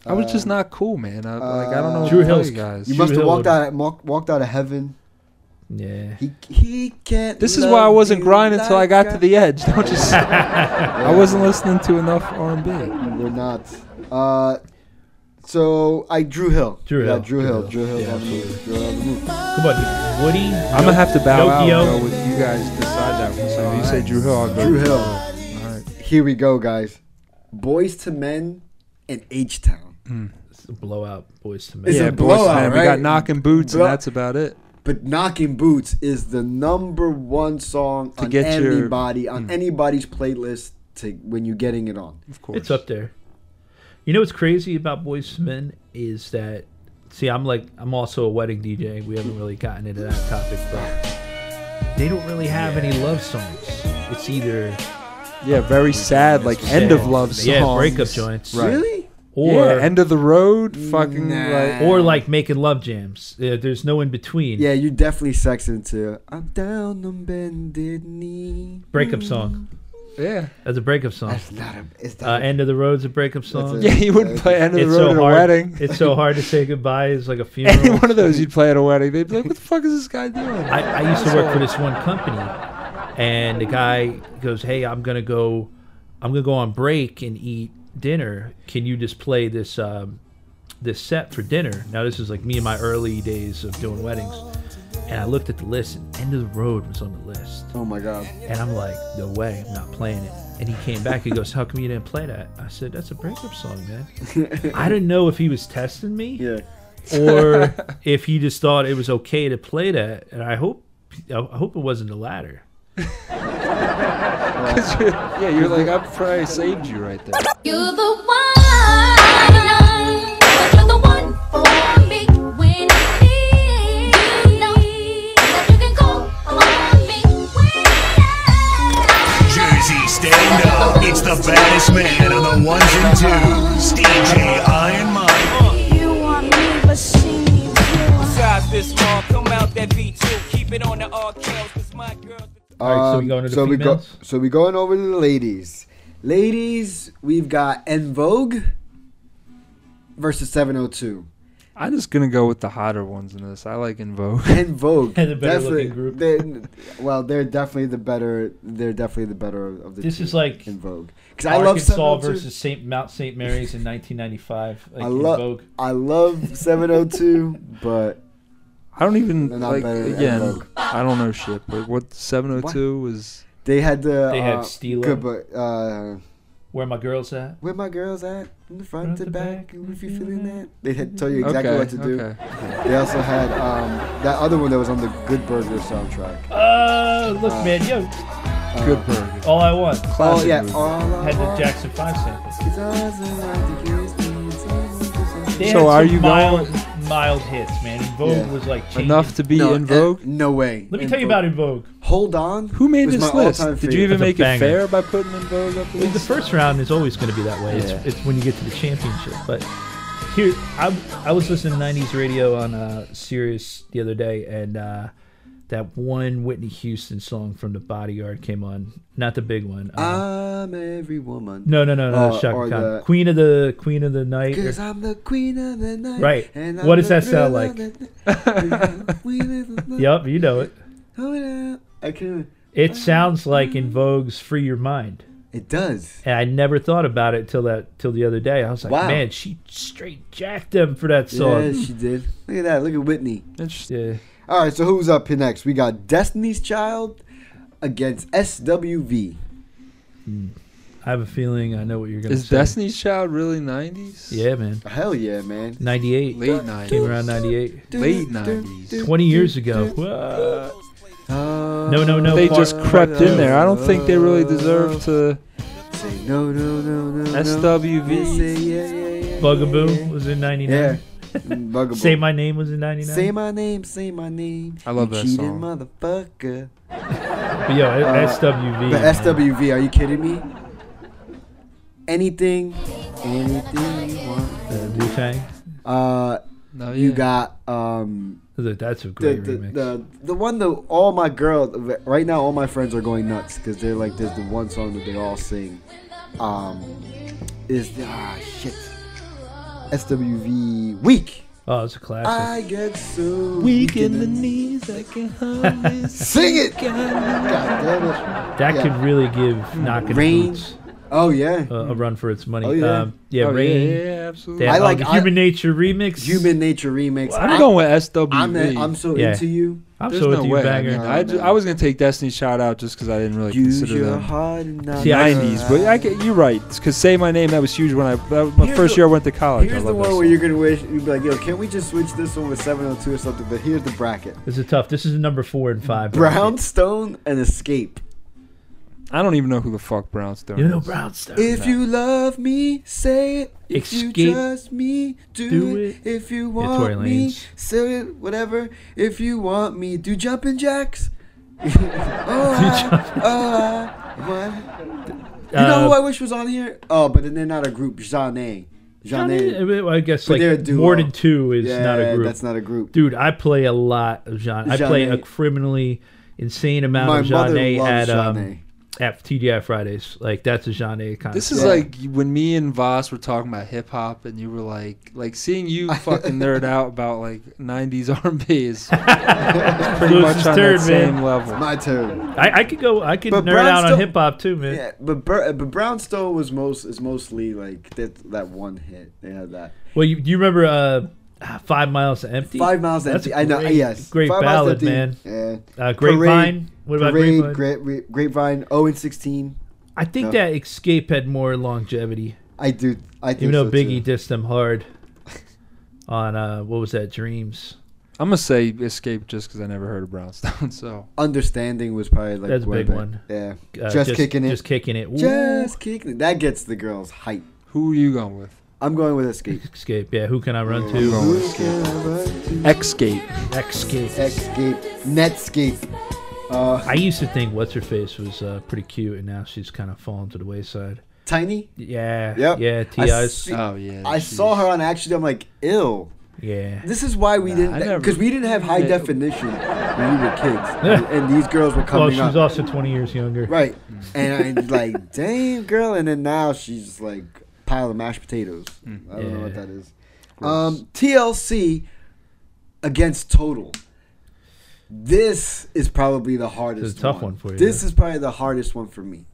[SPEAKER 1] I was just not cool, man. I, like I don't know.
[SPEAKER 3] Drew
[SPEAKER 1] what to tell
[SPEAKER 3] Hill's-
[SPEAKER 1] you guys.
[SPEAKER 2] uh, You
[SPEAKER 3] Drew
[SPEAKER 2] must have
[SPEAKER 3] Hill
[SPEAKER 2] walked
[SPEAKER 3] would-
[SPEAKER 2] out, walk- walked out of heaven.
[SPEAKER 3] yeah.
[SPEAKER 2] He, he can't.
[SPEAKER 1] This is why I
[SPEAKER 2] love
[SPEAKER 1] wasn't
[SPEAKER 2] you
[SPEAKER 1] grinding until I
[SPEAKER 2] like
[SPEAKER 1] got to the edge.
[SPEAKER 3] *laughs*
[SPEAKER 1] Don't just. I wasn't listening to enough R&B.
[SPEAKER 2] We're not. Uh, so I Drew Hill.
[SPEAKER 3] Drew
[SPEAKER 2] yeah,
[SPEAKER 3] Hill.
[SPEAKER 2] Drew Hill. Drew Hill. on the move. Drew Hill on the move.
[SPEAKER 3] Come on, Woody.
[SPEAKER 1] I'm gonna have to bow out and
[SPEAKER 3] Pinocchio.
[SPEAKER 1] go with you guys decide that one. So if you say Drew Hill, I'll go.
[SPEAKER 2] Drew
[SPEAKER 1] with-
[SPEAKER 2] Hill.
[SPEAKER 1] All right.
[SPEAKER 2] Here we go, guys. Boys to Men and H Town.
[SPEAKER 3] It's a blowout, boys to men.
[SPEAKER 2] It's
[SPEAKER 1] yeah,
[SPEAKER 2] a
[SPEAKER 1] boys,
[SPEAKER 2] blowout,
[SPEAKER 1] man. We
[SPEAKER 2] right?
[SPEAKER 1] got knocking boots,
[SPEAKER 2] Blow-
[SPEAKER 1] and that's about it.
[SPEAKER 2] But Knocking Boots is the number one song on
[SPEAKER 1] get your- Mm.
[SPEAKER 2] anybody on anybody's playlist to when you're getting it on.
[SPEAKER 1] Of course.
[SPEAKER 3] It's up there. You know what's crazy about Boys to Men is that see, I'm like I'm also a wedding DJ. We haven't really gotten into that topic, but they don't really have any love songs. It's either
[SPEAKER 1] Yeah, very sad, like end of love songs.
[SPEAKER 3] yeah, breakup joints,
[SPEAKER 1] Right.
[SPEAKER 2] Really? Mm,
[SPEAKER 3] Or
[SPEAKER 1] yeah, end of the road, fucking like.
[SPEAKER 3] or like making love jams. Uh, there's no in between.
[SPEAKER 2] Yeah, you definitely sex into I'm down on bended knee.
[SPEAKER 3] Breakup song.
[SPEAKER 1] Yeah.
[SPEAKER 3] That's a breakup song.
[SPEAKER 2] It's not a. It's
[SPEAKER 3] Uh,
[SPEAKER 2] not a-
[SPEAKER 3] end of the road's a breakup song.
[SPEAKER 1] *laughs*
[SPEAKER 2] it.
[SPEAKER 1] Yeah, you wouldn't play end of the
[SPEAKER 3] It's
[SPEAKER 1] road
[SPEAKER 3] so
[SPEAKER 1] at a
[SPEAKER 3] hard.
[SPEAKER 1] wedding. *laughs*
[SPEAKER 3] It's so hard to say goodbye. It's like a funeral.
[SPEAKER 1] Any one of those you'd play at a wedding, they'd be like, "What the fuck is this guy doing?"
[SPEAKER 3] I, I used to work for this one company, and the guy goes, "Hey, I'm gonna go, I'm gonna go on break and eat dinner. Can you just play this um, this set for dinner?" Now this is like me in my early days of doing weddings, and I looked at the list, and End of the Road was on the list,
[SPEAKER 2] oh my god.
[SPEAKER 3] and I'm like, "No way, I'm not playing it." And he came back. He goes, "How come you didn't play that?" I said, "That's a breakup song, man." I didn't know if he was testing me
[SPEAKER 2] Yeah.
[SPEAKER 3] *laughs* or if he just thought it was okay to play that. And I hope, I hope it wasn't the latter.
[SPEAKER 1] yeah, you're
[SPEAKER 3] *laughs*
[SPEAKER 1] like, "I probably saved you right there."
[SPEAKER 6] You're the one, you're the one for me when I need you. Know that you can call on me when I
[SPEAKER 4] Jersey, stand up. It's the baddest man of the ones and twos. DJ I and Mike.
[SPEAKER 6] You want me, but she needs you.
[SPEAKER 12] Size this small, come out that V2, keep it on the all kills, cause my girls.
[SPEAKER 3] All right, so we going to the
[SPEAKER 2] Um, so we go.
[SPEAKER 3] females?
[SPEAKER 2] So we going over to the ladies. Ladies, we've got En Vogue versus 702.
[SPEAKER 1] I'm just gonna go with the hotter ones in this. I like In Vogue.
[SPEAKER 2] En Vogue,
[SPEAKER 3] And *laughs* the better
[SPEAKER 2] definitely-
[SPEAKER 3] looking group.
[SPEAKER 2] They're, well, they're definitely the better. They're definitely the better of the.
[SPEAKER 3] This
[SPEAKER 2] two
[SPEAKER 3] is like
[SPEAKER 2] En Vogue because I love
[SPEAKER 3] Arkansas
[SPEAKER 2] 702.
[SPEAKER 3] versus Saint Mount Saint Mary's in 1995. Like
[SPEAKER 2] I
[SPEAKER 3] in
[SPEAKER 2] love.
[SPEAKER 3] Vogue.
[SPEAKER 2] I
[SPEAKER 3] *laughs*
[SPEAKER 2] love 702, but
[SPEAKER 1] *laughs* I don't even
[SPEAKER 2] They're not
[SPEAKER 1] like
[SPEAKER 2] better than
[SPEAKER 1] again.
[SPEAKER 2] Vogue.
[SPEAKER 1] I don't know shit, but what 702 was
[SPEAKER 2] they had the.
[SPEAKER 3] They had
[SPEAKER 2] uh,
[SPEAKER 3] Steelo.
[SPEAKER 2] Good, but uh,
[SPEAKER 3] Where my girls at?
[SPEAKER 2] where my girls at? From the front
[SPEAKER 3] Front
[SPEAKER 2] to
[SPEAKER 3] to
[SPEAKER 2] back.
[SPEAKER 3] back,
[SPEAKER 2] and If you feeling that, they had tell you exactly
[SPEAKER 1] okay,
[SPEAKER 2] what to do.
[SPEAKER 1] Okay.
[SPEAKER 2] They also had um, that other one that was on the Good Burger soundtrack.
[SPEAKER 3] Oh, look, man, yo,
[SPEAKER 2] Uh,
[SPEAKER 1] Good
[SPEAKER 2] *laughs*
[SPEAKER 1] burger.
[SPEAKER 3] all I want
[SPEAKER 2] Oh
[SPEAKER 1] Classic
[SPEAKER 2] yeah,
[SPEAKER 1] movie.
[SPEAKER 2] all I
[SPEAKER 3] had the
[SPEAKER 2] want
[SPEAKER 3] Jackson Five samples.
[SPEAKER 2] is us and like the kids.
[SPEAKER 3] They had
[SPEAKER 1] So
[SPEAKER 3] some
[SPEAKER 1] are you
[SPEAKER 3] mild, mild hits, man? And Vogue
[SPEAKER 2] Yeah.
[SPEAKER 3] was like changing.
[SPEAKER 1] Enough to be
[SPEAKER 2] No,
[SPEAKER 1] In Vogue.
[SPEAKER 2] eh, no way.
[SPEAKER 3] Let me
[SPEAKER 2] En
[SPEAKER 3] tell you
[SPEAKER 2] Vogue.
[SPEAKER 3] about In Vogue.
[SPEAKER 2] Hold on.
[SPEAKER 1] Who made
[SPEAKER 2] was
[SPEAKER 1] this
[SPEAKER 2] my
[SPEAKER 1] list?
[SPEAKER 2] all-time
[SPEAKER 1] Did you even
[SPEAKER 3] That's a
[SPEAKER 1] make it
[SPEAKER 3] banger.
[SPEAKER 1] fair by putting In Vogue up
[SPEAKER 3] The
[SPEAKER 1] against?
[SPEAKER 3] first round is always going to be that way. It's, it's when you get to the championship. But here, I, I was listening to 90s radio on uh, Sirius the other day, and uh, that one Whitney Houston song from The Bodyguard came on. Not the big one. Uh,
[SPEAKER 2] I'm every woman.
[SPEAKER 3] no, no, no, no.
[SPEAKER 2] uh,
[SPEAKER 3] Shaka
[SPEAKER 2] or
[SPEAKER 3] Khan.
[SPEAKER 2] the-
[SPEAKER 3] Queen of the Queen of the Night. or-
[SPEAKER 2] Cause I'm the queen of the night.
[SPEAKER 3] Right.
[SPEAKER 2] and
[SPEAKER 3] What
[SPEAKER 2] I'm
[SPEAKER 3] does
[SPEAKER 2] the
[SPEAKER 3] that sound
[SPEAKER 2] thrill
[SPEAKER 3] like?
[SPEAKER 2] of the
[SPEAKER 3] *laughs*
[SPEAKER 2] night.
[SPEAKER 3] Yep, you know it.
[SPEAKER 2] Oh, yeah. I can.
[SPEAKER 3] It sounds like In Vogue's Free Your Mind.
[SPEAKER 2] It does.
[SPEAKER 3] And I never thought about it till that till the other day. I was like,
[SPEAKER 2] Wow.
[SPEAKER 3] man, she straight jacked him for that song.
[SPEAKER 2] Yeah, she did. Look at that. Look at Whitney.
[SPEAKER 3] Interesting.
[SPEAKER 2] All right, so who's up here next? We got Destiny's Child against SWV.
[SPEAKER 3] I have a feeling I know what you're gonna
[SPEAKER 1] Is
[SPEAKER 3] say.
[SPEAKER 1] Destiny's Child really '90s?
[SPEAKER 3] Yeah, man.
[SPEAKER 2] Hell yeah, man.
[SPEAKER 3] 98.
[SPEAKER 1] Late 90s.
[SPEAKER 3] Came around 98.
[SPEAKER 1] Late 90s.
[SPEAKER 3] 20 years ago. Whoa. no, no, no.
[SPEAKER 1] They
[SPEAKER 3] part-
[SPEAKER 1] just crept in there. I don't think they really deserve to.
[SPEAKER 2] Say no, no, no, no.
[SPEAKER 1] SWV.
[SPEAKER 2] Say yeah, yeah, yeah.
[SPEAKER 3] Bugaboo was in 99. *laughs*
[SPEAKER 2] Bugaboo.
[SPEAKER 3] Say My Name was in 99.
[SPEAKER 2] Say my name, say my name.
[SPEAKER 1] I love
[SPEAKER 2] you
[SPEAKER 1] that song.
[SPEAKER 2] cheating motherfucker.
[SPEAKER 3] But yo,
[SPEAKER 2] Uh,
[SPEAKER 3] SWV.
[SPEAKER 2] But
[SPEAKER 3] man.
[SPEAKER 2] SWV, are you kidding me? Anything, anything you want.
[SPEAKER 3] Uh, Wu Tang.
[SPEAKER 2] Uh,
[SPEAKER 1] No,
[SPEAKER 2] you
[SPEAKER 1] yeah. Oh,
[SPEAKER 2] got um
[SPEAKER 3] That's a
[SPEAKER 2] the,
[SPEAKER 3] great
[SPEAKER 2] the,
[SPEAKER 3] remix.
[SPEAKER 2] the the one that all my girls right now all my friends are going nuts because they're like there's the one song that they all sing. Um, is the ah shit. SWV week.
[SPEAKER 3] oh, it's a classic.
[SPEAKER 2] I get so weak in the knees. I can hardly sing it. God damn
[SPEAKER 3] *laughs*
[SPEAKER 2] it.
[SPEAKER 3] that
[SPEAKER 2] yeah.
[SPEAKER 3] could really give Knockin'
[SPEAKER 2] Rain.
[SPEAKER 3] Boots
[SPEAKER 2] Oh yeah.
[SPEAKER 3] a, a run for its money.
[SPEAKER 2] Oh, yeah.
[SPEAKER 3] Um, yeah,
[SPEAKER 1] Oh, yeah,
[SPEAKER 3] Rain.
[SPEAKER 1] yeah, yeah, absolutely.
[SPEAKER 3] They
[SPEAKER 2] I
[SPEAKER 3] had,
[SPEAKER 2] like-
[SPEAKER 3] um,
[SPEAKER 2] I-
[SPEAKER 3] Human Nature remix.
[SPEAKER 2] Human Nature remix.
[SPEAKER 1] I'm going with SWV.
[SPEAKER 2] I'm, I'm so
[SPEAKER 3] Yeah.
[SPEAKER 2] into you.
[SPEAKER 3] I'm
[SPEAKER 1] There's
[SPEAKER 3] so
[SPEAKER 1] no
[SPEAKER 3] with you,
[SPEAKER 1] way. I,
[SPEAKER 3] banger.
[SPEAKER 1] mean, I, ju- I was gonna take Destiny's Child out just because I didn't really
[SPEAKER 2] Use
[SPEAKER 1] consider
[SPEAKER 2] your
[SPEAKER 1] them
[SPEAKER 2] heart and not
[SPEAKER 3] See,
[SPEAKER 2] your
[SPEAKER 3] I-
[SPEAKER 1] 90s. But I, get- you're right. Because Say My Name that was huge when I that was my
[SPEAKER 2] Here's
[SPEAKER 1] first
[SPEAKER 2] the-
[SPEAKER 1] year I went to college. I
[SPEAKER 2] Here's the
[SPEAKER 1] love that
[SPEAKER 2] one
[SPEAKER 1] song.
[SPEAKER 2] where you're gonna wish you'd be like, yo, can't we just switch this one with 702 or something? But here's the bracket:
[SPEAKER 3] This is tough. This is number four and five.
[SPEAKER 2] Brownstone and Escape.
[SPEAKER 1] I don't even know who the fuck Brownstone.
[SPEAKER 3] You know
[SPEAKER 1] is.
[SPEAKER 3] Brownstone.
[SPEAKER 2] If you love me, say it. If you
[SPEAKER 3] Escape.
[SPEAKER 2] trust me, do,
[SPEAKER 3] Do
[SPEAKER 2] it. If you
[SPEAKER 3] Tory
[SPEAKER 2] want me,
[SPEAKER 3] Lanez.
[SPEAKER 2] say it. Whatever. If you want me, do jumping jacks. *laughs* oh,
[SPEAKER 3] jumping
[SPEAKER 2] I, oh, I, what? You
[SPEAKER 3] Uh,
[SPEAKER 2] know who I wish was on here? Oh, but then they're not a group. Jeanne. Jeanne.
[SPEAKER 3] I guess
[SPEAKER 2] But they're a
[SPEAKER 3] like
[SPEAKER 2] duo.
[SPEAKER 3] more than two is
[SPEAKER 2] Yeah,
[SPEAKER 3] not a group.
[SPEAKER 2] That's not a group.
[SPEAKER 3] Dude, I play a lot of genre. I play
[SPEAKER 2] Genre.
[SPEAKER 3] a criminally insane amount
[SPEAKER 2] My
[SPEAKER 3] of
[SPEAKER 2] mother
[SPEAKER 3] genre
[SPEAKER 2] loves
[SPEAKER 3] at
[SPEAKER 2] genre.
[SPEAKER 3] um at TDI Fridays. Like that's a genre kind
[SPEAKER 1] This
[SPEAKER 3] of
[SPEAKER 1] is
[SPEAKER 2] Yeah.
[SPEAKER 1] like when me and Voss were talking about hip hop, and you were like, like seeing you fucking nerd out about like '90s R&B is pretty
[SPEAKER 3] Lewis
[SPEAKER 1] much
[SPEAKER 3] is
[SPEAKER 1] on
[SPEAKER 3] third, man.
[SPEAKER 1] that same level.
[SPEAKER 2] My turn.
[SPEAKER 3] I, I could go. I could
[SPEAKER 2] But
[SPEAKER 3] nerd out
[SPEAKER 2] Brownstone-
[SPEAKER 3] on hip hop too, man.
[SPEAKER 2] Yeah, but Bur- uh, but Brownstone was most is mostly like that that one hit. They had that
[SPEAKER 3] Well, you, you remember uh, ah, Five Miles to Empty?
[SPEAKER 2] five miles
[SPEAKER 3] That's
[SPEAKER 2] empty.
[SPEAKER 3] a
[SPEAKER 2] I know.
[SPEAKER 3] great-
[SPEAKER 2] Yes,
[SPEAKER 3] great
[SPEAKER 2] Five Miles
[SPEAKER 3] ballad,
[SPEAKER 2] Empty,
[SPEAKER 3] man.
[SPEAKER 2] Yeah.
[SPEAKER 3] Uh, Grapevine. what about
[SPEAKER 2] Parade,
[SPEAKER 3] Grapevine?
[SPEAKER 2] Gra- Grapevine. Oh, and sixteen.
[SPEAKER 3] I think
[SPEAKER 2] No.
[SPEAKER 3] that Escape had more longevity,
[SPEAKER 2] I do. I think
[SPEAKER 3] even though
[SPEAKER 2] so,
[SPEAKER 3] Biggie
[SPEAKER 2] too.
[SPEAKER 3] dissed them
[SPEAKER 2] *laughs*
[SPEAKER 3] hard on uh, what was that? Dreams.
[SPEAKER 1] I'm gonna say Escape just because I never heard of Brownstone. *laughs* So
[SPEAKER 2] Understanding was probably like
[SPEAKER 3] That's a
[SPEAKER 2] way
[SPEAKER 3] big
[SPEAKER 2] back.
[SPEAKER 3] one.
[SPEAKER 2] Yeah,
[SPEAKER 3] Uh,
[SPEAKER 2] just, kicking it.
[SPEAKER 3] Just kicking it. Ooh.
[SPEAKER 2] Just kicking it. That gets the girls hype.
[SPEAKER 1] who are you going with?
[SPEAKER 2] I'm going with Escape.
[SPEAKER 3] Escape. Yeah. Who can I run
[SPEAKER 1] I'm
[SPEAKER 3] to?
[SPEAKER 1] going with Escape. Escape.
[SPEAKER 3] Escape.
[SPEAKER 2] Escape. Netscape. Uh,
[SPEAKER 3] I used to think what's her face was uh, pretty cute, and now she's kind of fallen to the wayside.
[SPEAKER 2] Tiny.
[SPEAKER 3] Yeah.
[SPEAKER 2] Yep.
[SPEAKER 3] Yeah.
[SPEAKER 2] I
[SPEAKER 3] Ti's.
[SPEAKER 2] see-
[SPEAKER 1] Oh yeah.
[SPEAKER 2] I
[SPEAKER 1] she's-
[SPEAKER 2] saw her on actually. I'm like, ill.
[SPEAKER 3] Yeah.
[SPEAKER 2] This is why we
[SPEAKER 1] I
[SPEAKER 2] didn't,
[SPEAKER 1] never-
[SPEAKER 2] because we didn't have high
[SPEAKER 1] Yeah.
[SPEAKER 2] definition when we were
[SPEAKER 3] *laughs*
[SPEAKER 2] kids, and, and these girls were
[SPEAKER 3] Well,
[SPEAKER 2] coming
[SPEAKER 3] she's Mm.
[SPEAKER 2] up,
[SPEAKER 3] also 20 years younger. *laughs*
[SPEAKER 2] right? And I'm like, damn girl, and then now she's just like pile of mashed potatoes. I don't know what
[SPEAKER 3] Mm. Yeah.
[SPEAKER 2] that is. Um, TLC against Total. This is probably the hardest.
[SPEAKER 3] This is a tough one for you,
[SPEAKER 2] This is probably the hardest one for me.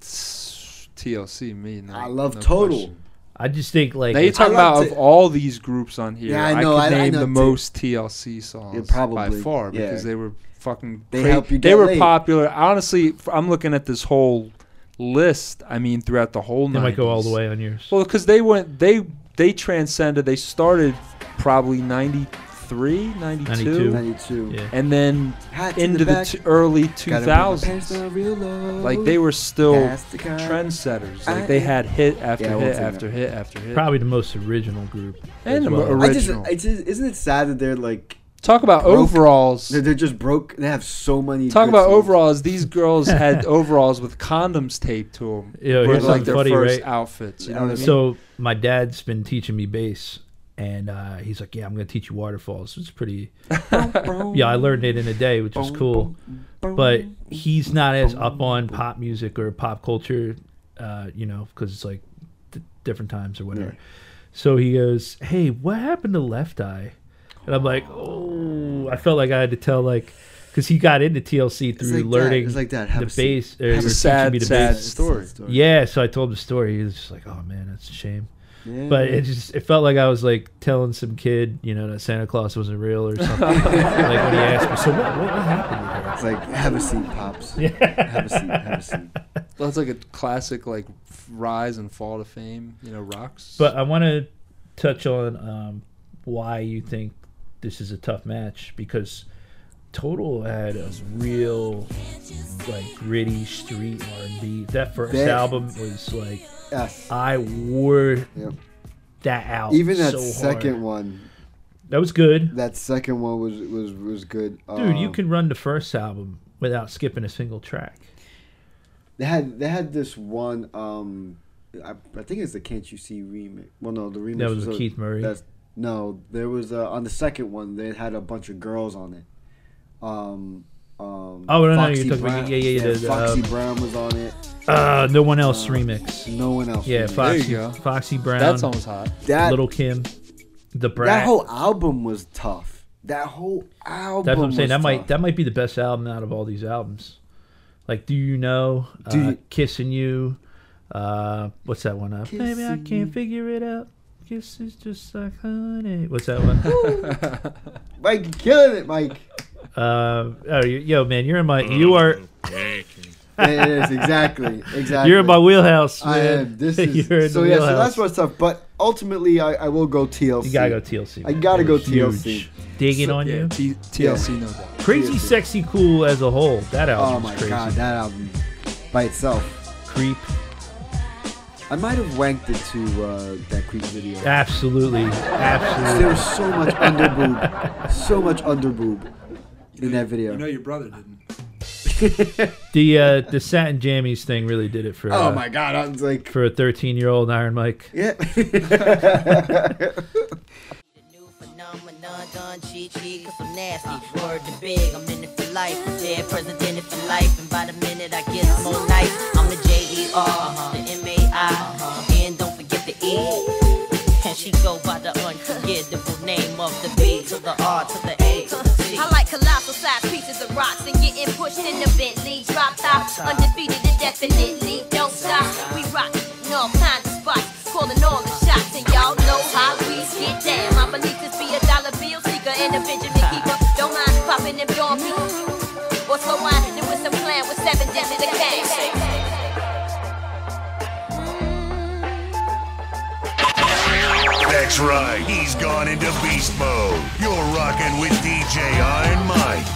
[SPEAKER 1] TLC. Me. No,
[SPEAKER 2] I love
[SPEAKER 1] no
[SPEAKER 2] Total.
[SPEAKER 1] question.
[SPEAKER 3] I just think like
[SPEAKER 1] Now you're
[SPEAKER 3] it's-
[SPEAKER 1] talking
[SPEAKER 2] I like
[SPEAKER 1] about
[SPEAKER 2] to-
[SPEAKER 1] of all these groups on here,
[SPEAKER 2] Yeah, I
[SPEAKER 1] I,
[SPEAKER 2] know, I- I
[SPEAKER 1] could name
[SPEAKER 2] know
[SPEAKER 1] the
[SPEAKER 2] too.
[SPEAKER 1] most TLC songs
[SPEAKER 2] probably,
[SPEAKER 1] by far
[SPEAKER 2] yeah.
[SPEAKER 1] because they were fucking.
[SPEAKER 2] They
[SPEAKER 1] cra-
[SPEAKER 2] help you
[SPEAKER 1] they
[SPEAKER 2] get
[SPEAKER 1] were
[SPEAKER 2] laid.
[SPEAKER 1] popular. Honestly, f- I'm looking at this whole list. I mean, throughout the whole.
[SPEAKER 3] it might go all the
[SPEAKER 1] 90s.
[SPEAKER 3] way on yours.
[SPEAKER 1] Well, because they went, they they transcended. They started probably 93, 92,
[SPEAKER 3] 92.
[SPEAKER 2] Ninety-two.
[SPEAKER 3] Yeah.
[SPEAKER 1] and then
[SPEAKER 2] Hats in
[SPEAKER 1] into the,
[SPEAKER 2] back.
[SPEAKER 1] t- early
[SPEAKER 2] Gotta put my pants
[SPEAKER 1] 2000s.
[SPEAKER 2] down real low.
[SPEAKER 1] Like they were still
[SPEAKER 2] Past the car.
[SPEAKER 1] trendsetters.
[SPEAKER 2] I
[SPEAKER 1] Like they
[SPEAKER 2] am-
[SPEAKER 1] had hit after
[SPEAKER 2] Yeah, I won't
[SPEAKER 1] hit
[SPEAKER 2] say
[SPEAKER 1] after
[SPEAKER 2] that.
[SPEAKER 1] hit after hit.
[SPEAKER 3] Probably the most original group.
[SPEAKER 1] And
[SPEAKER 3] as
[SPEAKER 1] the
[SPEAKER 3] well.
[SPEAKER 1] mo-
[SPEAKER 2] I just,
[SPEAKER 1] original.
[SPEAKER 2] I just, isn't it sad that they're like
[SPEAKER 1] Talk about
[SPEAKER 2] Broke.
[SPEAKER 1] overalls.
[SPEAKER 2] They're, they're just broke. They have so many.
[SPEAKER 1] Talk
[SPEAKER 2] good
[SPEAKER 1] about
[SPEAKER 2] songs. *laughs*
[SPEAKER 1] overalls. These girls had overalls with condoms taped to them.
[SPEAKER 3] Yo, here's
[SPEAKER 1] like their
[SPEAKER 3] something funny,
[SPEAKER 1] first
[SPEAKER 3] right?
[SPEAKER 1] outfits. You know what I mean?
[SPEAKER 3] So my dad's been teaching me bass, and uh, he's like, "Yeah, I'm going to teach you waterfalls." It's pretty. yeah, I learned it in a day, which was cool. But he's not as up on pop music or pop culture, uh, you know, because it's like d- different times or whatever. So he goes, "Hey, what happened to Left Eye?" And I'm like, "Oh, I felt like I had to tell like." because he got into TLC through
[SPEAKER 2] like that.
[SPEAKER 3] learning
[SPEAKER 2] It's like that. Have a
[SPEAKER 3] the bass.
[SPEAKER 2] seat. Have a
[SPEAKER 3] teaching
[SPEAKER 2] sad,
[SPEAKER 3] me the
[SPEAKER 2] sad
[SPEAKER 3] bass.
[SPEAKER 2] story. story.
[SPEAKER 3] Yeah, so I told him the story. He was just like, "Oh man, that's a shame."
[SPEAKER 2] Yeah.
[SPEAKER 3] But it just it felt like I was like telling some kid, you know, that Santa Claus wasn't real or something. like when he asked me, "So what, what, what happened?" to her?"
[SPEAKER 2] It's like have a seat, pops.
[SPEAKER 3] Yeah.
[SPEAKER 2] Have a seat. Have a seat.
[SPEAKER 1] That's like a classic, like f- rise and fall to fame. You know, rocks.
[SPEAKER 3] But I want to touch on um, why you think this is a tough match because Total had a real like gritty street R and B. That first
[SPEAKER 2] That-
[SPEAKER 3] album was like
[SPEAKER 2] Yes.
[SPEAKER 3] I wore
[SPEAKER 2] Yep.
[SPEAKER 3] that out.
[SPEAKER 2] Even that
[SPEAKER 3] so hard.
[SPEAKER 2] second one.
[SPEAKER 3] That was good,
[SPEAKER 2] That second one was was was good. Um,
[SPEAKER 3] dude. you can run the first album without skipping a single track.
[SPEAKER 2] They had they had this one. Um, I, I think it's the "Can't You See" remix. Well, no, the remix
[SPEAKER 3] That was
[SPEAKER 2] a,
[SPEAKER 3] with Keith Murray.
[SPEAKER 2] That's, no, there was uh on the second one. They had a bunch of girls on it. Um, um,
[SPEAKER 3] Oh, no, no,
[SPEAKER 2] Foxy
[SPEAKER 3] you're talking about-
[SPEAKER 2] Brown-
[SPEAKER 3] yeah, yeah, yeah, the,
[SPEAKER 2] Foxy
[SPEAKER 3] um,
[SPEAKER 2] Brown was on it.
[SPEAKER 3] Uh, no one else remix.
[SPEAKER 2] No one else.
[SPEAKER 3] Yeah,
[SPEAKER 2] remix.
[SPEAKER 3] Foxy,
[SPEAKER 1] you go.
[SPEAKER 3] Foxy Brown.
[SPEAKER 1] that song
[SPEAKER 3] *laughs*
[SPEAKER 1] was hot.
[SPEAKER 2] That
[SPEAKER 3] Little Kim, the brat.
[SPEAKER 2] that whole album was tough. That whole album.
[SPEAKER 3] That's what I'm saying.
[SPEAKER 2] was
[SPEAKER 3] That might
[SPEAKER 2] tough.
[SPEAKER 3] that might be the best album out of all these albums. Like, do you know?
[SPEAKER 2] Do
[SPEAKER 3] uh,
[SPEAKER 2] You-
[SPEAKER 3] kissing you. Uh, what's that one? Up? Maybe I
[SPEAKER 2] Kissing
[SPEAKER 3] can't figure it out. Kiss is just like honey. What's that
[SPEAKER 2] *laughs*
[SPEAKER 3] one?
[SPEAKER 2] Mike, you're killing
[SPEAKER 3] *laughs*
[SPEAKER 2] it, Mike.
[SPEAKER 3] uh, oh, you, yo, man, you're in my you
[SPEAKER 2] Mm,
[SPEAKER 3] are
[SPEAKER 2] it is exactly, exactly.
[SPEAKER 3] you're in my wheelhouse.
[SPEAKER 2] I
[SPEAKER 3] man.
[SPEAKER 2] am. This is
[SPEAKER 3] *laughs* you're in
[SPEAKER 2] so
[SPEAKER 3] the
[SPEAKER 2] yeah.
[SPEAKER 3] wheelhouse.
[SPEAKER 2] So that's what's tough. But ultimately, I, I will go TLC.
[SPEAKER 3] you gotta go TLC.
[SPEAKER 2] I
[SPEAKER 3] man.
[SPEAKER 2] gotta
[SPEAKER 3] That
[SPEAKER 2] go
[SPEAKER 3] was huge.
[SPEAKER 2] TLC.
[SPEAKER 3] Digging on
[SPEAKER 1] Yeah,
[SPEAKER 3] you.
[SPEAKER 1] T- TLC, no doubt.
[SPEAKER 3] Crazy,
[SPEAKER 2] TLC.
[SPEAKER 3] sexy, cool as a whole. That album.
[SPEAKER 2] Oh my
[SPEAKER 3] crazy.
[SPEAKER 2] god, that album by itself.
[SPEAKER 3] Creep.
[SPEAKER 2] I might have wanked it to uh, that creep video.
[SPEAKER 3] Ah. Absolutely. Absolutely.
[SPEAKER 2] There was so much underboob, so much underboob in that video.
[SPEAKER 1] You know, your brother didn't.
[SPEAKER 3] The uh, the satin jammies thing really did it for
[SPEAKER 2] oh
[SPEAKER 3] uh,
[SPEAKER 2] my god, I was like,
[SPEAKER 3] for a thirteen year old Iron Mike.
[SPEAKER 2] yeah.
[SPEAKER 7] phenomenon, done cheat, cheat, cause I'm nasty. Word to big, I'm in it for life. Dead president in it for life, and by the minute I get some more nice. I'm the J-E-R, the M-A-I, and don't forget the E. And she go by the unforgettable name of the B to the R to the A to the Z.
[SPEAKER 13] I like colossal size pieces of rocks and getting pushed in the Bentley. Drop top, undefeated indefinitely. Don't stop, we rock in all kinds of spots, calling all the shots. And y'all know how we get down. My belief is be a dollar bill seeker and a Benjamin keeper. Don't mind popping them dorm beats. Or so winding with some plan with seven deaths in the game.
[SPEAKER 4] That's right, he's gone into beast mode. You're rocking with DJ Iron Mike.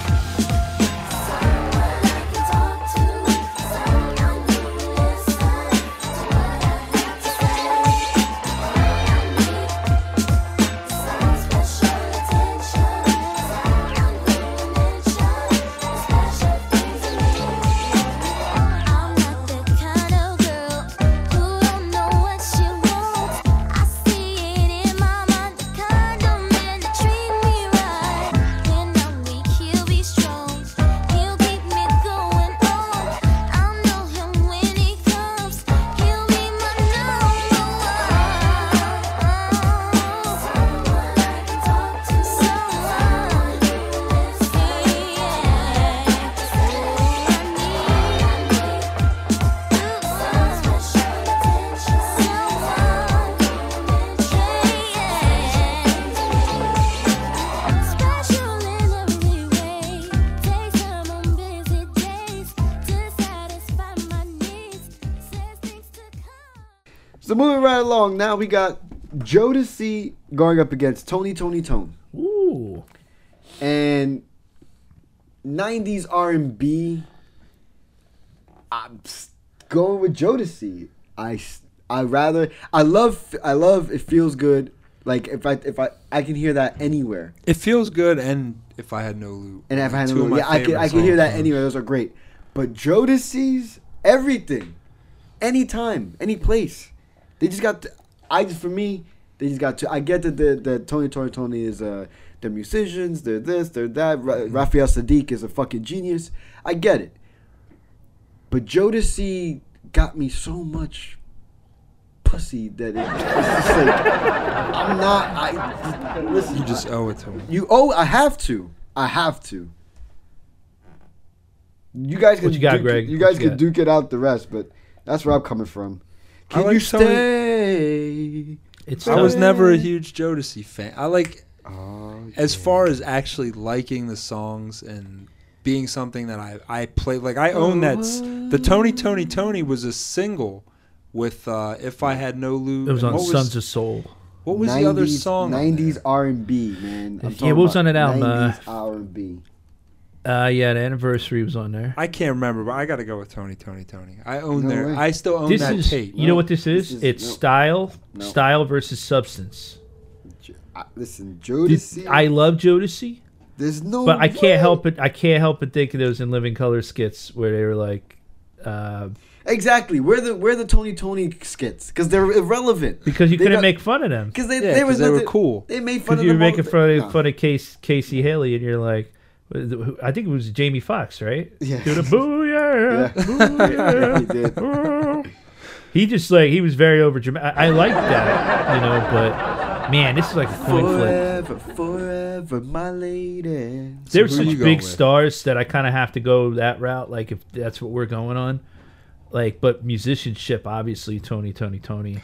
[SPEAKER 2] so moving right along, now we got Jodeci going up against Tony Tony Tone.
[SPEAKER 3] Ooh.
[SPEAKER 2] and 90s R&B I'm s- going with Jodeci. I s- I rather I love I love it feels good. Like if I if I I can hear that anywhere.
[SPEAKER 1] It feels good, and if I had no loot,
[SPEAKER 2] And if I had
[SPEAKER 1] Two
[SPEAKER 2] no,
[SPEAKER 1] of my
[SPEAKER 2] yeah, I can
[SPEAKER 1] favorite
[SPEAKER 2] I can hear that
[SPEAKER 1] songs.
[SPEAKER 2] anywhere. Those are great. But Jodeci's everything, anytime, any place. They just got. To, I just for me, they just got to. I get that the the Tony Tony Tony is uh they're musicians. They're this. They're that. Ra-
[SPEAKER 1] Mm-hmm.
[SPEAKER 2] Raphael Sadiq is a fucking genius. I get it. But Jodeci got me so much pussy that it, it's just like I'm not. I listen.
[SPEAKER 1] you just owe it to him.
[SPEAKER 2] You oh, I have to. I have to. You guys can
[SPEAKER 3] What you got,
[SPEAKER 2] duke,
[SPEAKER 3] Greg?
[SPEAKER 2] You
[SPEAKER 3] What
[SPEAKER 2] guys
[SPEAKER 3] you
[SPEAKER 2] can
[SPEAKER 3] got?
[SPEAKER 2] duke it out the rest, but that's where I'm coming from.
[SPEAKER 1] I
[SPEAKER 2] Can
[SPEAKER 1] like
[SPEAKER 2] you
[SPEAKER 1] Tony-
[SPEAKER 2] stay?
[SPEAKER 3] It's
[SPEAKER 1] I was
[SPEAKER 3] Tony-
[SPEAKER 1] never a huge Jodeci fan. I like,
[SPEAKER 2] Oh,
[SPEAKER 1] as far as actually liking the songs and being something that I I play. Like I own that. s- The Tony Tony Tony was a single with uh, "If I Had No Lou."
[SPEAKER 3] It was
[SPEAKER 1] and
[SPEAKER 3] on
[SPEAKER 1] what
[SPEAKER 3] Sons of Soul.
[SPEAKER 1] What was the other
[SPEAKER 2] 90s
[SPEAKER 1] song? on there?
[SPEAKER 2] 90s R&B, man. I'm
[SPEAKER 3] Yeah,
[SPEAKER 2] talking
[SPEAKER 3] what was
[SPEAKER 2] about
[SPEAKER 3] on that album, uh,
[SPEAKER 2] 90s R&B.
[SPEAKER 3] Uh, yeah, the anniversary was on there.
[SPEAKER 1] I can't remember, but I got to go with Tony Tony Tony. I own
[SPEAKER 2] No
[SPEAKER 1] their.
[SPEAKER 2] way.
[SPEAKER 1] I still own
[SPEAKER 3] This
[SPEAKER 1] that
[SPEAKER 3] is,
[SPEAKER 1] tape.
[SPEAKER 3] you know what this is?
[SPEAKER 2] is-
[SPEAKER 3] it's
[SPEAKER 2] no.
[SPEAKER 3] style,
[SPEAKER 2] No.
[SPEAKER 3] style versus substance.
[SPEAKER 2] I- Listen,
[SPEAKER 3] Did-
[SPEAKER 2] Jodeci.
[SPEAKER 3] I love Jodeci,
[SPEAKER 2] there's no.
[SPEAKER 3] but I
[SPEAKER 2] way.
[SPEAKER 3] can't help it. I can't help but think of those in Living Color skits where they were like, uh,
[SPEAKER 2] Exactly. Where the where the Tony Tony skits? Because they're irrelevant.
[SPEAKER 3] because you
[SPEAKER 2] They
[SPEAKER 3] couldn't
[SPEAKER 2] got-
[SPEAKER 3] make fun of them.
[SPEAKER 2] Because they,
[SPEAKER 1] Yeah,
[SPEAKER 2] there
[SPEAKER 1] 'cause
[SPEAKER 2] was
[SPEAKER 1] they were
[SPEAKER 2] nothing-
[SPEAKER 1] cool.
[SPEAKER 2] They made fun
[SPEAKER 3] Because
[SPEAKER 2] of
[SPEAKER 3] you were
[SPEAKER 2] them all
[SPEAKER 3] making
[SPEAKER 2] the-
[SPEAKER 3] fun of,
[SPEAKER 2] No.
[SPEAKER 3] fun of Case, Casey Haley, and you're like, I think it was Jamie Foxx, right?
[SPEAKER 2] Yeah. *laughs*
[SPEAKER 3] Do the booyah,
[SPEAKER 2] Yeah.
[SPEAKER 3] booyah.
[SPEAKER 2] He did.
[SPEAKER 3] He just like he was very over dramatic. I, I like that, you know. But man, this is like a coin flip.
[SPEAKER 2] Forever, forever, my lady.
[SPEAKER 3] There were
[SPEAKER 1] So who you
[SPEAKER 3] such
[SPEAKER 1] going
[SPEAKER 3] big
[SPEAKER 1] with?
[SPEAKER 3] stars that I kind of have to go that route. Like if that's what we're going on, like but musicianship, obviously Tony, Tony, Tony.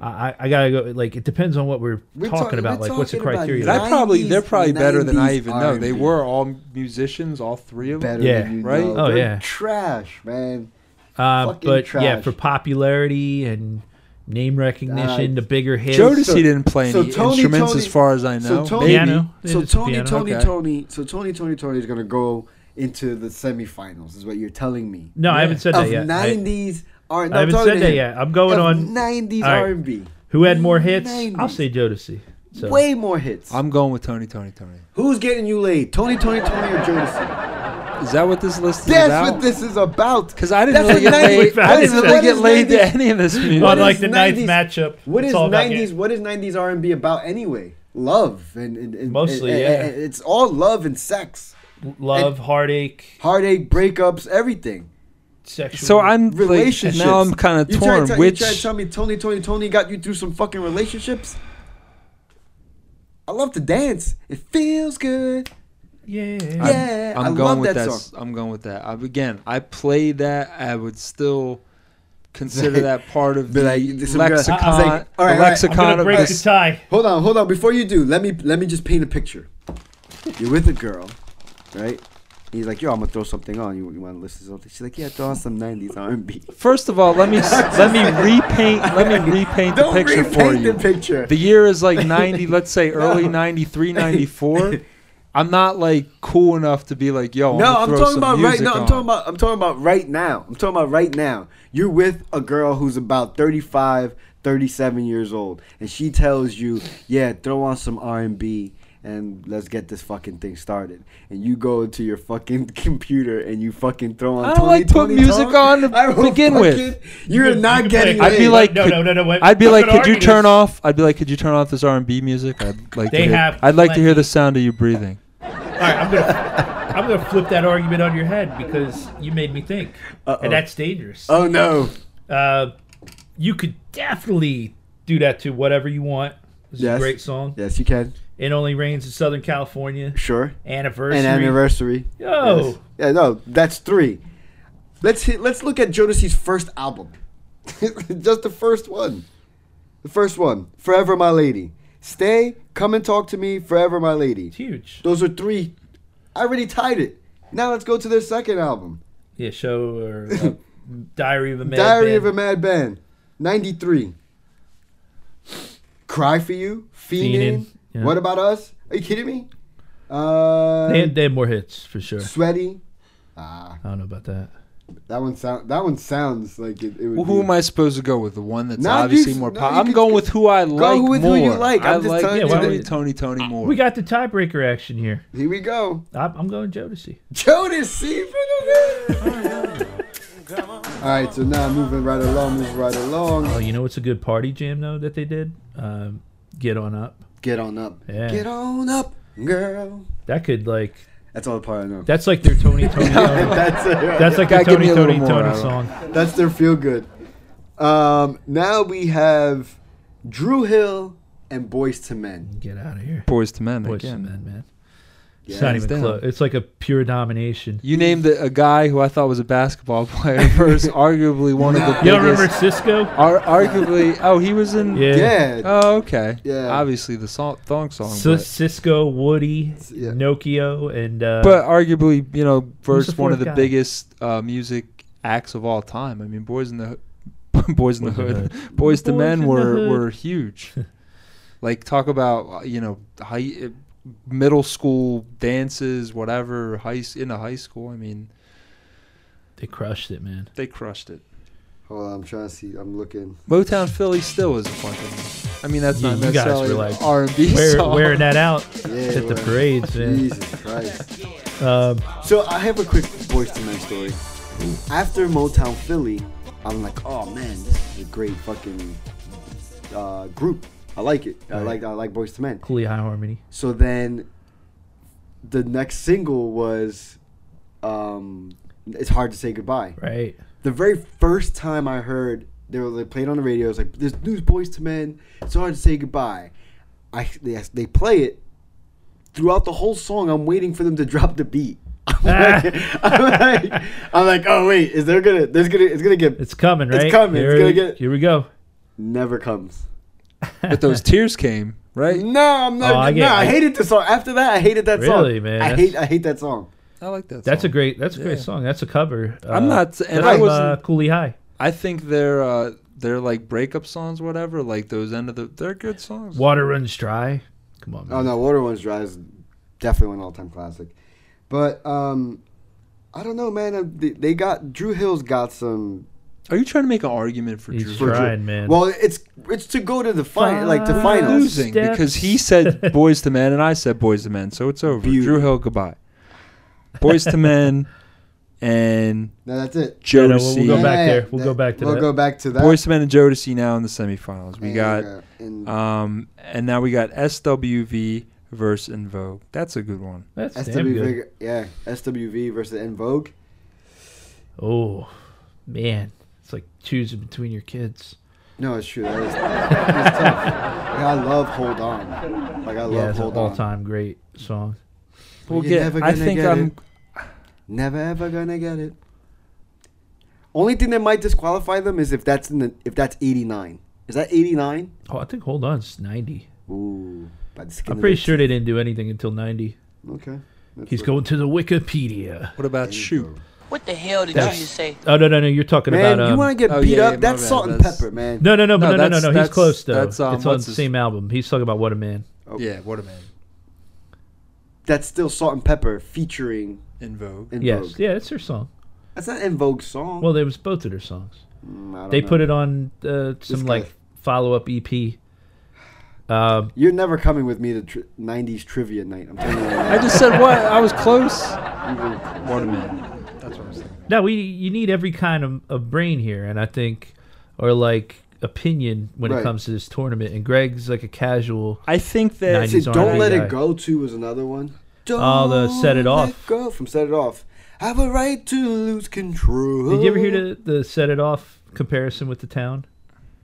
[SPEAKER 3] I, I- I gotta go. Like it depends on what we're,
[SPEAKER 2] We're
[SPEAKER 3] talking
[SPEAKER 2] talking-
[SPEAKER 3] about.
[SPEAKER 2] we're
[SPEAKER 3] Like what's the
[SPEAKER 2] talking about
[SPEAKER 3] criteria?
[SPEAKER 1] And I probably they're
[SPEAKER 2] 90s,
[SPEAKER 1] probably better than I even know. They
[SPEAKER 2] 90s
[SPEAKER 1] were all musicians, all three of them.
[SPEAKER 2] Better
[SPEAKER 3] Yeah.
[SPEAKER 2] than you
[SPEAKER 1] Right?
[SPEAKER 2] know.
[SPEAKER 3] Oh,
[SPEAKER 2] They're
[SPEAKER 3] yeah.
[SPEAKER 2] Trash, man.
[SPEAKER 3] Uh,
[SPEAKER 2] Fucking
[SPEAKER 3] but yeah,
[SPEAKER 2] trash.
[SPEAKER 3] for popularity and name recognition,
[SPEAKER 2] Uh,
[SPEAKER 3] the bigger hits.
[SPEAKER 1] Jodeci
[SPEAKER 2] So-
[SPEAKER 1] didn't play
[SPEAKER 2] so
[SPEAKER 1] any
[SPEAKER 2] Tony,
[SPEAKER 1] instruments
[SPEAKER 2] Tony-
[SPEAKER 1] as far as I know.
[SPEAKER 2] So Tony,
[SPEAKER 1] Maybe.
[SPEAKER 3] Piano. They
[SPEAKER 2] so
[SPEAKER 3] did
[SPEAKER 2] Tony,
[SPEAKER 3] piano.
[SPEAKER 2] Tony,
[SPEAKER 1] Okay.
[SPEAKER 2] Tony, so Tony, Tony, Tony is gonna go into the semifinals, is what you're telling me.
[SPEAKER 3] no, I haven't said
[SPEAKER 2] of
[SPEAKER 3] that yet. I-
[SPEAKER 2] 90s R.
[SPEAKER 3] I haven't said that yet. I'm going on
[SPEAKER 2] 90s
[SPEAKER 3] All right.
[SPEAKER 2] R&B.
[SPEAKER 3] who had more hits?
[SPEAKER 2] 90s.
[SPEAKER 3] I'll say Jodeci. So
[SPEAKER 2] Way more hits.
[SPEAKER 1] I'm going with Tony Tony Tony.
[SPEAKER 2] Who's getting you laid? Tony, Tony, Tony, or Jodeci?
[SPEAKER 1] Is that what this list is
[SPEAKER 2] That's
[SPEAKER 1] about?
[SPEAKER 2] what this is about.
[SPEAKER 1] Because I didn't
[SPEAKER 2] That's
[SPEAKER 1] really
[SPEAKER 2] what
[SPEAKER 1] get
[SPEAKER 2] 90s
[SPEAKER 1] laid. I
[SPEAKER 3] what
[SPEAKER 1] didn't
[SPEAKER 3] is-
[SPEAKER 1] really
[SPEAKER 2] what
[SPEAKER 1] get
[SPEAKER 2] is
[SPEAKER 1] laid to
[SPEAKER 2] 90s?
[SPEAKER 1] any of this music.
[SPEAKER 2] What
[SPEAKER 3] unlike
[SPEAKER 2] is
[SPEAKER 3] the ninth
[SPEAKER 2] 90s?
[SPEAKER 3] matchup,
[SPEAKER 2] What
[SPEAKER 3] it's
[SPEAKER 2] is
[SPEAKER 3] all about
[SPEAKER 2] nineties?
[SPEAKER 3] getting-
[SPEAKER 2] What is nineties R and B about anyway? Love and, and, and
[SPEAKER 3] Mostly,
[SPEAKER 2] and-
[SPEAKER 3] yeah.
[SPEAKER 2] and- it's all love and sex,
[SPEAKER 3] love, heartache,
[SPEAKER 2] heartache, breakups, everything.
[SPEAKER 3] sexual.
[SPEAKER 1] So I'm like,
[SPEAKER 2] Relationships.
[SPEAKER 1] now I'm kind of
[SPEAKER 2] You try to
[SPEAKER 1] torn.
[SPEAKER 2] tell-
[SPEAKER 1] Which
[SPEAKER 2] you try to tell me Tony, Tony, Tony got you through some fucking relationships? I love to dance. It feels good.
[SPEAKER 3] yeah.
[SPEAKER 1] I'm-
[SPEAKER 2] Yeah,
[SPEAKER 1] I'm,
[SPEAKER 2] I
[SPEAKER 1] going
[SPEAKER 2] love
[SPEAKER 1] with
[SPEAKER 2] that
[SPEAKER 1] that.
[SPEAKER 2] song.
[SPEAKER 1] I'm going with that. I, again, I play that. I would still
[SPEAKER 2] *laughs*
[SPEAKER 1] consider that part of
[SPEAKER 2] Be
[SPEAKER 1] the
[SPEAKER 2] like, this- I'm gonna-
[SPEAKER 1] lexicon.
[SPEAKER 2] I was like, all right, all
[SPEAKER 1] the
[SPEAKER 2] right,
[SPEAKER 3] I'm gonna
[SPEAKER 1] lexicon
[SPEAKER 3] break
[SPEAKER 1] of
[SPEAKER 3] the
[SPEAKER 1] this.
[SPEAKER 3] tie.
[SPEAKER 2] Hold on, hold on. Before you do, let me let me just paint a picture. You're with a girl, right? He's like, yo, I'm gonna throw something on. You, you want to listen to something? She's like, yeah, throw on some '90s R&B.
[SPEAKER 1] First of all, let
[SPEAKER 2] *laughs*
[SPEAKER 1] me s- let me repaint let me repaint the
[SPEAKER 2] Don't
[SPEAKER 1] picture for
[SPEAKER 2] repaint
[SPEAKER 1] you.
[SPEAKER 2] the picture.
[SPEAKER 1] The year is like 90, let's say *laughs* early 93, *laughs* 94. I'm not like cool enough to be like, yo, I'm
[SPEAKER 2] no,
[SPEAKER 1] gonna
[SPEAKER 2] I'm
[SPEAKER 1] throw
[SPEAKER 2] talking
[SPEAKER 1] some
[SPEAKER 2] about right.
[SPEAKER 1] music
[SPEAKER 2] No, I'm
[SPEAKER 1] on.
[SPEAKER 2] talking about. I'm talking about right now. I'm talking about right now. You're with a girl who's about 35, 37 years old, and she tells you, yeah, throw on some R&B. And let's get this fucking thing started. And you go to your fucking *laughs* computer and you fucking throw on.
[SPEAKER 1] I don't like
[SPEAKER 2] 20,
[SPEAKER 1] put
[SPEAKER 2] 20
[SPEAKER 1] music
[SPEAKER 2] Tone.
[SPEAKER 1] on to
[SPEAKER 2] *laughs* I will
[SPEAKER 1] begin with.
[SPEAKER 2] fucking- You're
[SPEAKER 3] can-
[SPEAKER 2] not
[SPEAKER 3] you can play
[SPEAKER 2] getting.
[SPEAKER 3] it.
[SPEAKER 1] I'd be
[SPEAKER 2] laid.
[SPEAKER 1] like,
[SPEAKER 3] No,
[SPEAKER 1] could-
[SPEAKER 3] no, no, no, wait.
[SPEAKER 1] I'd be
[SPEAKER 3] I'm
[SPEAKER 1] like,
[SPEAKER 3] gonna
[SPEAKER 1] could you
[SPEAKER 3] argue
[SPEAKER 1] turn
[SPEAKER 3] this.
[SPEAKER 1] off? I'd be like, could you turn off this R&B music?
[SPEAKER 3] *laughs*
[SPEAKER 1] I'd like.
[SPEAKER 3] They
[SPEAKER 1] to hear,
[SPEAKER 3] have
[SPEAKER 1] I'd like to hear
[SPEAKER 3] plenty.
[SPEAKER 1] the sound of you breathing.
[SPEAKER 3] All right, I'm gonna I'm gonna flip that argument on your head because you made me think, and that's dangerous.
[SPEAKER 2] Oh no.
[SPEAKER 3] Uh, you could definitely do that to whatever you want. This is
[SPEAKER 2] Yes.
[SPEAKER 3] a great song.
[SPEAKER 2] Yes, you can.
[SPEAKER 3] It only rains in Southern California.
[SPEAKER 2] Sure.
[SPEAKER 3] Anniversary.
[SPEAKER 2] An anniversary.
[SPEAKER 3] Yo.
[SPEAKER 2] Yes. Yeah, no, that's three. Let's hit, let's look at Jodeci's first album. *laughs* Just the first one. The first one, Forever My Lady. Stay, come and talk to me, Forever My Lady.
[SPEAKER 3] It's huge.
[SPEAKER 2] Those are three. I already tied it. Now let's go to their second album,
[SPEAKER 3] Yeah, show or uh, Diary of a Mad
[SPEAKER 2] Diary
[SPEAKER 3] Band.
[SPEAKER 2] of a Mad Band, 93. Cry for You, Fiendin',
[SPEAKER 3] Fiendin', yeah.
[SPEAKER 2] What About Us? Are you kidding me? Uh,
[SPEAKER 3] They had, they had more hits for sure.
[SPEAKER 2] Sweaty. Ah,
[SPEAKER 3] I don't know about that.
[SPEAKER 2] That one sound. That one sounds like it. it would
[SPEAKER 1] Well, who
[SPEAKER 2] be-
[SPEAKER 1] am I supposed to go with? The one that's
[SPEAKER 2] Nah,
[SPEAKER 1] obviously
[SPEAKER 2] you-
[SPEAKER 1] more
[SPEAKER 2] nah,
[SPEAKER 1] pop.
[SPEAKER 2] you
[SPEAKER 1] I'm
[SPEAKER 2] could-
[SPEAKER 1] going with who I like
[SPEAKER 2] with who
[SPEAKER 1] more.
[SPEAKER 2] you like.
[SPEAKER 1] I
[SPEAKER 2] I'm just
[SPEAKER 1] like
[SPEAKER 2] telling
[SPEAKER 3] you
[SPEAKER 1] Tony,
[SPEAKER 3] that-
[SPEAKER 1] Tony, Tony more.
[SPEAKER 3] We got the tiebreaker action here.
[SPEAKER 2] Here we go.
[SPEAKER 3] I'm, I'm going Jodeci.
[SPEAKER 2] Jodeci for the win. All right, so now moving right along, moving right
[SPEAKER 3] Oh,
[SPEAKER 2] along.
[SPEAKER 3] you know what's a good party jam though that they did? Um, Get on up.
[SPEAKER 2] Get on up.
[SPEAKER 3] Yeah.
[SPEAKER 2] Get on up, girl.
[SPEAKER 3] That could like
[SPEAKER 2] That's all the part I know.
[SPEAKER 3] that's like their
[SPEAKER 1] *laughs*
[SPEAKER 3] Tony Tony. song.
[SPEAKER 2] *laughs* that's it.
[SPEAKER 3] That's like
[SPEAKER 1] Gotta
[SPEAKER 3] their
[SPEAKER 1] give
[SPEAKER 3] Tony
[SPEAKER 1] me
[SPEAKER 3] Tony
[SPEAKER 1] a little more, uh,
[SPEAKER 3] Tony
[SPEAKER 1] Adam.
[SPEAKER 3] song.
[SPEAKER 2] That's their feel good. Um, now we have Drew Hill and Boys to Men.
[SPEAKER 3] Get out of here.
[SPEAKER 1] Boys to Men
[SPEAKER 3] Boys
[SPEAKER 1] again.
[SPEAKER 3] and men, man. it's not
[SPEAKER 1] hands
[SPEAKER 3] even
[SPEAKER 1] down.
[SPEAKER 3] close. It's like a pure domination.
[SPEAKER 1] You named a a guy who I thought was a basketball *laughs* player first, arguably one of the.
[SPEAKER 3] You don't remember
[SPEAKER 1] biggest-
[SPEAKER 3] Cisco?
[SPEAKER 1] Ar- arguably, oh, he was in.
[SPEAKER 3] Yeah. Yeah.
[SPEAKER 1] Oh, okay.
[SPEAKER 3] Yeah.
[SPEAKER 1] Obviously, the song, thong song.
[SPEAKER 3] So
[SPEAKER 1] but,
[SPEAKER 3] Cisco, Woody, Nokia, and uh,
[SPEAKER 1] but arguably, you know,
[SPEAKER 3] who's the
[SPEAKER 1] first one of
[SPEAKER 3] fourth
[SPEAKER 1] the
[SPEAKER 3] guy?
[SPEAKER 1] biggest uh, music acts of all time. I mean, boys in the *laughs* boys in the hood, *laughs* boys to
[SPEAKER 3] Boys in
[SPEAKER 1] men
[SPEAKER 3] the
[SPEAKER 1] were
[SPEAKER 3] Hood.
[SPEAKER 1] were huge. like talk about uh, you know high, uh, middle school dances, whatever high s- into high school. I mean,
[SPEAKER 3] they crushed it,
[SPEAKER 1] *laughs*
[SPEAKER 3] man.
[SPEAKER 1] They crushed it.
[SPEAKER 2] Hold on, I'm trying to see. I'm looking.
[SPEAKER 1] Motown Philly still is a fucking. I mean, that's
[SPEAKER 3] Yeah,
[SPEAKER 1] not
[SPEAKER 3] you guys
[SPEAKER 1] necessarily
[SPEAKER 3] were like
[SPEAKER 1] R and B
[SPEAKER 3] wear-
[SPEAKER 1] song.
[SPEAKER 3] wearing that out
[SPEAKER 2] Yeah,
[SPEAKER 3] at the
[SPEAKER 2] right.
[SPEAKER 3] parades, man.
[SPEAKER 2] Jesus Christ.
[SPEAKER 3] Um,
[SPEAKER 2] so I have a quick Boys to Men story. After Motown Philly, I'm like, oh man, this is a great fucking uh, group. I like it. I
[SPEAKER 3] Right.
[SPEAKER 2] like I like Boys to Men.
[SPEAKER 3] Cooley High Harmony.
[SPEAKER 2] So then, the next single was, um, it's hard to say goodbye.
[SPEAKER 3] Right.
[SPEAKER 2] The very first time I heard they were they played on the radio, it's like there's news boys to men. It's hard to say goodbye. I they, they play it throughout the whole song. I'm waiting for them to drop the beat. *laughs* I'm like, I'm like, I'm like, oh wait, is there gonna there's gonna it's gonna get
[SPEAKER 3] it's coming
[SPEAKER 2] It's
[SPEAKER 3] right?
[SPEAKER 2] coming.
[SPEAKER 3] Here
[SPEAKER 2] it's gonna
[SPEAKER 3] we-
[SPEAKER 2] get
[SPEAKER 3] here we
[SPEAKER 1] *laughs*
[SPEAKER 3] go.
[SPEAKER 2] Never comes.
[SPEAKER 3] *laughs*
[SPEAKER 1] But those tears came, right?
[SPEAKER 2] No, I'm not.
[SPEAKER 3] Oh, I
[SPEAKER 2] I
[SPEAKER 3] get-
[SPEAKER 2] no, I,
[SPEAKER 3] I-
[SPEAKER 2] hated the song. After that, I hated that song.
[SPEAKER 3] Really, man,
[SPEAKER 2] I
[SPEAKER 3] that's-
[SPEAKER 2] hate I hate that song.
[SPEAKER 1] I like that.
[SPEAKER 3] That's a great. That's a great song. That's a cover.
[SPEAKER 1] I'm
[SPEAKER 3] uh,
[SPEAKER 1] not, and
[SPEAKER 3] that's
[SPEAKER 1] I
[SPEAKER 3] from,
[SPEAKER 1] wasn't.
[SPEAKER 3] uh, Cooley High.
[SPEAKER 1] I think they're uh, they're like breakup songs, whatever. Like those end of the, they're good songs.
[SPEAKER 3] Water runs dry. Come on.
[SPEAKER 2] Oh no, Water One's Dry is definitely an all-time classic. But um, I don't know, man. Uh, They, they got Drew Hill's got some.
[SPEAKER 1] Are you trying to make an argument for Drew?
[SPEAKER 2] for Drew- Well, it's it's to go to the final, like to
[SPEAKER 1] We're
[SPEAKER 2] finals.
[SPEAKER 1] losing because he
[SPEAKER 2] *laughs*
[SPEAKER 1] said boys to men and I said boys to men, so it's over. Drew Hill, goodbye. Boys to men and
[SPEAKER 2] No, that's it.
[SPEAKER 1] Jodeci.
[SPEAKER 2] *laughs* Yeah, no, we'll- we'll go back there. We'll go back to We'll that. go back to that.
[SPEAKER 1] Boys to men and Jodeci now in the semifinals. We
[SPEAKER 2] And,
[SPEAKER 1] got
[SPEAKER 2] uh, and-
[SPEAKER 1] um and now we got SWV versus In Vogue. That's a good one.
[SPEAKER 2] SWV, yeah, SWV versus En Vogue.
[SPEAKER 3] Oh man, it's like choosing between your
[SPEAKER 2] *laughs*
[SPEAKER 3] kids.
[SPEAKER 2] No, it's true. That is, that *laughs* is tough. Like, I love Hold On. Like I love
[SPEAKER 3] yeah, it's an
[SPEAKER 2] Hold On.
[SPEAKER 3] all-time great song.
[SPEAKER 1] We'll
[SPEAKER 2] You're
[SPEAKER 1] get.
[SPEAKER 2] never
[SPEAKER 1] I
[SPEAKER 2] gonna
[SPEAKER 1] think
[SPEAKER 2] get
[SPEAKER 1] I'm.
[SPEAKER 2] it. Never ever gonna get it. Only thing that might disqualify them is if that's in the if that's eighty nine. Is that eighty nine?
[SPEAKER 3] Oh, I think Hold On is ninety.
[SPEAKER 2] Ooh, by the skin
[SPEAKER 3] I'm
[SPEAKER 2] of
[SPEAKER 3] pretty
[SPEAKER 2] their
[SPEAKER 3] sure they didn't do anything until ninety.
[SPEAKER 2] Okay. That's
[SPEAKER 3] He's
[SPEAKER 2] what-
[SPEAKER 3] going to the Wikipedia.
[SPEAKER 1] What about Shoot?
[SPEAKER 14] What the hell did
[SPEAKER 3] That's-
[SPEAKER 14] you just say?
[SPEAKER 3] Oh no no no! You're talking
[SPEAKER 2] Man,
[SPEAKER 3] about. Um,
[SPEAKER 2] you want to get
[SPEAKER 1] Oh,
[SPEAKER 2] beat
[SPEAKER 1] yeah,
[SPEAKER 2] up?
[SPEAKER 1] yeah, my
[SPEAKER 2] that's
[SPEAKER 1] bad.
[SPEAKER 2] salt and
[SPEAKER 1] That's-
[SPEAKER 2] pepper, man.
[SPEAKER 3] No, no, no, but
[SPEAKER 1] No,
[SPEAKER 3] no, no,
[SPEAKER 1] that's-
[SPEAKER 3] no, no. He's
[SPEAKER 1] that's-
[SPEAKER 3] close though.
[SPEAKER 1] that's, um,
[SPEAKER 3] it's on the
[SPEAKER 1] what's his-
[SPEAKER 3] same album. He's talking about What a Man.
[SPEAKER 1] Yeah, what a man.
[SPEAKER 2] That's still salt and pepper featuring
[SPEAKER 1] In Vogue.
[SPEAKER 2] In
[SPEAKER 3] yes,
[SPEAKER 2] Vogue.
[SPEAKER 3] yeah, it's their song.
[SPEAKER 2] That's not in Vogue's song.
[SPEAKER 3] Well, there was both of their songs.
[SPEAKER 2] Mm, I don't
[SPEAKER 3] They
[SPEAKER 2] know.
[SPEAKER 3] put it on uh,
[SPEAKER 2] guy.
[SPEAKER 3] some like follow-up EP. Um,
[SPEAKER 2] You're never coming with me to tri- '90s trivia night. I'm telling you. right
[SPEAKER 1] I
[SPEAKER 2] now.
[SPEAKER 1] just said what? I was close.
[SPEAKER 2] You were-
[SPEAKER 1] What a man. That's what I'm saying.
[SPEAKER 3] No, we you need every kind of, of brain here, and I think, or like opinion when
[SPEAKER 2] Right.
[SPEAKER 3] it comes to this tournament. And Greg's like a casual.
[SPEAKER 1] I think that-
[SPEAKER 3] 90s
[SPEAKER 2] Said, don't
[SPEAKER 3] R&B
[SPEAKER 2] let
[SPEAKER 3] guy.
[SPEAKER 2] it go too was another one. Don't
[SPEAKER 3] Oh, the Set It
[SPEAKER 2] Let
[SPEAKER 3] Off.
[SPEAKER 2] Go from set it off. I have a right to lose control.
[SPEAKER 3] Did you ever hear the, the set it off comparison with the town?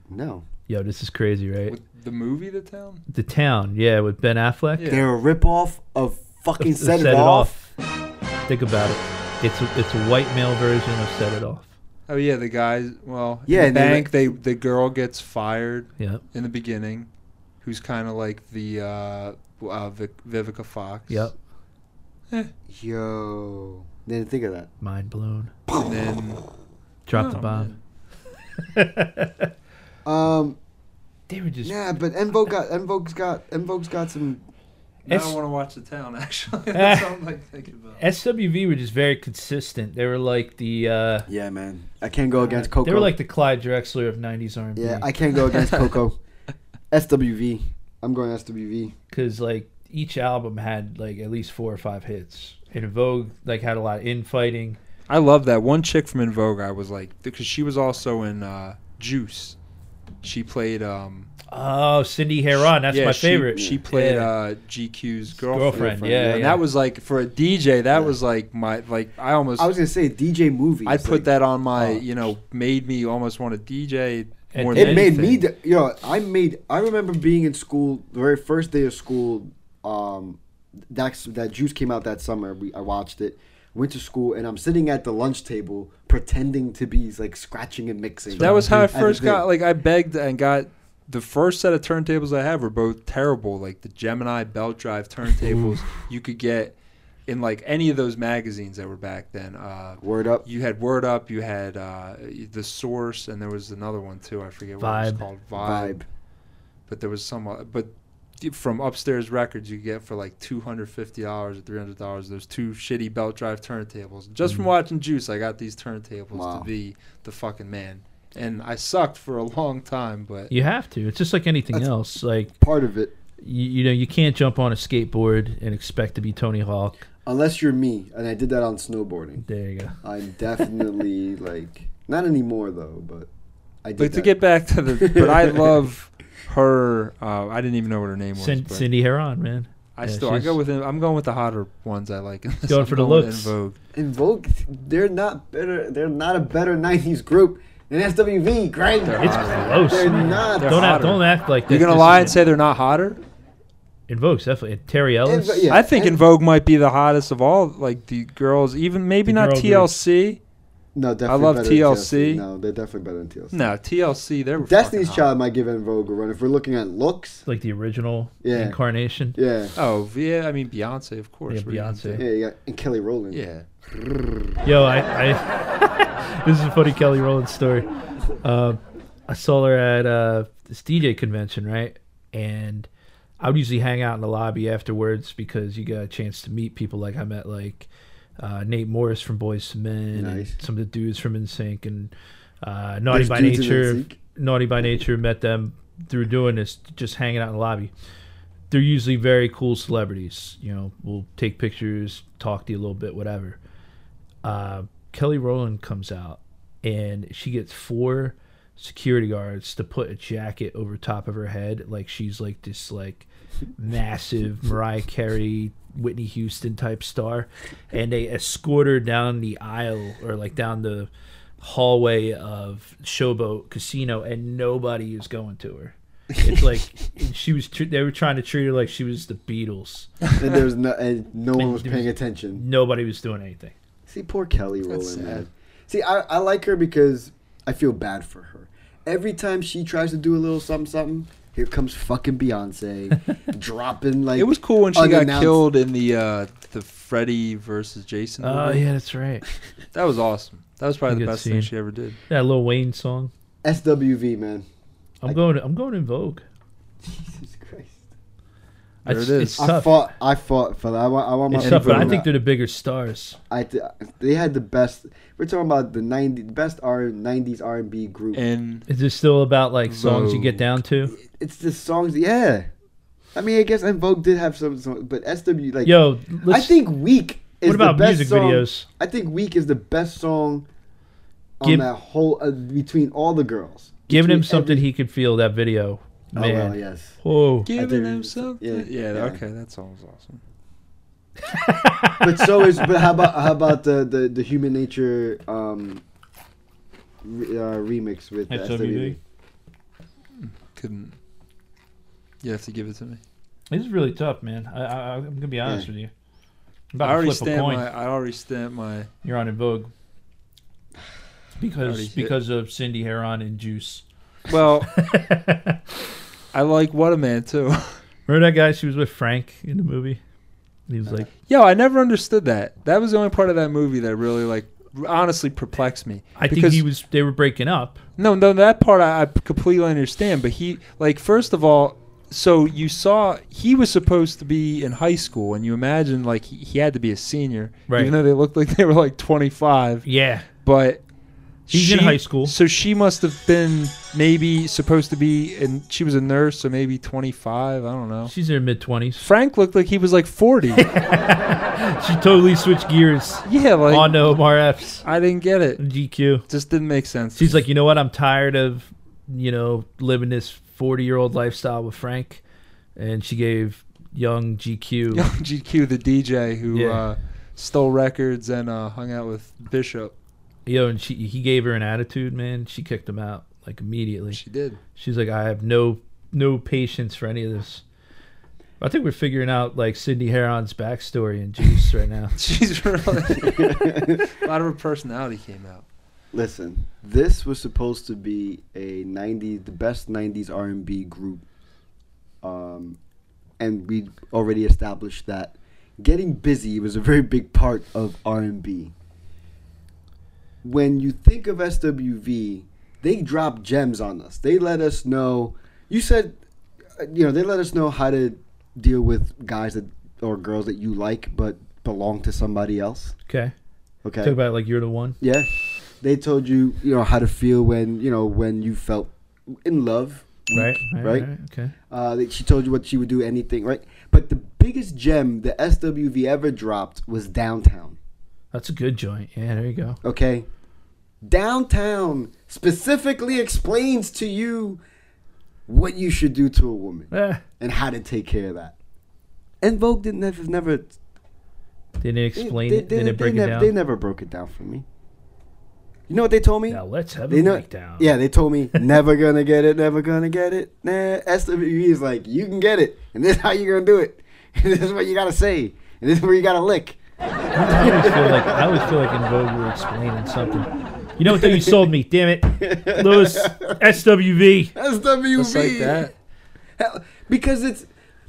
[SPEAKER 2] No.
[SPEAKER 3] Yo, this is crazy, right?
[SPEAKER 1] The movie The Town?
[SPEAKER 3] the town, yeah, with Ben Affleck.
[SPEAKER 1] Yeah.
[SPEAKER 2] They're a ripoff of
[SPEAKER 3] *laughs*
[SPEAKER 2] fucking
[SPEAKER 3] Of- of
[SPEAKER 2] set, it, off.
[SPEAKER 3] Off. Think about it. It's a, it's a white male version of set it off.
[SPEAKER 1] Oh yeah, the guys. Well,
[SPEAKER 2] Yeah,
[SPEAKER 1] yeah, in
[SPEAKER 2] and
[SPEAKER 1] the
[SPEAKER 2] they let-
[SPEAKER 1] bank. They the girl gets fired.
[SPEAKER 3] Yeah.
[SPEAKER 1] In the beginning, who's kind of like the uh, uh, Vic- Vivica Fox.
[SPEAKER 3] Yep.
[SPEAKER 2] Yo, didn't think of that.
[SPEAKER 3] Mind blown.
[SPEAKER 1] And then
[SPEAKER 3] Drop the
[SPEAKER 1] Oh,
[SPEAKER 3] bomb.
[SPEAKER 2] Um,
[SPEAKER 3] *laughs* they were just
[SPEAKER 2] yeah, but Envo got Envo's got Envo's got some.
[SPEAKER 1] Now
[SPEAKER 3] It's-
[SPEAKER 1] I want to watch the town. *laughs* Actually, that's what I'm like thinking about.
[SPEAKER 3] SWV were just very consistent. They were like the uh,
[SPEAKER 2] Yeah, man, I can't go against Coco.
[SPEAKER 3] they were like the Clyde Drexler of '90s R&B.
[SPEAKER 2] yeah, I can't go against *laughs* Coco. SWV, I'm going SWV.
[SPEAKER 3] because like each album had like at least four or five hits. And Vogue like had a lot of infighting.
[SPEAKER 1] I love that one chick from In Vogue. I was like, because she was also in uh, Juice. She played. Um,
[SPEAKER 3] Oh, Cindy Heron, that's
[SPEAKER 1] yeah,
[SPEAKER 3] my
[SPEAKER 1] she-
[SPEAKER 3] favorite.
[SPEAKER 1] She, played
[SPEAKER 3] Yeah.
[SPEAKER 1] uh, GQ's girlfriend.
[SPEAKER 3] Girlfriend, yeah,
[SPEAKER 1] And
[SPEAKER 3] yeah.
[SPEAKER 1] that was like for a DJ. That was like my like. I almost.
[SPEAKER 2] I was gonna say DJ movie.
[SPEAKER 1] I
[SPEAKER 2] It's
[SPEAKER 1] put
[SPEAKER 2] like- uh,
[SPEAKER 1] that on my. you know, made me almost want to DJ more than
[SPEAKER 2] It made
[SPEAKER 1] anything.
[SPEAKER 2] me, d- yo. I made. I remember being in school the very first day of school. Um, that's that Juice came out that summer. We I watched it. Went to school and I'm sitting at the lunch table pretending to be like scratching and mixing.
[SPEAKER 1] That was how I
[SPEAKER 2] at the
[SPEAKER 1] first
[SPEAKER 2] thing.
[SPEAKER 1] got. Like I begged and got the first set of turntables I have were both terrible. Like the Gemini belt drive turntables you could get in like any of those magazines that were back then. Uh,
[SPEAKER 2] Word Up.
[SPEAKER 1] You had Word Up. You had uh, the Source, and there was another one too. I forget what it
[SPEAKER 3] Vibe.
[SPEAKER 1] was called. Vibe.
[SPEAKER 2] Vibe.
[SPEAKER 1] But there was some. uh, But from upstairs records you could get for like two hundred fifty dollars or three hundred dollars. Those two shitty belt drive turntables. Just from watching Juice, I got these turntables
[SPEAKER 2] Mm-hmm. Wow.
[SPEAKER 1] to be the fucking man. And I sucked for a long time, but
[SPEAKER 3] You have to. It's just like anything else. Like
[SPEAKER 2] part of it.
[SPEAKER 3] You, you know, you can't jump on a skateboard and expect to be Tony Hawk.
[SPEAKER 2] Unless you're me, and I did that on snowboarding.
[SPEAKER 3] There you go.
[SPEAKER 2] I'm definitely *laughs* like not anymore though, but I did.
[SPEAKER 1] But to
[SPEAKER 2] that.
[SPEAKER 1] get back to the, but
[SPEAKER 2] *laughs*
[SPEAKER 1] I love her. Uh, I didn't even know what her name was.
[SPEAKER 3] Cin-
[SPEAKER 1] but
[SPEAKER 3] Cindy Heron, man.
[SPEAKER 1] I
[SPEAKER 3] Yeah,
[SPEAKER 1] still I
[SPEAKER 3] she's-
[SPEAKER 1] go with. I'm going with the hotter ones I like.
[SPEAKER 3] Going for the
[SPEAKER 1] look.
[SPEAKER 3] looks.
[SPEAKER 1] Vogue.
[SPEAKER 2] Invoke. They're not better. They're not a better '90s group than SWV. Greg,
[SPEAKER 3] It's close.
[SPEAKER 2] They're
[SPEAKER 3] man.
[SPEAKER 2] not.
[SPEAKER 1] They're
[SPEAKER 3] don't, act,
[SPEAKER 1] hotter.
[SPEAKER 3] don't act like
[SPEAKER 1] You're
[SPEAKER 3] that
[SPEAKER 1] gonna
[SPEAKER 3] this
[SPEAKER 1] lie
[SPEAKER 3] is-
[SPEAKER 1] and say they're not hotter?
[SPEAKER 3] In Vogue's definitely Terry Ellis.
[SPEAKER 2] Invo- yeah.
[SPEAKER 1] I think
[SPEAKER 2] and-
[SPEAKER 1] In Vogue might be the hottest of all. Like the girls, even maybe
[SPEAKER 3] The
[SPEAKER 1] not
[SPEAKER 3] girl
[SPEAKER 1] TLC.
[SPEAKER 2] No, definitely.
[SPEAKER 1] love
[SPEAKER 2] better
[SPEAKER 1] TLC.
[SPEAKER 2] Than TLC. No, they're definitely better than TLC.
[SPEAKER 1] No, TLC. They were
[SPEAKER 2] Destiny's
[SPEAKER 1] fucking hot.
[SPEAKER 2] Child might give En Vogue a run if we're looking at looks.
[SPEAKER 3] Like the original
[SPEAKER 2] Yeah.
[SPEAKER 3] incarnation.
[SPEAKER 2] Yeah.
[SPEAKER 1] Oh yeah, I mean Beyonce, of course.
[SPEAKER 3] Yeah,
[SPEAKER 1] What are you gonna
[SPEAKER 3] Beyonce.
[SPEAKER 1] do?
[SPEAKER 2] Yeah, you got and Kelly Rowland.
[SPEAKER 1] Yeah.
[SPEAKER 3] Yo, I, I *laughs* this is a funny Kelly Rowland story. Uh, I saw her at uh, this DJ convention, right? And I would usually hang out in the lobby afterwards because you got a chance to meet people. Like I met like uh, Nate Morris from Boys to Men,
[SPEAKER 2] Nice.
[SPEAKER 3] and some of the dudes from NSYNC, and uh, Naughty
[SPEAKER 2] There's
[SPEAKER 3] by
[SPEAKER 2] dudes in
[SPEAKER 3] Nature.
[SPEAKER 2] NSYNC?
[SPEAKER 3] Naughty by Nature met them through doing this, just hanging out in the lobby. They're usually very cool celebrities. You know, we'll take pictures, talk to you a little bit, whatever uh, Kelly Rowland comes out and she gets four security guards to put a jacket over top of her head, like she's like this like massive Mariah Carey, Whitney Houston type star, and they escort her down the aisle or like down the hallway of Showboat Casino, and nobody is going to her. It's like she was. tr- They were trying to treat her like she was the Beatles.
[SPEAKER 2] And there's no and
[SPEAKER 1] *laughs*
[SPEAKER 2] no one
[SPEAKER 3] And
[SPEAKER 2] was
[SPEAKER 3] there
[SPEAKER 2] paying
[SPEAKER 3] was-
[SPEAKER 2] attention.
[SPEAKER 3] Nobody was doing anything.
[SPEAKER 2] See, poor Kelly Rowland,
[SPEAKER 1] sad.
[SPEAKER 2] man. See, I, I like her because I feel bad for her. Every time she tries to do a little something, something, here comes fucking
[SPEAKER 1] *laughs*
[SPEAKER 2] Beyonce dropping like.
[SPEAKER 1] It was cool when she got
[SPEAKER 2] unannounced-
[SPEAKER 1] killed in the uh, the Freddy versus Jason.
[SPEAKER 3] Oh
[SPEAKER 1] movie.
[SPEAKER 3] yeah, that's right.
[SPEAKER 1] That was awesome. That was probably the
[SPEAKER 3] Good
[SPEAKER 1] best
[SPEAKER 3] scene.
[SPEAKER 1] thing she ever did.
[SPEAKER 3] That Lil Wayne song.
[SPEAKER 2] SWV, man.
[SPEAKER 3] I'm going. I'm going in Vogue.
[SPEAKER 2] Jesus Christ.
[SPEAKER 1] There
[SPEAKER 3] It's-
[SPEAKER 1] it is.
[SPEAKER 3] It's
[SPEAKER 2] I
[SPEAKER 3] tough.
[SPEAKER 2] fought. I fought for that. I want. I want my.
[SPEAKER 3] It's tough, but I
[SPEAKER 2] people
[SPEAKER 3] think
[SPEAKER 2] to-
[SPEAKER 3] they're the bigger stars.
[SPEAKER 2] I th- they had the best. We're talking about the ninety best R nineties R and B group.
[SPEAKER 1] And
[SPEAKER 3] Is it still about like songs you get down to?
[SPEAKER 2] it's the songs. Yeah, I mean, I guess En Vogue did have some, some but SW like.
[SPEAKER 3] Yo,
[SPEAKER 2] I
[SPEAKER 3] let's
[SPEAKER 2] think Weak is
[SPEAKER 3] What about
[SPEAKER 2] the best
[SPEAKER 3] music
[SPEAKER 2] song-
[SPEAKER 3] videos?
[SPEAKER 2] I think Weak is the best song on
[SPEAKER 3] Give-
[SPEAKER 2] that whole uh, between all the girls.
[SPEAKER 3] giving him
[SPEAKER 2] Between
[SPEAKER 3] something
[SPEAKER 2] every-
[SPEAKER 3] he could feel. That video, man.
[SPEAKER 2] Oh well, yes.
[SPEAKER 3] Whoa.
[SPEAKER 1] giving
[SPEAKER 2] did-
[SPEAKER 1] him something.
[SPEAKER 2] yeah,
[SPEAKER 1] Yeah,
[SPEAKER 2] yeah.
[SPEAKER 1] Okay, that song was awesome.
[SPEAKER 2] But
[SPEAKER 3] *laughs*
[SPEAKER 2] so is. But how about how about the the, the Human Nature um re, uh, remix with the SWV?
[SPEAKER 1] Couldn't. You have to give it to me.
[SPEAKER 3] This is really tough, man. I, I, I'm gonna be honest with you. I'm
[SPEAKER 1] I
[SPEAKER 3] about
[SPEAKER 1] already
[SPEAKER 3] to flip a
[SPEAKER 1] stamped
[SPEAKER 3] coin.
[SPEAKER 1] my. I already stamped my.
[SPEAKER 3] You're on in Vogue
[SPEAKER 1] already
[SPEAKER 3] because
[SPEAKER 1] hit-
[SPEAKER 3] because of Cindy Heron and
[SPEAKER 1] *laughs*
[SPEAKER 3] Juice.
[SPEAKER 1] Well,
[SPEAKER 3] Remember
[SPEAKER 1] I like What a Man too. *laughs*
[SPEAKER 3] that guy she was with Frank in the movie? He was like,
[SPEAKER 1] Yo, I never understood that. That was the only part of that movie that really like honestly perplexed me.
[SPEAKER 3] I think
[SPEAKER 1] Because-
[SPEAKER 3] he was. They were breaking up.
[SPEAKER 1] No, no, that part I, I completely understand. But he, like, first of all, so you saw he was supposed to be in high school, and you imagine like he, he had to be a senior,
[SPEAKER 3] Right.
[SPEAKER 1] even though they looked like they were like twenty five.
[SPEAKER 3] Yeah.
[SPEAKER 1] But
[SPEAKER 3] He's in high school.
[SPEAKER 1] so she must have been maybe supposed to be, and she was a nurse, so maybe twenty five. I don't know.
[SPEAKER 3] She's in her mid twenties.
[SPEAKER 1] Frank looked like he was like
[SPEAKER 3] *laughs*
[SPEAKER 1] forty.
[SPEAKER 3] She totally switched gears
[SPEAKER 1] yeah, like
[SPEAKER 3] on onto MRFs
[SPEAKER 1] I didn't get it.
[SPEAKER 3] and GQ.
[SPEAKER 1] Just didn't make sense.
[SPEAKER 3] She's like, you know what? I'm tired of, you know, living this 40 year old lifestyle with Frank, and she gave young GQ.
[SPEAKER 1] *laughs* Young GQ, the DJ who
[SPEAKER 3] Yeah.
[SPEAKER 1] uh, stole records and uh, hung out with Bishop.
[SPEAKER 3] Yo, and she he gave her an attitude, man. She kicked him out like immediately.
[SPEAKER 1] She did.
[SPEAKER 3] She's like, I have no no patience for any of this. I think we're figuring out like Sydney Heron's backstory in Juice right
[SPEAKER 1] *laughs*
[SPEAKER 3] now.
[SPEAKER 1] *laughs* She's
[SPEAKER 2] *laughs*
[SPEAKER 1] really a lot of her personality came out.
[SPEAKER 2] Listen, this was supposed to be a '90s, the best '90s R&B group, um, and we already established that getting busy was a very big part of R&B. When you think of SWV, they drop gems on us. They let us know. You said, uh, you know, they let us know how to deal with guys that or girls that you like but belong to somebody else.
[SPEAKER 3] Okay.
[SPEAKER 2] Okay.
[SPEAKER 3] Talk about like you're the one.
[SPEAKER 2] Yeah. They told you, you know, how to feel when, you know, when you felt in love.
[SPEAKER 3] Right,
[SPEAKER 2] Right.
[SPEAKER 3] right, right, okay.
[SPEAKER 2] Uh, that she told you what she would do, anything. Right. But the biggest gem the SWV ever dropped was Downtown.
[SPEAKER 3] That's a good joint. Yeah, there you go.
[SPEAKER 2] Okay. Downtown specifically explains to you what you should do to a woman
[SPEAKER 3] Eh,
[SPEAKER 2] and how to take care of that. And Vogue didn't have never
[SPEAKER 3] Didn't it explain
[SPEAKER 2] they-
[SPEAKER 3] it? Didn't
[SPEAKER 2] they-
[SPEAKER 3] it break
[SPEAKER 2] they
[SPEAKER 3] it
[SPEAKER 2] nev-
[SPEAKER 3] down?
[SPEAKER 2] They never broke it down for me. You know what they told me?
[SPEAKER 3] Now let's have a
[SPEAKER 2] They know-
[SPEAKER 3] breakdown.
[SPEAKER 2] Yeah, they told me never gonna get it, never gonna get it. Nah, SWV is like you can get it, and this is how you're gonna do it. *laughs* this is what you gotta say, and this is where you gotta lick.
[SPEAKER 3] I always feel like I always feel like in Vogue we're explaining something. You know what though? You sold me. Damn it,
[SPEAKER 2] *laughs*
[SPEAKER 3] Lewis. SWV.
[SPEAKER 2] SWV. Just like that. E. Because it's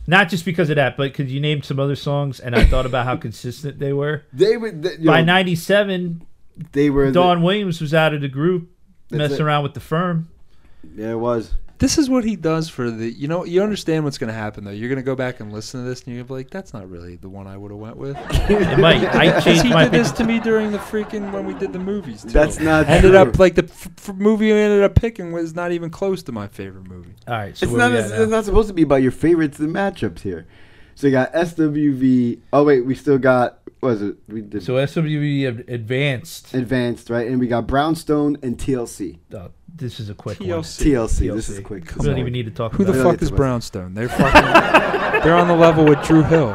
[SPEAKER 3] not just because of that, but because you named some other songs, and I thought about how consistent they were.
[SPEAKER 2] They were they,
[SPEAKER 3] by
[SPEAKER 2] yo,
[SPEAKER 3] '97.
[SPEAKER 2] They were.
[SPEAKER 3] Don Williams was out of the group,
[SPEAKER 1] That's
[SPEAKER 3] messing
[SPEAKER 1] it.
[SPEAKER 3] around with the firm.
[SPEAKER 2] Yeah, it was.
[SPEAKER 1] This is what he does for the. You know, you understand what's going to happen though. You're going to go back and listen to this, and you're gonna be like, "That's not really the one I would have went with."
[SPEAKER 3] It might. I
[SPEAKER 2] *laughs*
[SPEAKER 1] 'Cause
[SPEAKER 3] *laughs* changed
[SPEAKER 1] he
[SPEAKER 3] my
[SPEAKER 1] did
[SPEAKER 3] pick.
[SPEAKER 1] this to me during the freaking when we did the movies. Too.
[SPEAKER 2] That's not
[SPEAKER 1] Ended
[SPEAKER 2] true.
[SPEAKER 1] up like the f- f- movie I ended up picking was not even close to my favorite movie.
[SPEAKER 3] All right,
[SPEAKER 2] it's not. It's, it's not supposed to be about your favorites and matchups here. So you got SWV. Oh wait, we still got. What was it? We did
[SPEAKER 3] So uh, SWV ad- advanced.
[SPEAKER 2] advanced, right? And we got Brownstone and TLC.
[SPEAKER 3] Oh, this is a quick one.
[SPEAKER 2] TLC. TLC, this is quick.
[SPEAKER 3] We don't even need to talk.
[SPEAKER 1] Who
[SPEAKER 3] about
[SPEAKER 1] the
[SPEAKER 3] it.
[SPEAKER 1] fuck is Brownstone? They're fucking. *laughs* they're on the level with Drew Hill.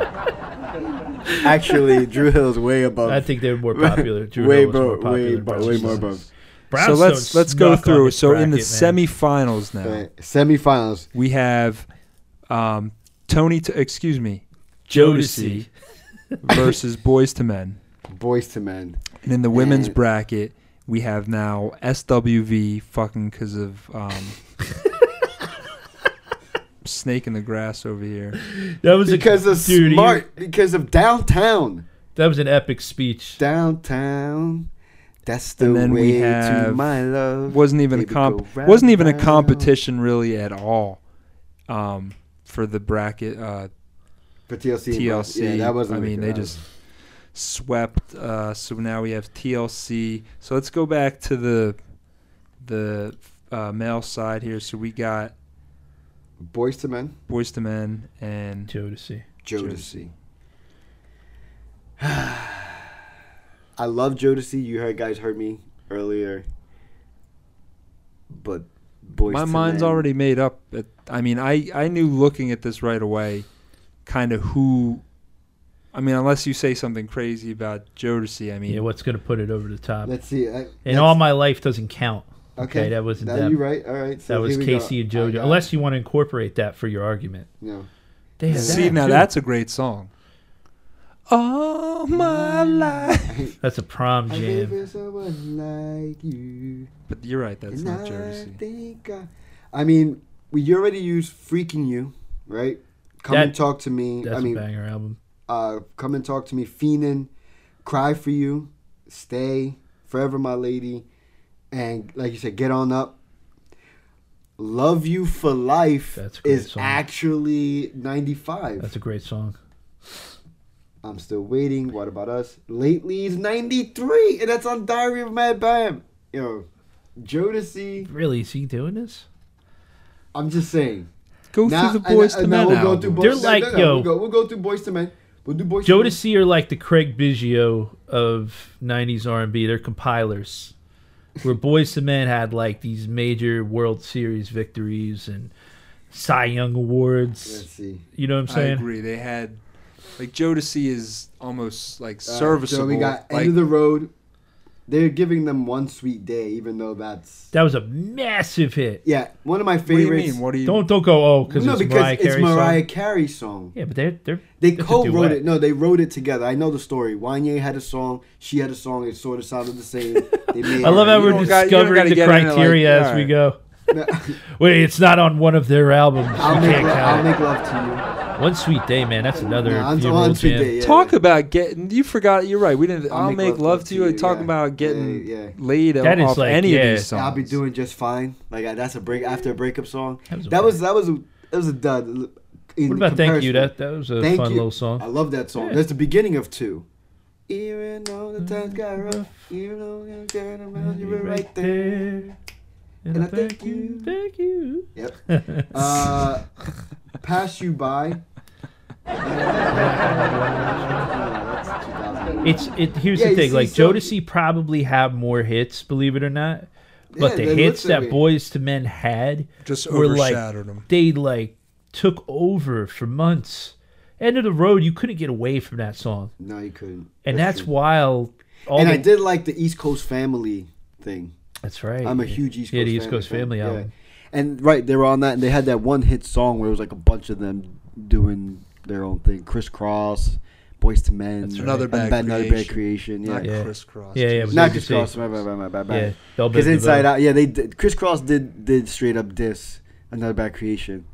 [SPEAKER 2] *laughs* Actually, Drew Hill's way above.
[SPEAKER 3] I think they're more popular. Drew
[SPEAKER 2] *laughs* way
[SPEAKER 3] Hill was
[SPEAKER 2] above.
[SPEAKER 3] more popular than
[SPEAKER 2] way above.
[SPEAKER 3] Brownstone.
[SPEAKER 2] Way more above.
[SPEAKER 1] so let's
[SPEAKER 3] Brownstone's
[SPEAKER 1] let's go
[SPEAKER 3] snuck on
[SPEAKER 1] through.
[SPEAKER 3] this
[SPEAKER 1] So in the
[SPEAKER 3] bracket, man.
[SPEAKER 1] semifinals now,
[SPEAKER 2] Right, Semifinals.
[SPEAKER 1] we have um, Tony. To, excuse me,
[SPEAKER 3] Jodeci.
[SPEAKER 1] Jodeci versus Boys to Men,
[SPEAKER 2] Boys to men.
[SPEAKER 1] and in the women's
[SPEAKER 2] Man.
[SPEAKER 1] bracket we have now SWV fucking because of
[SPEAKER 2] *laughs*
[SPEAKER 1] um, snake in the grass over here.
[SPEAKER 3] That was
[SPEAKER 2] because
[SPEAKER 3] a,
[SPEAKER 2] of
[SPEAKER 3] dude, you-
[SPEAKER 2] smart. Because of downtown.
[SPEAKER 3] That was an epic speech.
[SPEAKER 2] Downtown. That's the
[SPEAKER 1] And then
[SPEAKER 2] way
[SPEAKER 1] we
[SPEAKER 2] to
[SPEAKER 1] have
[SPEAKER 2] my love.
[SPEAKER 1] wasn't even a
[SPEAKER 2] Baby, go
[SPEAKER 1] comp
[SPEAKER 2] round
[SPEAKER 1] wasn't even a
[SPEAKER 2] and
[SPEAKER 1] competition really at all um, for the bracket. Uh,
[SPEAKER 2] For TLC. and Brown-
[SPEAKER 1] TLC.
[SPEAKER 2] Yeah, that
[SPEAKER 1] I
[SPEAKER 2] wasn't. a
[SPEAKER 1] mean,
[SPEAKER 2] good-
[SPEAKER 1] they
[SPEAKER 2] that
[SPEAKER 1] just swept. Uh, so now we have TLC. So let's go back to the the uh, male side here. So we got
[SPEAKER 2] was- Boys to men.
[SPEAKER 1] Boys to Men and
[SPEAKER 3] Jodeci.
[SPEAKER 2] Jodeci. *sighs* I love Jodeci. You heard guys heard me earlier, but boys.
[SPEAKER 1] My
[SPEAKER 2] to
[SPEAKER 1] mind's
[SPEAKER 2] men,
[SPEAKER 1] already made up. At, I mean, I I knew looking at this right away, kind of who. I mean, unless you say something crazy about Jodeci, I mean,
[SPEAKER 3] Yeah, what's gonna put it over the top?
[SPEAKER 2] Let's see. I,
[SPEAKER 3] and all my life doesn't count. Okay, that wasn't
[SPEAKER 2] Now
[SPEAKER 3] them.
[SPEAKER 2] you right. All right. So
[SPEAKER 3] that was
[SPEAKER 2] here we go.
[SPEAKER 3] Casey and
[SPEAKER 2] I
[SPEAKER 3] JoJo.
[SPEAKER 2] got-
[SPEAKER 3] Unless you want to incorporate that for your argument.
[SPEAKER 2] No.
[SPEAKER 3] Damn,
[SPEAKER 1] see
[SPEAKER 3] that
[SPEAKER 1] now
[SPEAKER 3] too.
[SPEAKER 1] that's a great song. All my life.
[SPEAKER 3] that's a prom
[SPEAKER 2] I live
[SPEAKER 3] jam.
[SPEAKER 2] with someone like you.
[SPEAKER 1] But you're right. That's
[SPEAKER 2] and
[SPEAKER 1] not
[SPEAKER 2] I
[SPEAKER 1] Jodeci.
[SPEAKER 2] think I, I mean, we already used "Freaking You," right? Come and
[SPEAKER 3] That-
[SPEAKER 2] talk to me.
[SPEAKER 3] That's
[SPEAKER 2] I mean,
[SPEAKER 3] a banger album.
[SPEAKER 2] uh, come and talk to me, Feenan, cry for you, stay forever, my lady, and like you said, get on up. Love you for life
[SPEAKER 3] That's a great
[SPEAKER 2] is
[SPEAKER 3] song.
[SPEAKER 2] actually ninety five.
[SPEAKER 3] That's a great song.
[SPEAKER 2] I'm still waiting. What about us? Lately is ninety three, and that's on Diary of Mad Bam. Yo, Jodeci.
[SPEAKER 3] Really, is he doing this?
[SPEAKER 2] I'm just saying.
[SPEAKER 1] Go
[SPEAKER 2] Now-
[SPEAKER 1] through the Boys
[SPEAKER 2] and-
[SPEAKER 1] to
[SPEAKER 2] and
[SPEAKER 1] Men
[SPEAKER 2] now we'll go
[SPEAKER 1] album.
[SPEAKER 2] through boys.
[SPEAKER 3] They're
[SPEAKER 2] no,
[SPEAKER 3] like,
[SPEAKER 2] no, no,
[SPEAKER 3] yo.
[SPEAKER 2] We'll go, we'll go through boys to men. We'll do boys. to men.
[SPEAKER 3] Jodeci are like the Craig Biggio of '90s R&B. They're compilers. Where Boys to Men had like these major World Series victories and Cy Young
[SPEAKER 2] Let's
[SPEAKER 3] awards.
[SPEAKER 2] see.
[SPEAKER 3] You know what I'm
[SPEAKER 1] I
[SPEAKER 3] saying?
[SPEAKER 1] agree. They had like Jodeci is almost like
[SPEAKER 2] Uh,
[SPEAKER 1] serviceable.
[SPEAKER 2] So we got
[SPEAKER 1] like,
[SPEAKER 2] End of the Road, They're giving them one sweet day, even though that's
[SPEAKER 3] That was a massive hit.
[SPEAKER 2] yeah one of my favorites.
[SPEAKER 3] Don't don't go oh because
[SPEAKER 2] no,
[SPEAKER 3] it's
[SPEAKER 2] because
[SPEAKER 3] Mariah
[SPEAKER 2] it's
[SPEAKER 3] Carey's
[SPEAKER 2] Mariah
[SPEAKER 3] song.
[SPEAKER 2] Carey's song.
[SPEAKER 3] Yeah, but they're they're
[SPEAKER 2] They
[SPEAKER 3] it's a
[SPEAKER 2] co-wrote
[SPEAKER 3] duet.
[SPEAKER 2] it. No, they wrote it together. I know the story. Wanye had a song. She had a song. It sort of sounded
[SPEAKER 3] *laughs*
[SPEAKER 2] the same. They made-
[SPEAKER 3] I love how
[SPEAKER 2] You
[SPEAKER 3] we're
[SPEAKER 2] don't got- you don't
[SPEAKER 3] discovering
[SPEAKER 2] gotta
[SPEAKER 3] the
[SPEAKER 2] get into, like,
[SPEAKER 3] criteria as we go.
[SPEAKER 2] alright.
[SPEAKER 3] Wait, it's not on one of their albums. You
[SPEAKER 2] *laughs* I'll make,
[SPEAKER 3] can't
[SPEAKER 2] lo- I'll
[SPEAKER 3] count
[SPEAKER 2] make
[SPEAKER 3] it.
[SPEAKER 2] love to
[SPEAKER 3] One sweet day, man. That's another
[SPEAKER 2] No, on-
[SPEAKER 3] funeral
[SPEAKER 2] on Sweet
[SPEAKER 3] jam.
[SPEAKER 2] Day, yeah.
[SPEAKER 1] Talk about getting. You forgot. You're right. We didn't. I'll,
[SPEAKER 2] I'll
[SPEAKER 1] make, love to you. and Talk
[SPEAKER 2] yeah.
[SPEAKER 1] about getting
[SPEAKER 2] Yeah, yeah.
[SPEAKER 1] laid
[SPEAKER 3] That is
[SPEAKER 1] off
[SPEAKER 3] like,
[SPEAKER 1] any
[SPEAKER 3] yeah.
[SPEAKER 1] of these
[SPEAKER 2] you.
[SPEAKER 1] songs.
[SPEAKER 2] I'll be doing just fine. Like I- that's a break after a breakup song. That
[SPEAKER 3] was
[SPEAKER 2] was
[SPEAKER 3] a
[SPEAKER 2] that was that was a, that was a dud. in
[SPEAKER 3] What about Thank You?
[SPEAKER 2] comparison.
[SPEAKER 3] That that was a
[SPEAKER 2] Thank
[SPEAKER 3] fun
[SPEAKER 2] You.
[SPEAKER 3] little song.
[SPEAKER 2] I love that song.
[SPEAKER 3] Yeah.
[SPEAKER 2] That's the beginning of two. Even though the times got rough, you know you turn around, you were right there. And I thank you.
[SPEAKER 3] Thank you.
[SPEAKER 2] *laughs* Yep.
[SPEAKER 3] *laughs*
[SPEAKER 2] Uh, pass you by.
[SPEAKER 3] It's it. Here's
[SPEAKER 2] Yeah,
[SPEAKER 3] the
[SPEAKER 2] you
[SPEAKER 3] thing.
[SPEAKER 2] see,
[SPEAKER 3] Like
[SPEAKER 2] so-
[SPEAKER 3] Jodeci probably have more hits, believe it or not.
[SPEAKER 2] Yeah,
[SPEAKER 3] But the
[SPEAKER 2] they
[SPEAKER 3] hits
[SPEAKER 2] look
[SPEAKER 3] that
[SPEAKER 2] that way.
[SPEAKER 3] Boys to Men had
[SPEAKER 1] Just
[SPEAKER 3] were like
[SPEAKER 1] overshadowed 'em.
[SPEAKER 3] they like took over for months. End of the road, you couldn't get away from that song,
[SPEAKER 2] No, you couldn't.
[SPEAKER 3] and that's, while. All
[SPEAKER 2] and I
[SPEAKER 3] the-
[SPEAKER 2] did like the East Coast Family thing.
[SPEAKER 3] That's right.
[SPEAKER 2] I'm a huge East Coast.
[SPEAKER 3] Yeah, the East Coast
[SPEAKER 2] fan.
[SPEAKER 3] Family
[SPEAKER 2] Yeah.
[SPEAKER 3] album.
[SPEAKER 2] And right, they were on that, and they had that one hit song where it was like a bunch of them doing their own thing. Crisscross, Boys to Men,
[SPEAKER 1] That's right. Another Bad
[SPEAKER 2] another bad creation. Yeah,
[SPEAKER 1] Not
[SPEAKER 3] Yeah.
[SPEAKER 1] crisscross.
[SPEAKER 3] Yeah, yeah,
[SPEAKER 1] Jesus.
[SPEAKER 3] it was
[SPEAKER 2] not
[SPEAKER 3] ABC.
[SPEAKER 2] crisscross. My bad, my bad, my
[SPEAKER 3] Yeah,
[SPEAKER 2] bad.
[SPEAKER 3] Bell
[SPEAKER 2] Because
[SPEAKER 3] Biv
[SPEAKER 2] Inside
[SPEAKER 3] DeVoe.
[SPEAKER 2] Out, yeah, they did, crisscross did did straight up diss another bad creation.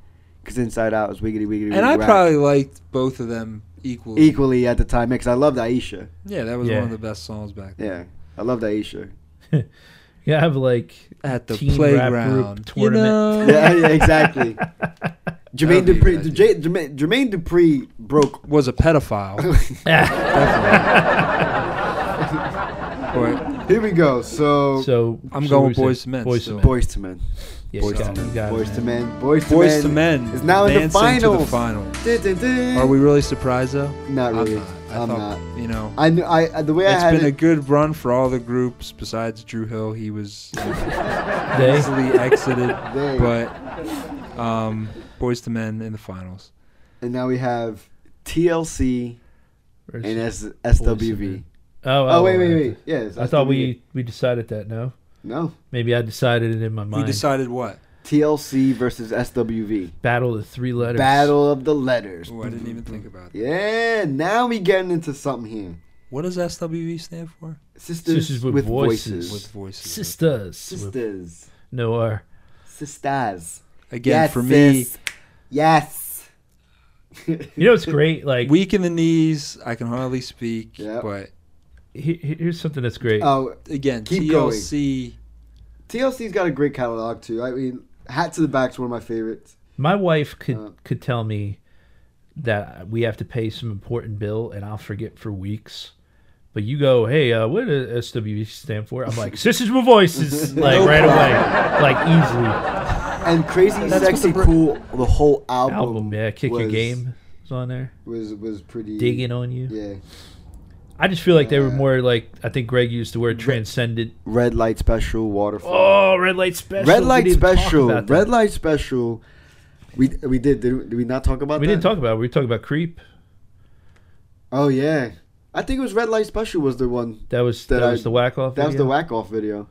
[SPEAKER 2] Because Inside Out was wiggity wiggity.
[SPEAKER 1] And I
[SPEAKER 2] wiggity, rap. E
[SPEAKER 1] probably liked both of them equally.
[SPEAKER 2] equally at the time because I loved Aisha.
[SPEAKER 1] Yeah, that was
[SPEAKER 3] Yeah.
[SPEAKER 1] one of the best songs back then.
[SPEAKER 2] Yeah, I loved Aisha.
[SPEAKER 3] Yeah, I have like
[SPEAKER 1] At the
[SPEAKER 3] teen rap
[SPEAKER 1] playground.
[SPEAKER 3] group tournament.
[SPEAKER 1] You know,
[SPEAKER 2] *laughs* yeah, yeah, exactly.
[SPEAKER 3] *laughs*
[SPEAKER 2] Jermaine
[SPEAKER 1] That would be a
[SPEAKER 2] Dupree,
[SPEAKER 1] good
[SPEAKER 2] J- Jermaine, Jermaine Dupree broke
[SPEAKER 1] was a
[SPEAKER 2] *laughs*
[SPEAKER 1] pedophile. Definitely. Boy,
[SPEAKER 2] Here we go. So,
[SPEAKER 3] So
[SPEAKER 1] I'm
[SPEAKER 3] so
[SPEAKER 1] going
[SPEAKER 3] we said
[SPEAKER 1] Boys to Men
[SPEAKER 3] Boys
[SPEAKER 1] still.
[SPEAKER 3] to Men.
[SPEAKER 2] boys to men,
[SPEAKER 3] Yeah,
[SPEAKER 2] boys,
[SPEAKER 3] you got
[SPEAKER 2] to
[SPEAKER 3] it, you got
[SPEAKER 2] men.
[SPEAKER 3] it,
[SPEAKER 2] boys to
[SPEAKER 3] man.
[SPEAKER 2] men, boys to men,
[SPEAKER 1] Boys to Men
[SPEAKER 2] is now in the
[SPEAKER 1] advancing to
[SPEAKER 2] finals.
[SPEAKER 1] the final.
[SPEAKER 2] Dun, dun, dun.
[SPEAKER 1] Are we really surprised though?
[SPEAKER 2] Not
[SPEAKER 1] I'm
[SPEAKER 2] really.
[SPEAKER 1] not. I
[SPEAKER 2] I'm
[SPEAKER 1] thought,
[SPEAKER 2] not.
[SPEAKER 1] You know,
[SPEAKER 2] I knew. I the way I
[SPEAKER 1] it's
[SPEAKER 2] had
[SPEAKER 1] been a
[SPEAKER 2] it.
[SPEAKER 1] good run for all the groups besides Drew Hill. He was
[SPEAKER 3] They?
[SPEAKER 1] easily
[SPEAKER 2] *laughs*
[SPEAKER 1] exited,
[SPEAKER 2] They.
[SPEAKER 1] but um, Boys to Men in the finals.
[SPEAKER 2] and now we have TLC
[SPEAKER 3] Where's-
[SPEAKER 2] and S-
[SPEAKER 3] Boys to
[SPEAKER 2] SWV.
[SPEAKER 3] Men. Oh,
[SPEAKER 2] Oh
[SPEAKER 3] oh,
[SPEAKER 2] wait, wait,
[SPEAKER 3] I-
[SPEAKER 2] wait. Yes,
[SPEAKER 3] I thought
[SPEAKER 2] SWV.
[SPEAKER 3] we we decided that. No,
[SPEAKER 2] no
[SPEAKER 3] maybe I decided it in my
[SPEAKER 1] We
[SPEAKER 3] mind.
[SPEAKER 1] decided what?
[SPEAKER 2] TLC versus SWV.
[SPEAKER 3] Battle the three letters.
[SPEAKER 2] Battle of the letters.
[SPEAKER 1] Oh, I didn't even think about it.
[SPEAKER 2] Yeah, now we getting into something here.
[SPEAKER 1] What does SWV stand for?
[SPEAKER 2] Sisters,
[SPEAKER 3] Sisters with
[SPEAKER 2] with,
[SPEAKER 3] voices.
[SPEAKER 2] voices.
[SPEAKER 1] With voices.
[SPEAKER 3] sisters.
[SPEAKER 2] Sisters.
[SPEAKER 3] No R.
[SPEAKER 2] Sisters.
[SPEAKER 1] Again,
[SPEAKER 2] Yes,
[SPEAKER 1] for me,
[SPEAKER 2] sis. Yes. *laughs*
[SPEAKER 3] You know it's great. Like
[SPEAKER 1] weak in the knees. I can hardly speak.
[SPEAKER 2] Yep.
[SPEAKER 1] But
[SPEAKER 3] he- he- here's something that's great.
[SPEAKER 2] Oh,
[SPEAKER 1] again,
[SPEAKER 2] Keep going.
[SPEAKER 1] TLC.
[SPEAKER 2] TLC's got a great catalog too. I mean, Hat to the Back's one of my favorites.
[SPEAKER 3] my wife could
[SPEAKER 2] Uh.
[SPEAKER 3] could tell me that we have to pay some important bill, and I'll forget for weeks. But you go, hey, uh, what does SWV stand for? I'm like, sisters with voices, like
[SPEAKER 2] *laughs* No
[SPEAKER 3] right
[SPEAKER 2] problem.
[SPEAKER 3] away, like easily.
[SPEAKER 2] And Crazy
[SPEAKER 1] what
[SPEAKER 2] Sexy
[SPEAKER 1] the br-
[SPEAKER 2] Cool, the whole album.
[SPEAKER 3] album, yeah, Kick Your
[SPEAKER 2] was-
[SPEAKER 3] Game was on there.
[SPEAKER 2] was was pretty
[SPEAKER 3] Digging on you.
[SPEAKER 2] Yeah,
[SPEAKER 3] I just feel like they were
[SPEAKER 2] Uh,
[SPEAKER 3] more like I think Greg used the word transcendent.
[SPEAKER 2] Red Light Special, Waterfall.
[SPEAKER 3] Oh, red light special.
[SPEAKER 2] Red
[SPEAKER 3] We
[SPEAKER 2] Light
[SPEAKER 3] didn't talk
[SPEAKER 2] Special,
[SPEAKER 3] about that.
[SPEAKER 2] Red Light Special. We we did did we, did we not talk about
[SPEAKER 3] We
[SPEAKER 2] that?
[SPEAKER 3] didn't talk about. it. We talked about creep.
[SPEAKER 2] Oh yeah, I think it was Red Light Special was the one
[SPEAKER 3] That was that,
[SPEAKER 2] That I-
[SPEAKER 3] was the whack off.
[SPEAKER 2] that was the
[SPEAKER 3] video.
[SPEAKER 2] whack
[SPEAKER 3] *laughs*
[SPEAKER 2] off video.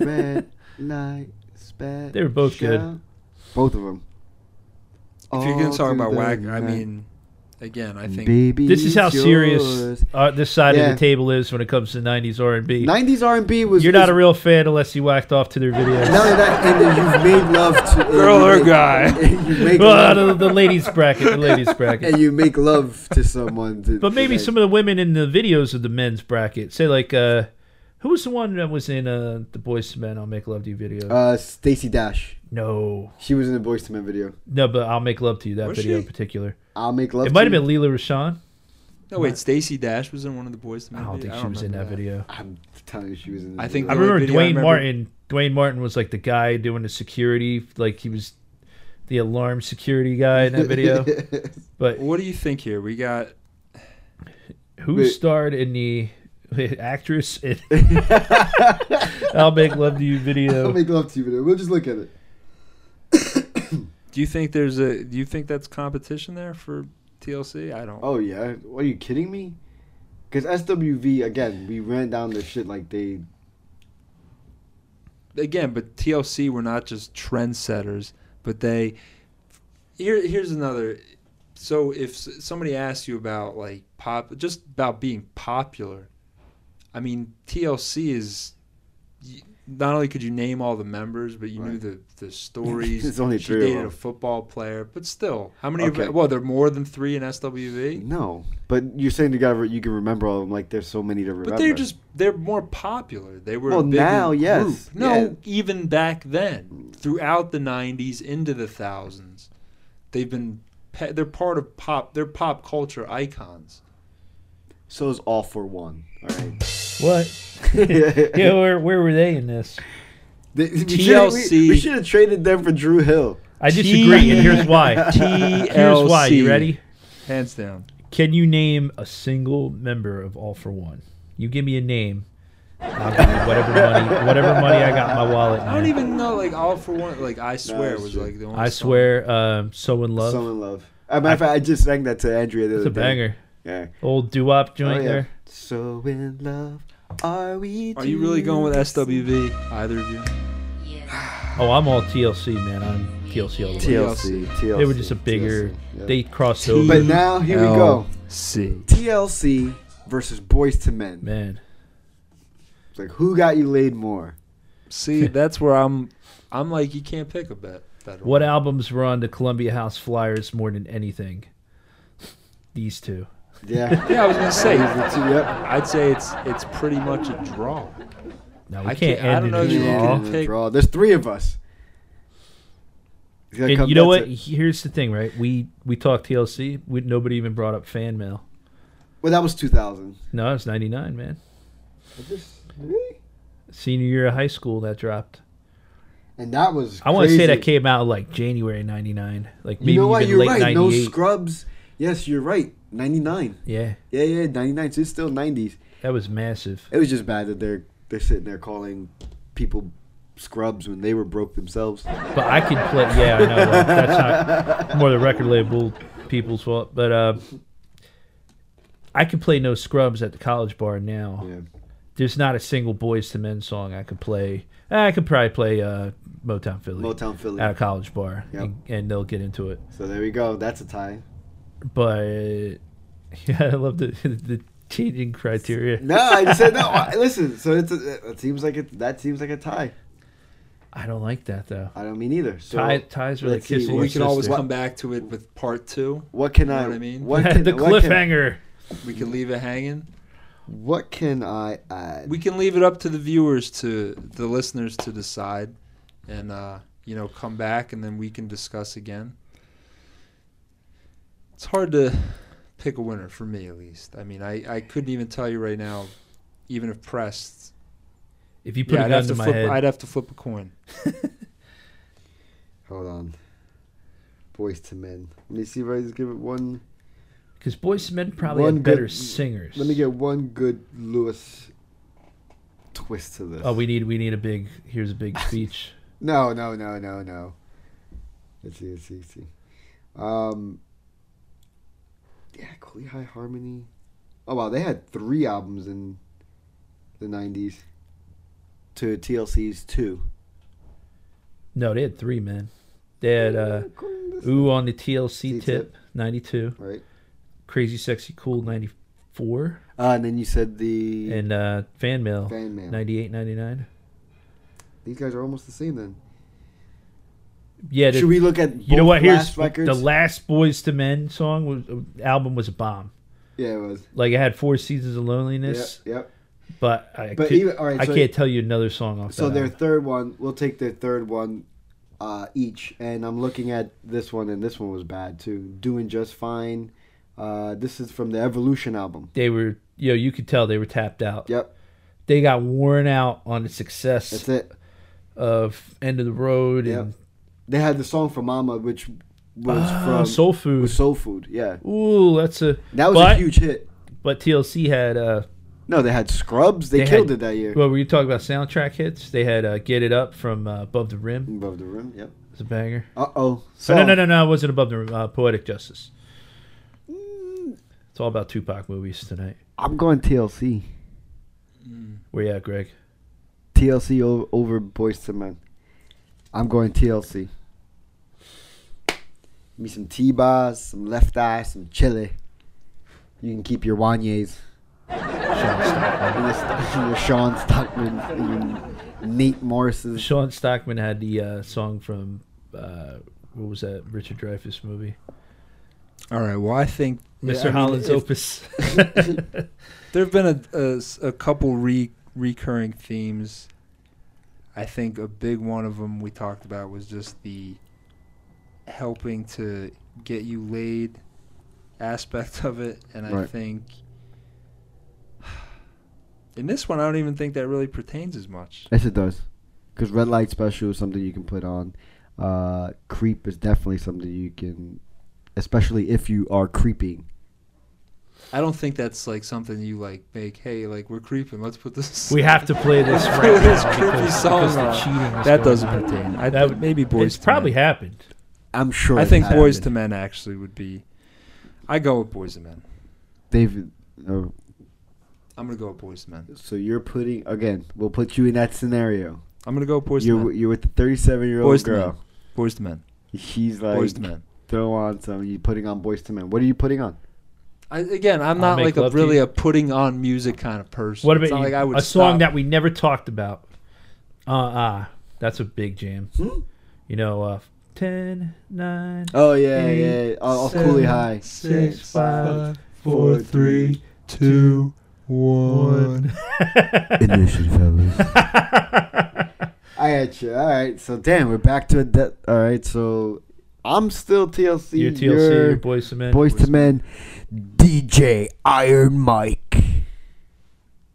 [SPEAKER 2] Red Light Special.
[SPEAKER 3] They were both good.
[SPEAKER 2] Both of them.
[SPEAKER 1] If you're gonna talk about whack, I mean, again, I think
[SPEAKER 2] baby,
[SPEAKER 3] This is how
[SPEAKER 2] it's
[SPEAKER 3] serious
[SPEAKER 2] yours.
[SPEAKER 3] uh, this side of
[SPEAKER 2] Yeah.
[SPEAKER 3] the table is when it comes to '90s R&B.
[SPEAKER 2] 90s R&B was.
[SPEAKER 3] You're not a
[SPEAKER 2] was-
[SPEAKER 3] real fan unless you whacked off to their videos.
[SPEAKER 2] Not only that, and then you've made love to
[SPEAKER 1] Girl
[SPEAKER 2] you
[SPEAKER 1] or
[SPEAKER 2] make- *laughs*
[SPEAKER 1] guy.
[SPEAKER 2] You
[SPEAKER 3] *laughs*
[SPEAKER 2] make
[SPEAKER 3] well,
[SPEAKER 2] love,
[SPEAKER 3] the, the ladies bracket, the
[SPEAKER 2] *laughs*
[SPEAKER 3] ladies
[SPEAKER 2] and
[SPEAKER 3] bracket.
[SPEAKER 2] you make love to someone. To,
[SPEAKER 3] But maybe
[SPEAKER 2] to
[SPEAKER 3] some of the women in the videos of the men's bracket, say like, uh, who was the one that was in uh, the Boys to Men "I'll Make Love to You" video?
[SPEAKER 2] Uh, Stacy Dash.
[SPEAKER 3] no,
[SPEAKER 2] She was in the Boys to Men video.
[SPEAKER 3] No, but I'll make love to you. That
[SPEAKER 1] Was
[SPEAKER 3] video in
[SPEAKER 1] she?
[SPEAKER 3] particular.
[SPEAKER 2] I'll make love.
[SPEAKER 3] it might
[SPEAKER 2] to
[SPEAKER 3] have been
[SPEAKER 2] You.
[SPEAKER 3] Leela Rashan.
[SPEAKER 1] no. Wait, Stacy Dash was in one of the boys.
[SPEAKER 3] I don't think she was in that, video.
[SPEAKER 2] I'm telling you, she was in. The
[SPEAKER 1] I think
[SPEAKER 3] I
[SPEAKER 2] Video.
[SPEAKER 1] the only
[SPEAKER 3] remember
[SPEAKER 1] video
[SPEAKER 3] Dwayne
[SPEAKER 1] I remember-
[SPEAKER 3] Martin. Dwayne Martin was like the guy doing the security, like he was the alarm security guy in that
[SPEAKER 1] *laughs*
[SPEAKER 3] video.
[SPEAKER 2] *laughs*
[SPEAKER 3] but
[SPEAKER 1] What do you think here? We got
[SPEAKER 3] who
[SPEAKER 2] Wait.
[SPEAKER 3] starred in the *laughs* actress
[SPEAKER 1] *laughs*
[SPEAKER 3] in "I'll Make Love to You"
[SPEAKER 2] I'll
[SPEAKER 3] video?
[SPEAKER 2] make love to you video. We'll just look at it.
[SPEAKER 1] Do you think there's a? Do you think that's competition there for TLC? I don't.
[SPEAKER 2] Oh yeah. What, are you kidding me? Because SWV again, we ran down their shit like they
[SPEAKER 1] again, but TLC were not just trendsetters, but they. Here, here's another. So if s- somebody asks you about like pop, just about being popular, I mean TLC is. y- Not only could you name all the members, but you knew the the
[SPEAKER 2] *laughs*
[SPEAKER 1] stories.
[SPEAKER 2] There's only
[SPEAKER 1] she
[SPEAKER 2] three of
[SPEAKER 1] dated
[SPEAKER 2] them.
[SPEAKER 1] a football player, but still, how many?
[SPEAKER 2] Okay.
[SPEAKER 1] Of, well, there are more than three in SWV.
[SPEAKER 2] no. But you're saying the guy you can remember all of them like there's so many to remember.
[SPEAKER 1] But they're just they're more popular. They were a
[SPEAKER 2] Well,
[SPEAKER 1] bigger
[SPEAKER 2] now, yes,
[SPEAKER 1] group. No, even back then, throughout the '90s into the thousands, they've been pe- they're part of pop. They're pop culture icons.
[SPEAKER 2] so is all for one. All right.
[SPEAKER 3] What? yeah, where where were they in this?
[SPEAKER 2] They- we should've- we- We
[SPEAKER 3] TLC.
[SPEAKER 2] should have traded them for Drew Hill.
[SPEAKER 3] I disagree, and here's why. Here's why. You
[SPEAKER 1] TLC.
[SPEAKER 3] ready?
[SPEAKER 1] Hands down.
[SPEAKER 3] Can you name a single member of All for One? You give me a name. and I'll give you whatever money, whatever money I got in my wallet.
[SPEAKER 1] I don't
[SPEAKER 3] man.
[SPEAKER 1] even know. Like all for one. Like I swear
[SPEAKER 2] it's
[SPEAKER 1] was
[SPEAKER 2] true.
[SPEAKER 1] like the only.
[SPEAKER 3] I
[SPEAKER 1] song.
[SPEAKER 3] swear, um, so in love.
[SPEAKER 2] So in love. As a matter of fact, I just sang that to Andrea the
[SPEAKER 3] It's
[SPEAKER 2] other
[SPEAKER 3] a
[SPEAKER 2] day.
[SPEAKER 3] banger.
[SPEAKER 2] Yeah.
[SPEAKER 3] Old doo-wop joint
[SPEAKER 2] Oh, yeah.
[SPEAKER 3] there.
[SPEAKER 2] So in love, are we?
[SPEAKER 1] Are you really going with
[SPEAKER 2] two?
[SPEAKER 1] SWV? Either of you?
[SPEAKER 3] Oh, I'm all TLC, man. I'm TLC all the way.
[SPEAKER 2] TLC, TLC,
[SPEAKER 3] They were just a bigger.
[SPEAKER 2] yeah.
[SPEAKER 3] They crossed over.
[SPEAKER 2] But now here we go.
[SPEAKER 1] See.
[SPEAKER 2] TLC versus Boys to Men.
[SPEAKER 3] Man.
[SPEAKER 2] It's like who got you laid more?
[SPEAKER 3] *laughs*
[SPEAKER 1] See, that's where I'm. I'm like, you can't pick a bet. Better.
[SPEAKER 3] What albums were on the Columbia House Flyers more than anything? These two.
[SPEAKER 2] Yeah.
[SPEAKER 1] Yeah, I was gonna say.
[SPEAKER 2] These are two,
[SPEAKER 3] *laughs*
[SPEAKER 2] yep.
[SPEAKER 1] I'd say it's it's pretty much a draw.
[SPEAKER 3] No, we
[SPEAKER 1] I
[SPEAKER 3] can't,
[SPEAKER 1] can't- I
[SPEAKER 3] end
[SPEAKER 1] don't
[SPEAKER 3] in
[SPEAKER 1] know
[SPEAKER 3] a
[SPEAKER 1] that you
[SPEAKER 3] draw.
[SPEAKER 1] can pick-
[SPEAKER 2] Draw. There's three of us. It's gonna
[SPEAKER 3] And
[SPEAKER 2] come
[SPEAKER 3] you know
[SPEAKER 2] down
[SPEAKER 3] what?
[SPEAKER 2] to-
[SPEAKER 3] Here's the thing, right? We we talked TLC. We, nobody even brought up fan mail.
[SPEAKER 2] Well, that was 2000.
[SPEAKER 3] No, it's '99, man.
[SPEAKER 2] Really?
[SPEAKER 3] Senior year of high school that dropped.
[SPEAKER 2] And that was.
[SPEAKER 3] I want to say
[SPEAKER 2] crazy.
[SPEAKER 3] that came out like January '99, like maybe
[SPEAKER 2] You know what?
[SPEAKER 3] even
[SPEAKER 2] You're
[SPEAKER 3] late
[SPEAKER 2] right. No
[SPEAKER 3] '98.
[SPEAKER 2] scrubs. Yes, you're right. 99.
[SPEAKER 3] yeah,
[SPEAKER 2] Yeah, yeah, 99. So it's still 90s.
[SPEAKER 3] that was massive.
[SPEAKER 2] It was just bad that they're they're sitting there calling people scrubs when they were broke themselves.
[SPEAKER 3] But I could play. Yeah, I know. Like, that's not more the record label people's fault. But uh, I could play No Scrubs at the college bar now. There's not a single Boys to Men song I could play. Eh, I could probably play uh, Motown Philly.
[SPEAKER 2] Motown Philly.
[SPEAKER 3] At a college bar.
[SPEAKER 2] Yep.
[SPEAKER 3] And, and they'll get into it.
[SPEAKER 2] So there we go. That's a tie.
[SPEAKER 3] But *laughs* yeah, I love the, *laughs* the changing criteria.
[SPEAKER 2] No, I
[SPEAKER 3] *laughs*
[SPEAKER 2] just said no. I- Listen, so it's a, it seems like it. That seems like a tie.
[SPEAKER 3] I don't like that, though.
[SPEAKER 2] I don't mean either. So
[SPEAKER 3] Tie- ties are like
[SPEAKER 2] let's see,
[SPEAKER 3] kissing
[SPEAKER 1] we
[SPEAKER 3] your
[SPEAKER 1] can always
[SPEAKER 3] sister.
[SPEAKER 1] come back to it with part two.
[SPEAKER 2] What can
[SPEAKER 1] You know
[SPEAKER 2] I?
[SPEAKER 1] what I mean?
[SPEAKER 2] What
[SPEAKER 3] *laughs*
[SPEAKER 2] can,
[SPEAKER 3] the
[SPEAKER 2] what can-
[SPEAKER 3] cliffhanger.
[SPEAKER 1] We can leave it hanging.
[SPEAKER 2] What can I add?
[SPEAKER 1] We can leave it up to the viewers to the listeners to decide, and uh, you know, come back and then we can discuss again. It's hard to pick a winner for me, at least. I mean, I, I couldn't even tell you right now, even if pressed.
[SPEAKER 3] If you put
[SPEAKER 1] Yeah,
[SPEAKER 3] a
[SPEAKER 1] I'd
[SPEAKER 3] gun
[SPEAKER 1] have
[SPEAKER 3] to,
[SPEAKER 1] to
[SPEAKER 3] my
[SPEAKER 1] flip.
[SPEAKER 3] head,
[SPEAKER 1] I'd have to flip a coin.
[SPEAKER 2] Hold on. Boys to men. Let me see if I just give it one.
[SPEAKER 3] because Boys to Men probably
[SPEAKER 2] one
[SPEAKER 3] have better
[SPEAKER 2] good-
[SPEAKER 3] singers.
[SPEAKER 2] Let me get one good Lewis twist to this.
[SPEAKER 3] Oh, we need we need a big. Here's a
[SPEAKER 2] *laughs*
[SPEAKER 3] big speech.
[SPEAKER 2] No, no, no, no, no. Let's see, let's see, let's see. Um, yeah, Cooley High Harmony. Oh wow, they had three albums in the '90s. To TLC's two.
[SPEAKER 3] No, they had three, man. They had uh, Ooh on the TLC tip,
[SPEAKER 2] T-Tip.
[SPEAKER 3] 92.
[SPEAKER 2] Right.
[SPEAKER 3] Crazy Sexy Cool, 94.
[SPEAKER 2] Uh, and then you said the
[SPEAKER 3] And uh, Fan Mail,
[SPEAKER 2] Fan Mail.
[SPEAKER 3] 98, 99.
[SPEAKER 2] these guys are almost the same then.
[SPEAKER 3] Yeah, the-
[SPEAKER 2] Should we look at
[SPEAKER 3] You know
[SPEAKER 2] both
[SPEAKER 3] what? Here's
[SPEAKER 2] last records?
[SPEAKER 3] the last Boys to Men song was uh, album was a bomb.
[SPEAKER 2] Yeah, it was.
[SPEAKER 3] Like it had four seasons of
[SPEAKER 2] Yep.
[SPEAKER 3] loneliness,
[SPEAKER 2] yep.
[SPEAKER 3] but I
[SPEAKER 2] But
[SPEAKER 3] could-
[SPEAKER 2] even- all right,
[SPEAKER 3] I
[SPEAKER 2] so-
[SPEAKER 3] can't tell you another song off.
[SPEAKER 2] So
[SPEAKER 3] that
[SPEAKER 2] their
[SPEAKER 3] album.
[SPEAKER 2] third one, we'll take their third one uh, each, and I'm looking at this one, and this one was bad too. Doing just fine. Uh, this is from the Evolution album.
[SPEAKER 3] they were you know you could tell they were tapped out.
[SPEAKER 2] Yep,
[SPEAKER 3] They got worn out on the success
[SPEAKER 2] that's it.
[SPEAKER 3] of End of the Road
[SPEAKER 2] Yep.
[SPEAKER 3] and
[SPEAKER 2] They had the song for Mama, which was
[SPEAKER 3] Ah,
[SPEAKER 2] from
[SPEAKER 3] Soul Food.
[SPEAKER 2] was Soul Food. Yeah,
[SPEAKER 3] Ooh, that's a
[SPEAKER 2] that was
[SPEAKER 3] but-
[SPEAKER 2] a huge hit.
[SPEAKER 3] But TLC had uh,
[SPEAKER 2] No, they had Scrubs. They, killed
[SPEAKER 3] had-
[SPEAKER 2] it that year.
[SPEAKER 3] Well, were you talking about soundtrack hits? They had uh, "Get It Up" from uh, Above the Rim.
[SPEAKER 2] Above the rim. Yep.
[SPEAKER 3] It's a banger.
[SPEAKER 2] Uh oh.
[SPEAKER 3] So, no, no, no, no, it wasn't Above the Rim. Uh, Poetic Justice. It's all about Tupac movies tonight.
[SPEAKER 2] I'm going TLC.
[SPEAKER 3] Where you at, Greg?
[SPEAKER 2] TLC o- over Boys to Men. I'm going TLC. Me some T bars, some left eye, some chili. You can keep your Wanyes. *laughs* And your, St- *laughs* and your Sean Stockman. and your Nate Morris's.
[SPEAKER 3] Sean Stockman had the uh, song from uh, what was that Richard Dreyfuss movie?
[SPEAKER 1] All right. Well, I think
[SPEAKER 3] Mr.
[SPEAKER 1] I mean,
[SPEAKER 3] Holland's
[SPEAKER 1] if-
[SPEAKER 3] Opus.
[SPEAKER 1] there have been a, a s- a couple re, recurring themes. I think a big one of them we talked about was just the helping to get you laid aspect of it, and I
[SPEAKER 2] Right.
[SPEAKER 1] think *sighs* in this one I don't even think that really pertains as much.
[SPEAKER 2] Yes, it does. Because red light special is something you can put on. Uh, creep is definitely something you can, especially if you are creeping.
[SPEAKER 1] I don't think that's like something you like make. Hey, like we're creeping. Let's put this.
[SPEAKER 3] We have to play this
[SPEAKER 1] Let's
[SPEAKER 3] right
[SPEAKER 1] play
[SPEAKER 3] now
[SPEAKER 1] this
[SPEAKER 3] because-
[SPEAKER 1] creepy song.
[SPEAKER 3] because the
[SPEAKER 1] on.
[SPEAKER 3] cheating is
[SPEAKER 1] that
[SPEAKER 3] going
[SPEAKER 1] doesn't
[SPEAKER 3] on.
[SPEAKER 1] pertain. I
[SPEAKER 3] That
[SPEAKER 1] think
[SPEAKER 3] would-
[SPEAKER 1] maybe boys.
[SPEAKER 3] it's probably
[SPEAKER 1] to men.
[SPEAKER 3] happened.
[SPEAKER 2] I'm
[SPEAKER 1] *laughs*
[SPEAKER 2] sure.
[SPEAKER 1] I
[SPEAKER 2] it
[SPEAKER 1] think boys
[SPEAKER 2] happened.
[SPEAKER 1] to men actually would be. I go with boys to men.
[SPEAKER 2] David. Uh,
[SPEAKER 1] I'm gonna go with boys to men.
[SPEAKER 2] so you're putting again. We'll put you in that scenario.
[SPEAKER 1] I'm gonna go with boys
[SPEAKER 2] you're
[SPEAKER 1] to
[SPEAKER 2] wi-
[SPEAKER 1] men.
[SPEAKER 2] you're with the 37 year
[SPEAKER 1] Boys
[SPEAKER 2] old
[SPEAKER 1] to men.
[SPEAKER 2] girl.
[SPEAKER 1] Boys to men.
[SPEAKER 2] She's like
[SPEAKER 1] Boys to men.
[SPEAKER 2] throw on some. You putting on boys to men. What are you putting on?
[SPEAKER 1] I, again, I'm
[SPEAKER 3] I'll
[SPEAKER 1] not
[SPEAKER 3] make
[SPEAKER 1] like a
[SPEAKER 3] love to you.
[SPEAKER 1] really a putting on music kind of person.
[SPEAKER 3] What
[SPEAKER 1] It's
[SPEAKER 3] about
[SPEAKER 1] not
[SPEAKER 3] you?
[SPEAKER 1] like I would
[SPEAKER 3] a song
[SPEAKER 1] stop.
[SPEAKER 3] that we never talked about? Uh uh that's a big jam.
[SPEAKER 1] Hmm?
[SPEAKER 3] You know, uh, 10, 9,
[SPEAKER 2] Oh yeah,
[SPEAKER 3] eight,
[SPEAKER 2] yeah. All, all
[SPEAKER 3] seven,
[SPEAKER 2] coolie high.
[SPEAKER 3] six, five,
[SPEAKER 1] four, three, two,
[SPEAKER 2] *laughs*
[SPEAKER 3] *laughs*
[SPEAKER 1] one.
[SPEAKER 2] Ignition, fellas. I got you. All right. So damn, we're back to a de- All right. So I'm still TLC.
[SPEAKER 3] You're TLC,
[SPEAKER 2] you're
[SPEAKER 3] you're Boyz II Men.
[SPEAKER 2] Boys to men. DJ Iron Mike.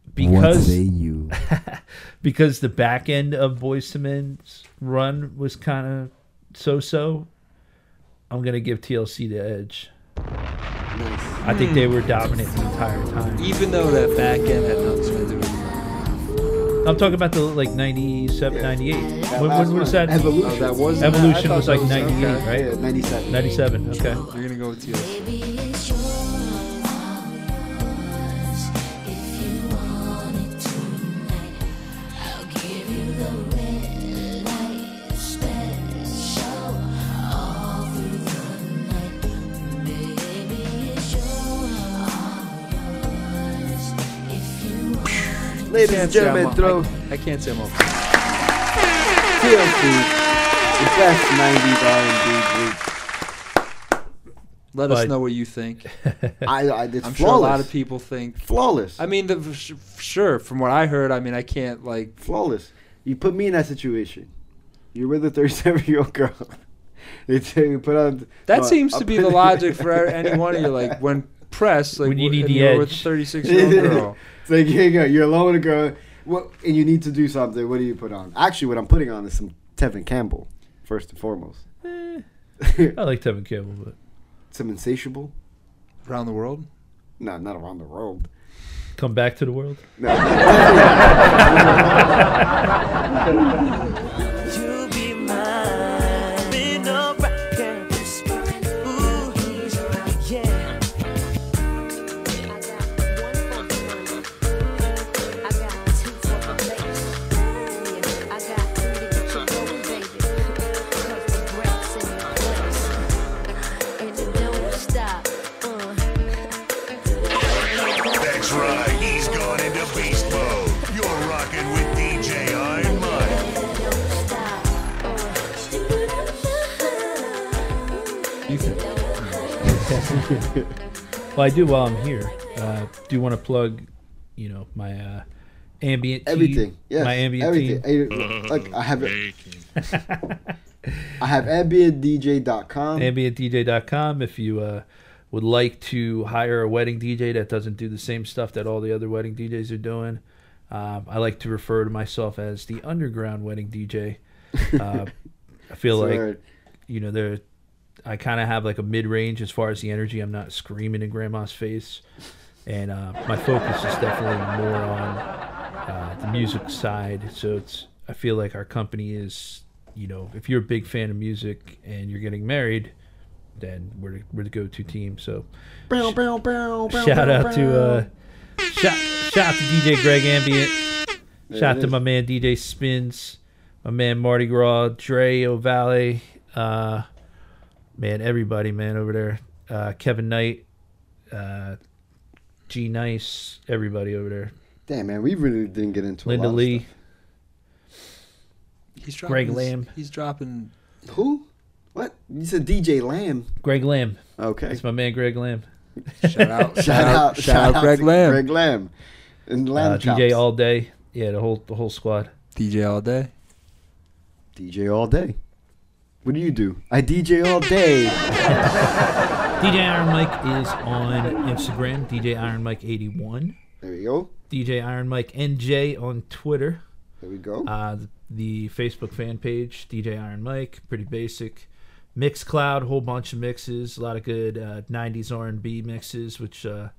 [SPEAKER 2] what
[SPEAKER 3] because
[SPEAKER 2] say you?
[SPEAKER 3] because the back end of Boyz II Men's run was kind of so-so. I'm gonna give TLC the edge. I think they
[SPEAKER 2] Hmm.
[SPEAKER 3] were dominant the entire time.
[SPEAKER 1] Even though that back end had nothing to do with it.
[SPEAKER 3] I'm talking about the like 97, 98. When,
[SPEAKER 2] last
[SPEAKER 3] when was
[SPEAKER 2] one,
[SPEAKER 3] that?
[SPEAKER 2] Evolution. Oh, that was- I
[SPEAKER 3] Evolution
[SPEAKER 2] thought
[SPEAKER 3] was
[SPEAKER 2] that
[SPEAKER 3] like
[SPEAKER 2] was-
[SPEAKER 3] 98,
[SPEAKER 2] okay.
[SPEAKER 3] right?
[SPEAKER 2] Yeah, 97.
[SPEAKER 3] 97, okay.
[SPEAKER 1] You're gonna go with TLC.
[SPEAKER 2] Ladies
[SPEAKER 1] Can't
[SPEAKER 2] and
[SPEAKER 1] say I'm
[SPEAKER 2] gentlemen,
[SPEAKER 1] a-
[SPEAKER 2] throw
[SPEAKER 1] I, I can't say I'm off.
[SPEAKER 2] TLC, the best '90s R&B group.
[SPEAKER 1] Let us
[SPEAKER 3] But-
[SPEAKER 1] know what you think.
[SPEAKER 2] I, I, it's
[SPEAKER 1] I'm sure a
[SPEAKER 2] flawless.
[SPEAKER 1] lot of people think.
[SPEAKER 2] flawless.
[SPEAKER 1] I mean, the, sh- sure. From what I heard, I mean, I can't like
[SPEAKER 2] flawless. You put me in that situation. You're with a 37 year old *laughs* girl. they tell you put on.
[SPEAKER 1] That
[SPEAKER 2] no,
[SPEAKER 1] seems
[SPEAKER 2] I'll
[SPEAKER 1] to be
[SPEAKER 2] put
[SPEAKER 1] the
[SPEAKER 2] it- *laughs*
[SPEAKER 1] logic for e-, any one of you. Like when pressed, like
[SPEAKER 3] When you
[SPEAKER 1] w-
[SPEAKER 3] need
[SPEAKER 1] and
[SPEAKER 3] the
[SPEAKER 1] you're with a
[SPEAKER 3] edge.
[SPEAKER 1] 36 year old
[SPEAKER 2] *laughs*
[SPEAKER 1] girl.
[SPEAKER 2] it's like here you go. You're alone with a girl. What and you need to do something. What do you put on? Actually, what I'm putting on is some Tevin Campbell first and foremost.
[SPEAKER 3] *laughs*
[SPEAKER 1] Eh.
[SPEAKER 3] I like Tevin Campbell, but
[SPEAKER 2] *laughs* some insatiable.
[SPEAKER 1] Around the world,
[SPEAKER 2] No, not around the world.
[SPEAKER 3] come back to the world.
[SPEAKER 10] You be mine. Been a rock girl. Ooh, yeah.
[SPEAKER 4] That's right, he's gone into beast mode. You're rocking with DJ Iron Mike.
[SPEAKER 3] *laughs*
[SPEAKER 1] you think?
[SPEAKER 3] Well, I do while I'm here. Uh, do want to plug, you know, my uh, ambient team-
[SPEAKER 2] Everything. Yes.
[SPEAKER 3] my ambient
[SPEAKER 2] everything.
[SPEAKER 3] team.
[SPEAKER 2] I, look, I have it. I have ambientdj.com.
[SPEAKER 3] ambientdj.com if you uh, would like to hire a wedding DJ that doesn't do the same stuff that all the other wedding DJs are doing. Um, I like to refer to myself as the underground wedding
[SPEAKER 2] *laughs*
[SPEAKER 3] DJ. Uh, I feel
[SPEAKER 2] So,
[SPEAKER 3] like you know there I kind of have like a mid-range as far as the energy. I'm not screaming in grandma's face, and uh, my focus is definitely more on uh, the music side. So it's I feel like our company is you know if you're a big fan of music and you're getting married, and we're the, we're the go-to team. So
[SPEAKER 2] Bow, bow, bow, bow,
[SPEAKER 3] shout
[SPEAKER 2] bow,
[SPEAKER 3] out to uh, shout, shout out to DJ Greg Ambient.
[SPEAKER 2] There
[SPEAKER 3] Shout out
[SPEAKER 2] it
[SPEAKER 3] to
[SPEAKER 2] is.
[SPEAKER 3] my man DJ Spins, my man Mardi Gras, Dre O'Valley, uh, man everybody man over there, uh, Kevin Knight, uh, G Nice, everybody over there,
[SPEAKER 2] Damn, man, we really didn't get into
[SPEAKER 3] Linda
[SPEAKER 2] a lot of
[SPEAKER 3] Lee.
[SPEAKER 1] He's dropping
[SPEAKER 3] Greg
[SPEAKER 1] his-
[SPEAKER 3] Lamb.
[SPEAKER 1] He's dropping.
[SPEAKER 2] stuff. Who? What? You said DJ Lamb.
[SPEAKER 3] Greg Lamb.
[SPEAKER 2] Okay.
[SPEAKER 3] That's my man Greg Lamb.
[SPEAKER 1] Shout out.
[SPEAKER 2] *laughs* Shout out,
[SPEAKER 1] Shout out Greg
[SPEAKER 2] to
[SPEAKER 1] Lamb.
[SPEAKER 2] Greg Lamb. And Lamb
[SPEAKER 3] Uh, DJ
[SPEAKER 2] chops.
[SPEAKER 3] all day. Yeah, the whole the whole squad.
[SPEAKER 1] DJ all day.
[SPEAKER 2] DJ all day. What do you do? I DJ all day.
[SPEAKER 3] DJ Iron Mike is on Instagram. DJ Iron Mike eighty one.
[SPEAKER 2] There we go.
[SPEAKER 3] DJ Iron Mike NJ on Twitter.
[SPEAKER 2] There we go.
[SPEAKER 3] Uh, th- the Facebook fan page, DJ Iron Mike, pretty basic. Mixcloud, whole bunch of mixes, a lot of good uh, '90s R&B mixes, which uh,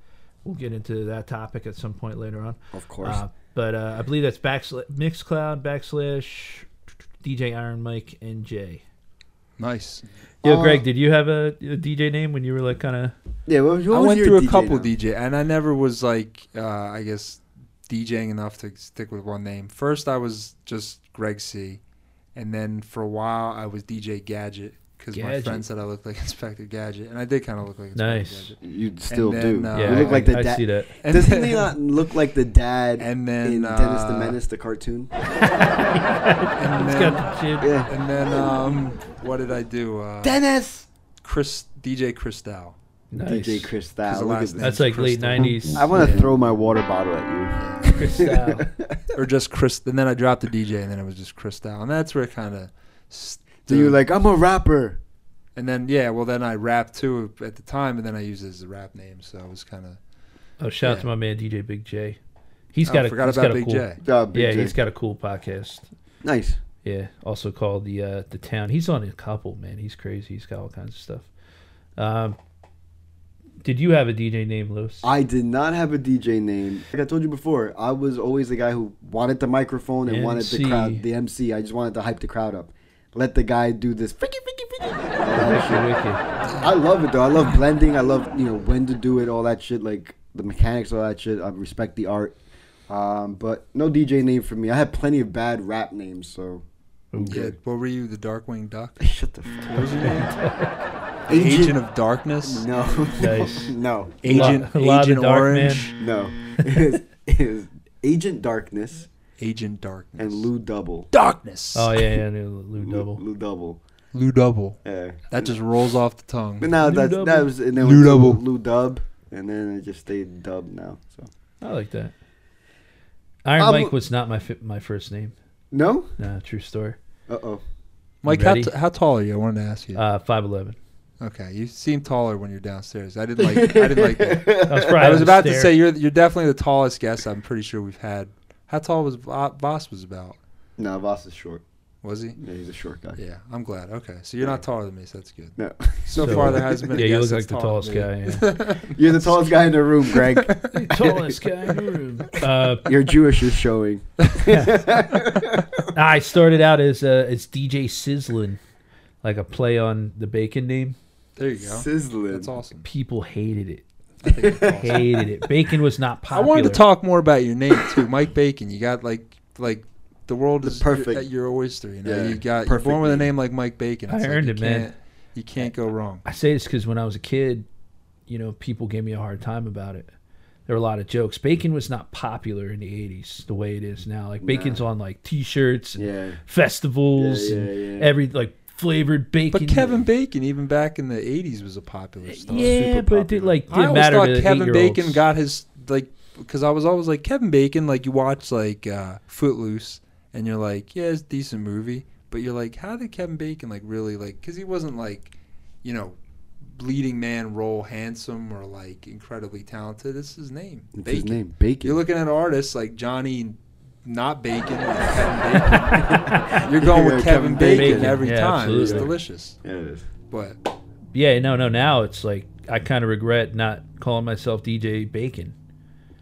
[SPEAKER 3] we'll get into that topic at some point later on.
[SPEAKER 2] Of course.
[SPEAKER 3] Uh, but uh, I believe that's backsla- Mixcloud backslash DJ Iron Mike NJ.
[SPEAKER 1] Nice.
[SPEAKER 3] Yo,
[SPEAKER 1] Uh,
[SPEAKER 3] Greg, did you have a, a DJ name when you were like kind of?
[SPEAKER 2] Yeah, what,
[SPEAKER 1] I went through a couple DJ, and I never was like, uh, I guess, DJing enough to stick with one name. First, I was just Greg C, and then for a while, I was DJ Gadget because my
[SPEAKER 3] Gadget.
[SPEAKER 1] friend said I looked like *laughs* Inspector Gadget, and I did kind of look like Inspector
[SPEAKER 3] Nice.
[SPEAKER 1] Gadget.
[SPEAKER 2] You
[SPEAKER 1] And
[SPEAKER 2] still
[SPEAKER 1] then,
[SPEAKER 2] do.
[SPEAKER 1] uh,
[SPEAKER 2] you look like the dad.
[SPEAKER 1] And
[SPEAKER 2] Doesn't
[SPEAKER 1] then-
[SPEAKER 2] he not look like the dad
[SPEAKER 1] And then,
[SPEAKER 2] in Dennis the
[SPEAKER 1] uh,
[SPEAKER 2] Menace, the *laughs* cartoon?
[SPEAKER 1] *laughs* and uh,
[SPEAKER 3] It's
[SPEAKER 1] then,
[SPEAKER 3] got the jib.
[SPEAKER 2] Yeah.
[SPEAKER 1] and then um, what did I do? Uh,
[SPEAKER 2] Dennis!
[SPEAKER 1] Chris DJ Cristal.
[SPEAKER 3] Nice.
[SPEAKER 2] DJ Chris
[SPEAKER 1] His
[SPEAKER 2] Thou. Look
[SPEAKER 1] last
[SPEAKER 2] at
[SPEAKER 1] name
[SPEAKER 2] this.
[SPEAKER 3] That's like late
[SPEAKER 1] Crystal.
[SPEAKER 3] '90s.
[SPEAKER 2] I want to throw my water bottle at you. *laughs*
[SPEAKER 3] Crystal.
[SPEAKER 1] or just Chris. And then I dropped the DJ, and then it was just Cristal, and that's where it kind of.
[SPEAKER 2] Do you like, I'm a rapper.
[SPEAKER 1] And then yeah, well then I rapped too at the time, and then I used it as a rap name, so I was kind of.
[SPEAKER 3] Oh, shout out to my
[SPEAKER 1] Yeah.
[SPEAKER 3] man DJ Big J. He's
[SPEAKER 1] Oh,
[SPEAKER 3] got a
[SPEAKER 1] forgot
[SPEAKER 3] he's
[SPEAKER 1] about
[SPEAKER 3] got a
[SPEAKER 1] Big
[SPEAKER 3] cool,
[SPEAKER 1] J.
[SPEAKER 2] Uh, Big
[SPEAKER 3] yeah,
[SPEAKER 2] J.
[SPEAKER 3] he's got a cool podcast.
[SPEAKER 2] Nice.
[SPEAKER 3] Yeah, also called the uh, the town. He's on a couple, man. He's crazy. He's got all kinds of stuff. Um, did you have a DJ name, Lewis?
[SPEAKER 2] I did not have a DJ name. Like I told you before, I was always the guy who wanted the microphone and wanted the
[SPEAKER 3] MC.
[SPEAKER 2] crowd, the MC. I just wanted to hype the crowd up. Let the guy do this. Freaky, freaky,
[SPEAKER 3] Wiki,
[SPEAKER 2] freaky.
[SPEAKER 3] wiki.
[SPEAKER 2] I love it though. I love blending. I love you know when to do it, all that shit, like the mechanics, all that shit. I respect the art. Um, but no DJ name for me. I had plenty of bad rap names, so
[SPEAKER 1] Yeah, what were you, the Darkwing
[SPEAKER 2] *laughs*
[SPEAKER 1] Duck?
[SPEAKER 2] shut the fuck up.
[SPEAKER 1] What was your name?
[SPEAKER 3] *laughs*
[SPEAKER 1] Agent, of
[SPEAKER 2] *laughs*
[SPEAKER 1] Darkness.
[SPEAKER 2] No,
[SPEAKER 3] Nice.
[SPEAKER 2] *laughs* no,
[SPEAKER 1] Agent
[SPEAKER 3] Law- Law of the
[SPEAKER 1] Agent
[SPEAKER 3] Dark Man.
[SPEAKER 1] Orange.
[SPEAKER 2] no. It was, it was Agent Darkness
[SPEAKER 1] Agent Darkness.
[SPEAKER 2] and Lou Double.
[SPEAKER 1] Darkness.
[SPEAKER 3] Oh yeah, yeah, Lou, Lou Double.
[SPEAKER 2] Lou Double.
[SPEAKER 1] Lou Double.
[SPEAKER 2] Yeah.
[SPEAKER 1] That just rolls off the tongue.
[SPEAKER 2] But now
[SPEAKER 3] Lou
[SPEAKER 2] that
[SPEAKER 3] Double.
[SPEAKER 2] that was and then
[SPEAKER 1] Lou
[SPEAKER 2] Lou
[SPEAKER 1] Double.
[SPEAKER 2] Lou Dub, and then it just stayed Dub now. So
[SPEAKER 3] I like that. Iron
[SPEAKER 2] I'm-
[SPEAKER 3] Mike was not my fi- my first name.
[SPEAKER 2] no.
[SPEAKER 3] Nah, true story.
[SPEAKER 2] Uh oh.
[SPEAKER 1] Mike, how,
[SPEAKER 3] Ready?
[SPEAKER 1] t- how tall are you? I wanted to ask you.
[SPEAKER 3] Uh, five eleven.
[SPEAKER 1] okay, you seem taller when you're downstairs. I
[SPEAKER 2] *laughs*
[SPEAKER 1] didn't like. I didn't like that.
[SPEAKER 3] I was, probably
[SPEAKER 1] *laughs* I was
[SPEAKER 3] on the
[SPEAKER 1] about to
[SPEAKER 3] stair.
[SPEAKER 1] say you're you're definitely the tallest guest. I'm pretty sure we've had. How tall was Bo- Boss was about?
[SPEAKER 2] No, Voss is short.
[SPEAKER 1] Was he?
[SPEAKER 2] Yeah, he's a short guy.
[SPEAKER 1] Yeah, I'm glad. Okay, so you're not taller than me, so that's good.
[SPEAKER 2] No.
[SPEAKER 1] So,
[SPEAKER 3] So-
[SPEAKER 1] far, there hasn't
[SPEAKER 3] *laughs*
[SPEAKER 1] been.
[SPEAKER 3] Yeah,
[SPEAKER 1] a
[SPEAKER 3] you
[SPEAKER 1] guest
[SPEAKER 3] look like
[SPEAKER 1] that's
[SPEAKER 3] the
[SPEAKER 1] taller
[SPEAKER 3] tallest
[SPEAKER 1] than
[SPEAKER 3] guy.
[SPEAKER 1] me.
[SPEAKER 3] Yeah.
[SPEAKER 2] You're the tallest guy in the room, Greg.
[SPEAKER 1] *laughs*
[SPEAKER 3] tallest guy in the room. Uh,
[SPEAKER 2] Your Jewish is showing.
[SPEAKER 3] I started out as uh, as DJ Sizzlin, like a play on the bacon name.
[SPEAKER 1] There you go.
[SPEAKER 2] Sizzling.
[SPEAKER 1] That's awesome.
[SPEAKER 3] People hated it. *laughs*
[SPEAKER 1] I, think it's awesome.
[SPEAKER 3] Hated it. Bacon was not
[SPEAKER 1] I
[SPEAKER 3] popular.
[SPEAKER 1] wanted to talk more about your name too, Mike Bacon. You got like like the world
[SPEAKER 2] The
[SPEAKER 1] is your-
[SPEAKER 2] perfect-
[SPEAKER 1] at your oyster. You know,
[SPEAKER 2] Yeah,
[SPEAKER 1] you got you're
[SPEAKER 2] perfect
[SPEAKER 1] born with a
[SPEAKER 2] name.
[SPEAKER 1] name like Mike Bacon.
[SPEAKER 3] I
[SPEAKER 1] It's like
[SPEAKER 3] earned
[SPEAKER 1] you
[SPEAKER 3] it, man.
[SPEAKER 1] can't- You can't go wrong.
[SPEAKER 3] I say this because when I was a kid, you know, people gave me a hard time about it. There were a lot of jokes. Bacon was not popular in the '80s the way it is now. Like bacon's on like T-shirts, and
[SPEAKER 2] Yeah.
[SPEAKER 3] festivals,
[SPEAKER 2] Yeah, yeah,
[SPEAKER 3] and
[SPEAKER 2] yeah.
[SPEAKER 3] every like flavored bacon.
[SPEAKER 1] But Kevin Bacon, even back in the '80s, was a popular star.
[SPEAKER 3] yeah, but it did, like
[SPEAKER 1] I
[SPEAKER 3] didn't
[SPEAKER 1] always
[SPEAKER 3] matter
[SPEAKER 1] thought
[SPEAKER 3] to
[SPEAKER 1] Kevin
[SPEAKER 3] eight-year-olds. *laughs*
[SPEAKER 1] Bacon *laughs* got his like because I was always like Kevin Bacon. Like you watch like uh, Footloose, and you're like, yeah, it's a decent movie, but you're like, how did Kevin Bacon like really like? Because he wasn't like, you know, leading man role, handsome or like incredibly talented. It's his name.
[SPEAKER 2] It's
[SPEAKER 1] Bacon.
[SPEAKER 2] his name, Bacon.
[SPEAKER 1] You're looking at artists like Johnny, not Bacon,
[SPEAKER 2] *laughs*
[SPEAKER 1] like Kevin Bacon. you're going with
[SPEAKER 2] Yeah,
[SPEAKER 1] Kevin,
[SPEAKER 2] Kevin
[SPEAKER 1] Bacon,
[SPEAKER 3] Bacon.
[SPEAKER 1] every
[SPEAKER 3] Yeah,
[SPEAKER 1] time. It's
[SPEAKER 3] absolutely.
[SPEAKER 1] delicious,
[SPEAKER 2] yeah, it is.
[SPEAKER 1] but
[SPEAKER 3] Yeah, no, no. Now it's like I kind of regret not calling myself DJ Bacon.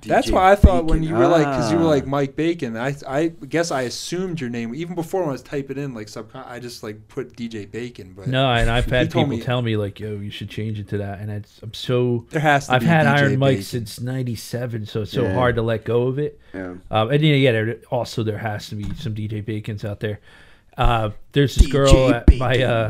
[SPEAKER 1] That's
[SPEAKER 2] DJ
[SPEAKER 1] why I thought when you
[SPEAKER 2] Bacon.
[SPEAKER 1] were like, because you were
[SPEAKER 2] Ah.
[SPEAKER 1] like Mike Bacon. I I guess I assumed your name even before when I was typing in like subcon. I just like put DJ Bacon, but
[SPEAKER 3] No, and I've
[SPEAKER 1] *laughs* he
[SPEAKER 3] had
[SPEAKER 1] told
[SPEAKER 3] people
[SPEAKER 1] me-
[SPEAKER 3] tell me like, "Yo, you should change it to that." And it's, I'm so
[SPEAKER 1] There has to
[SPEAKER 3] I've
[SPEAKER 1] be
[SPEAKER 3] had
[SPEAKER 1] DJ
[SPEAKER 3] Iron Mike
[SPEAKER 1] Bacon.
[SPEAKER 3] since '97, so it's so
[SPEAKER 1] Yeah.
[SPEAKER 3] hard to let go of it.
[SPEAKER 1] Yeah.
[SPEAKER 3] Um, and then, yeah, there, also there has to be some DJ Bacon's out there. Uh, there's this
[SPEAKER 14] DJ
[SPEAKER 3] girl at my
[SPEAKER 14] Bacon.
[SPEAKER 3] uh,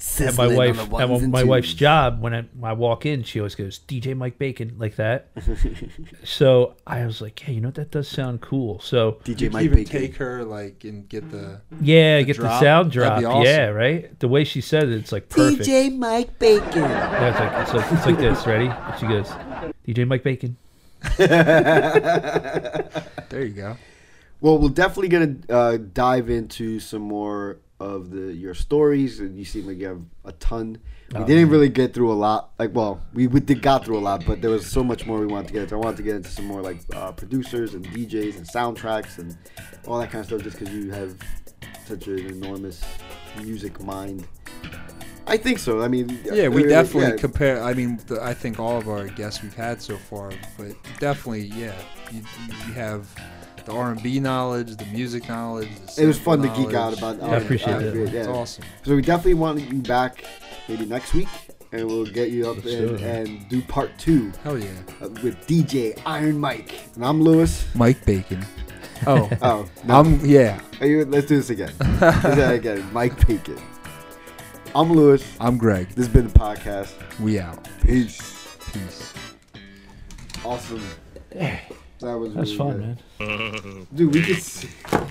[SPEAKER 3] at my
[SPEAKER 14] Sizzling on
[SPEAKER 3] wife
[SPEAKER 14] the
[SPEAKER 3] at
[SPEAKER 14] ones
[SPEAKER 3] my-
[SPEAKER 14] and
[SPEAKER 3] my
[SPEAKER 14] twos.
[SPEAKER 3] wife's job when I, when I walk in, she always goes DJ Mike Bacon like that.
[SPEAKER 2] *laughs*
[SPEAKER 14] *laughs*
[SPEAKER 3] so I was like, hey, you know what? That does sound cool. So
[SPEAKER 1] You could even take her like and get the
[SPEAKER 3] yeah, get the sound
[SPEAKER 1] That'd
[SPEAKER 3] drop.
[SPEAKER 1] be awesome.
[SPEAKER 3] Yeah, right. The way she said it, it's like perfect.
[SPEAKER 14] DJ Mike Bacon.
[SPEAKER 3] Yeah, it's like it's like, it's like this. Ready? She goes, DJ Mike Bacon.
[SPEAKER 1] there you go.
[SPEAKER 2] Well, we're definitely gonna uh, dive into some more of the your stories, and you seem like you have a ton. We
[SPEAKER 14] Oh,
[SPEAKER 2] didn't
[SPEAKER 14] man.
[SPEAKER 2] really get through a lot. Like, well, we, we did got through a lot, but there was so much more we wanted to get into. I wanted to get into some more like uh, producers and DJs and soundtracks and all that kind of stuff, just because you have such an enormous music mind. I think so. I mean,
[SPEAKER 1] Yeah, we
[SPEAKER 2] uh,
[SPEAKER 1] definitely
[SPEAKER 2] yeah.
[SPEAKER 1] compare. I mean, the, I think all of our guests we've had so far, but definitely, yeah, you, you have the R and B knowledge, the music knowledge. the
[SPEAKER 2] it was fun to
[SPEAKER 1] sample
[SPEAKER 2] geek out
[SPEAKER 1] knowledge.
[SPEAKER 2] about.
[SPEAKER 1] Yeah,
[SPEAKER 2] that.
[SPEAKER 1] It's awesome.
[SPEAKER 2] So we definitely want you back maybe next week, and we'll get you up
[SPEAKER 1] Let's do
[SPEAKER 2] and,
[SPEAKER 1] it.
[SPEAKER 2] and do part two.
[SPEAKER 1] Hell yeah!
[SPEAKER 2] Uh, With DJ Iron Mike, and I'm Lewis.
[SPEAKER 1] Mike Bacon.
[SPEAKER 2] *laughs*
[SPEAKER 1] Oh,
[SPEAKER 2] oh,
[SPEAKER 1] I'm yeah.
[SPEAKER 2] Are you, let's do this again. Let's do that again. *laughs* Mike Bacon. I'm Lewis.
[SPEAKER 1] I'm Greg.
[SPEAKER 2] This has been the podcast.
[SPEAKER 1] We out.
[SPEAKER 2] Peace.
[SPEAKER 1] Peace.
[SPEAKER 2] Awesome. That was
[SPEAKER 3] That's
[SPEAKER 2] really
[SPEAKER 3] fun,
[SPEAKER 2] good.
[SPEAKER 3] man.
[SPEAKER 2] Dude, we could. See-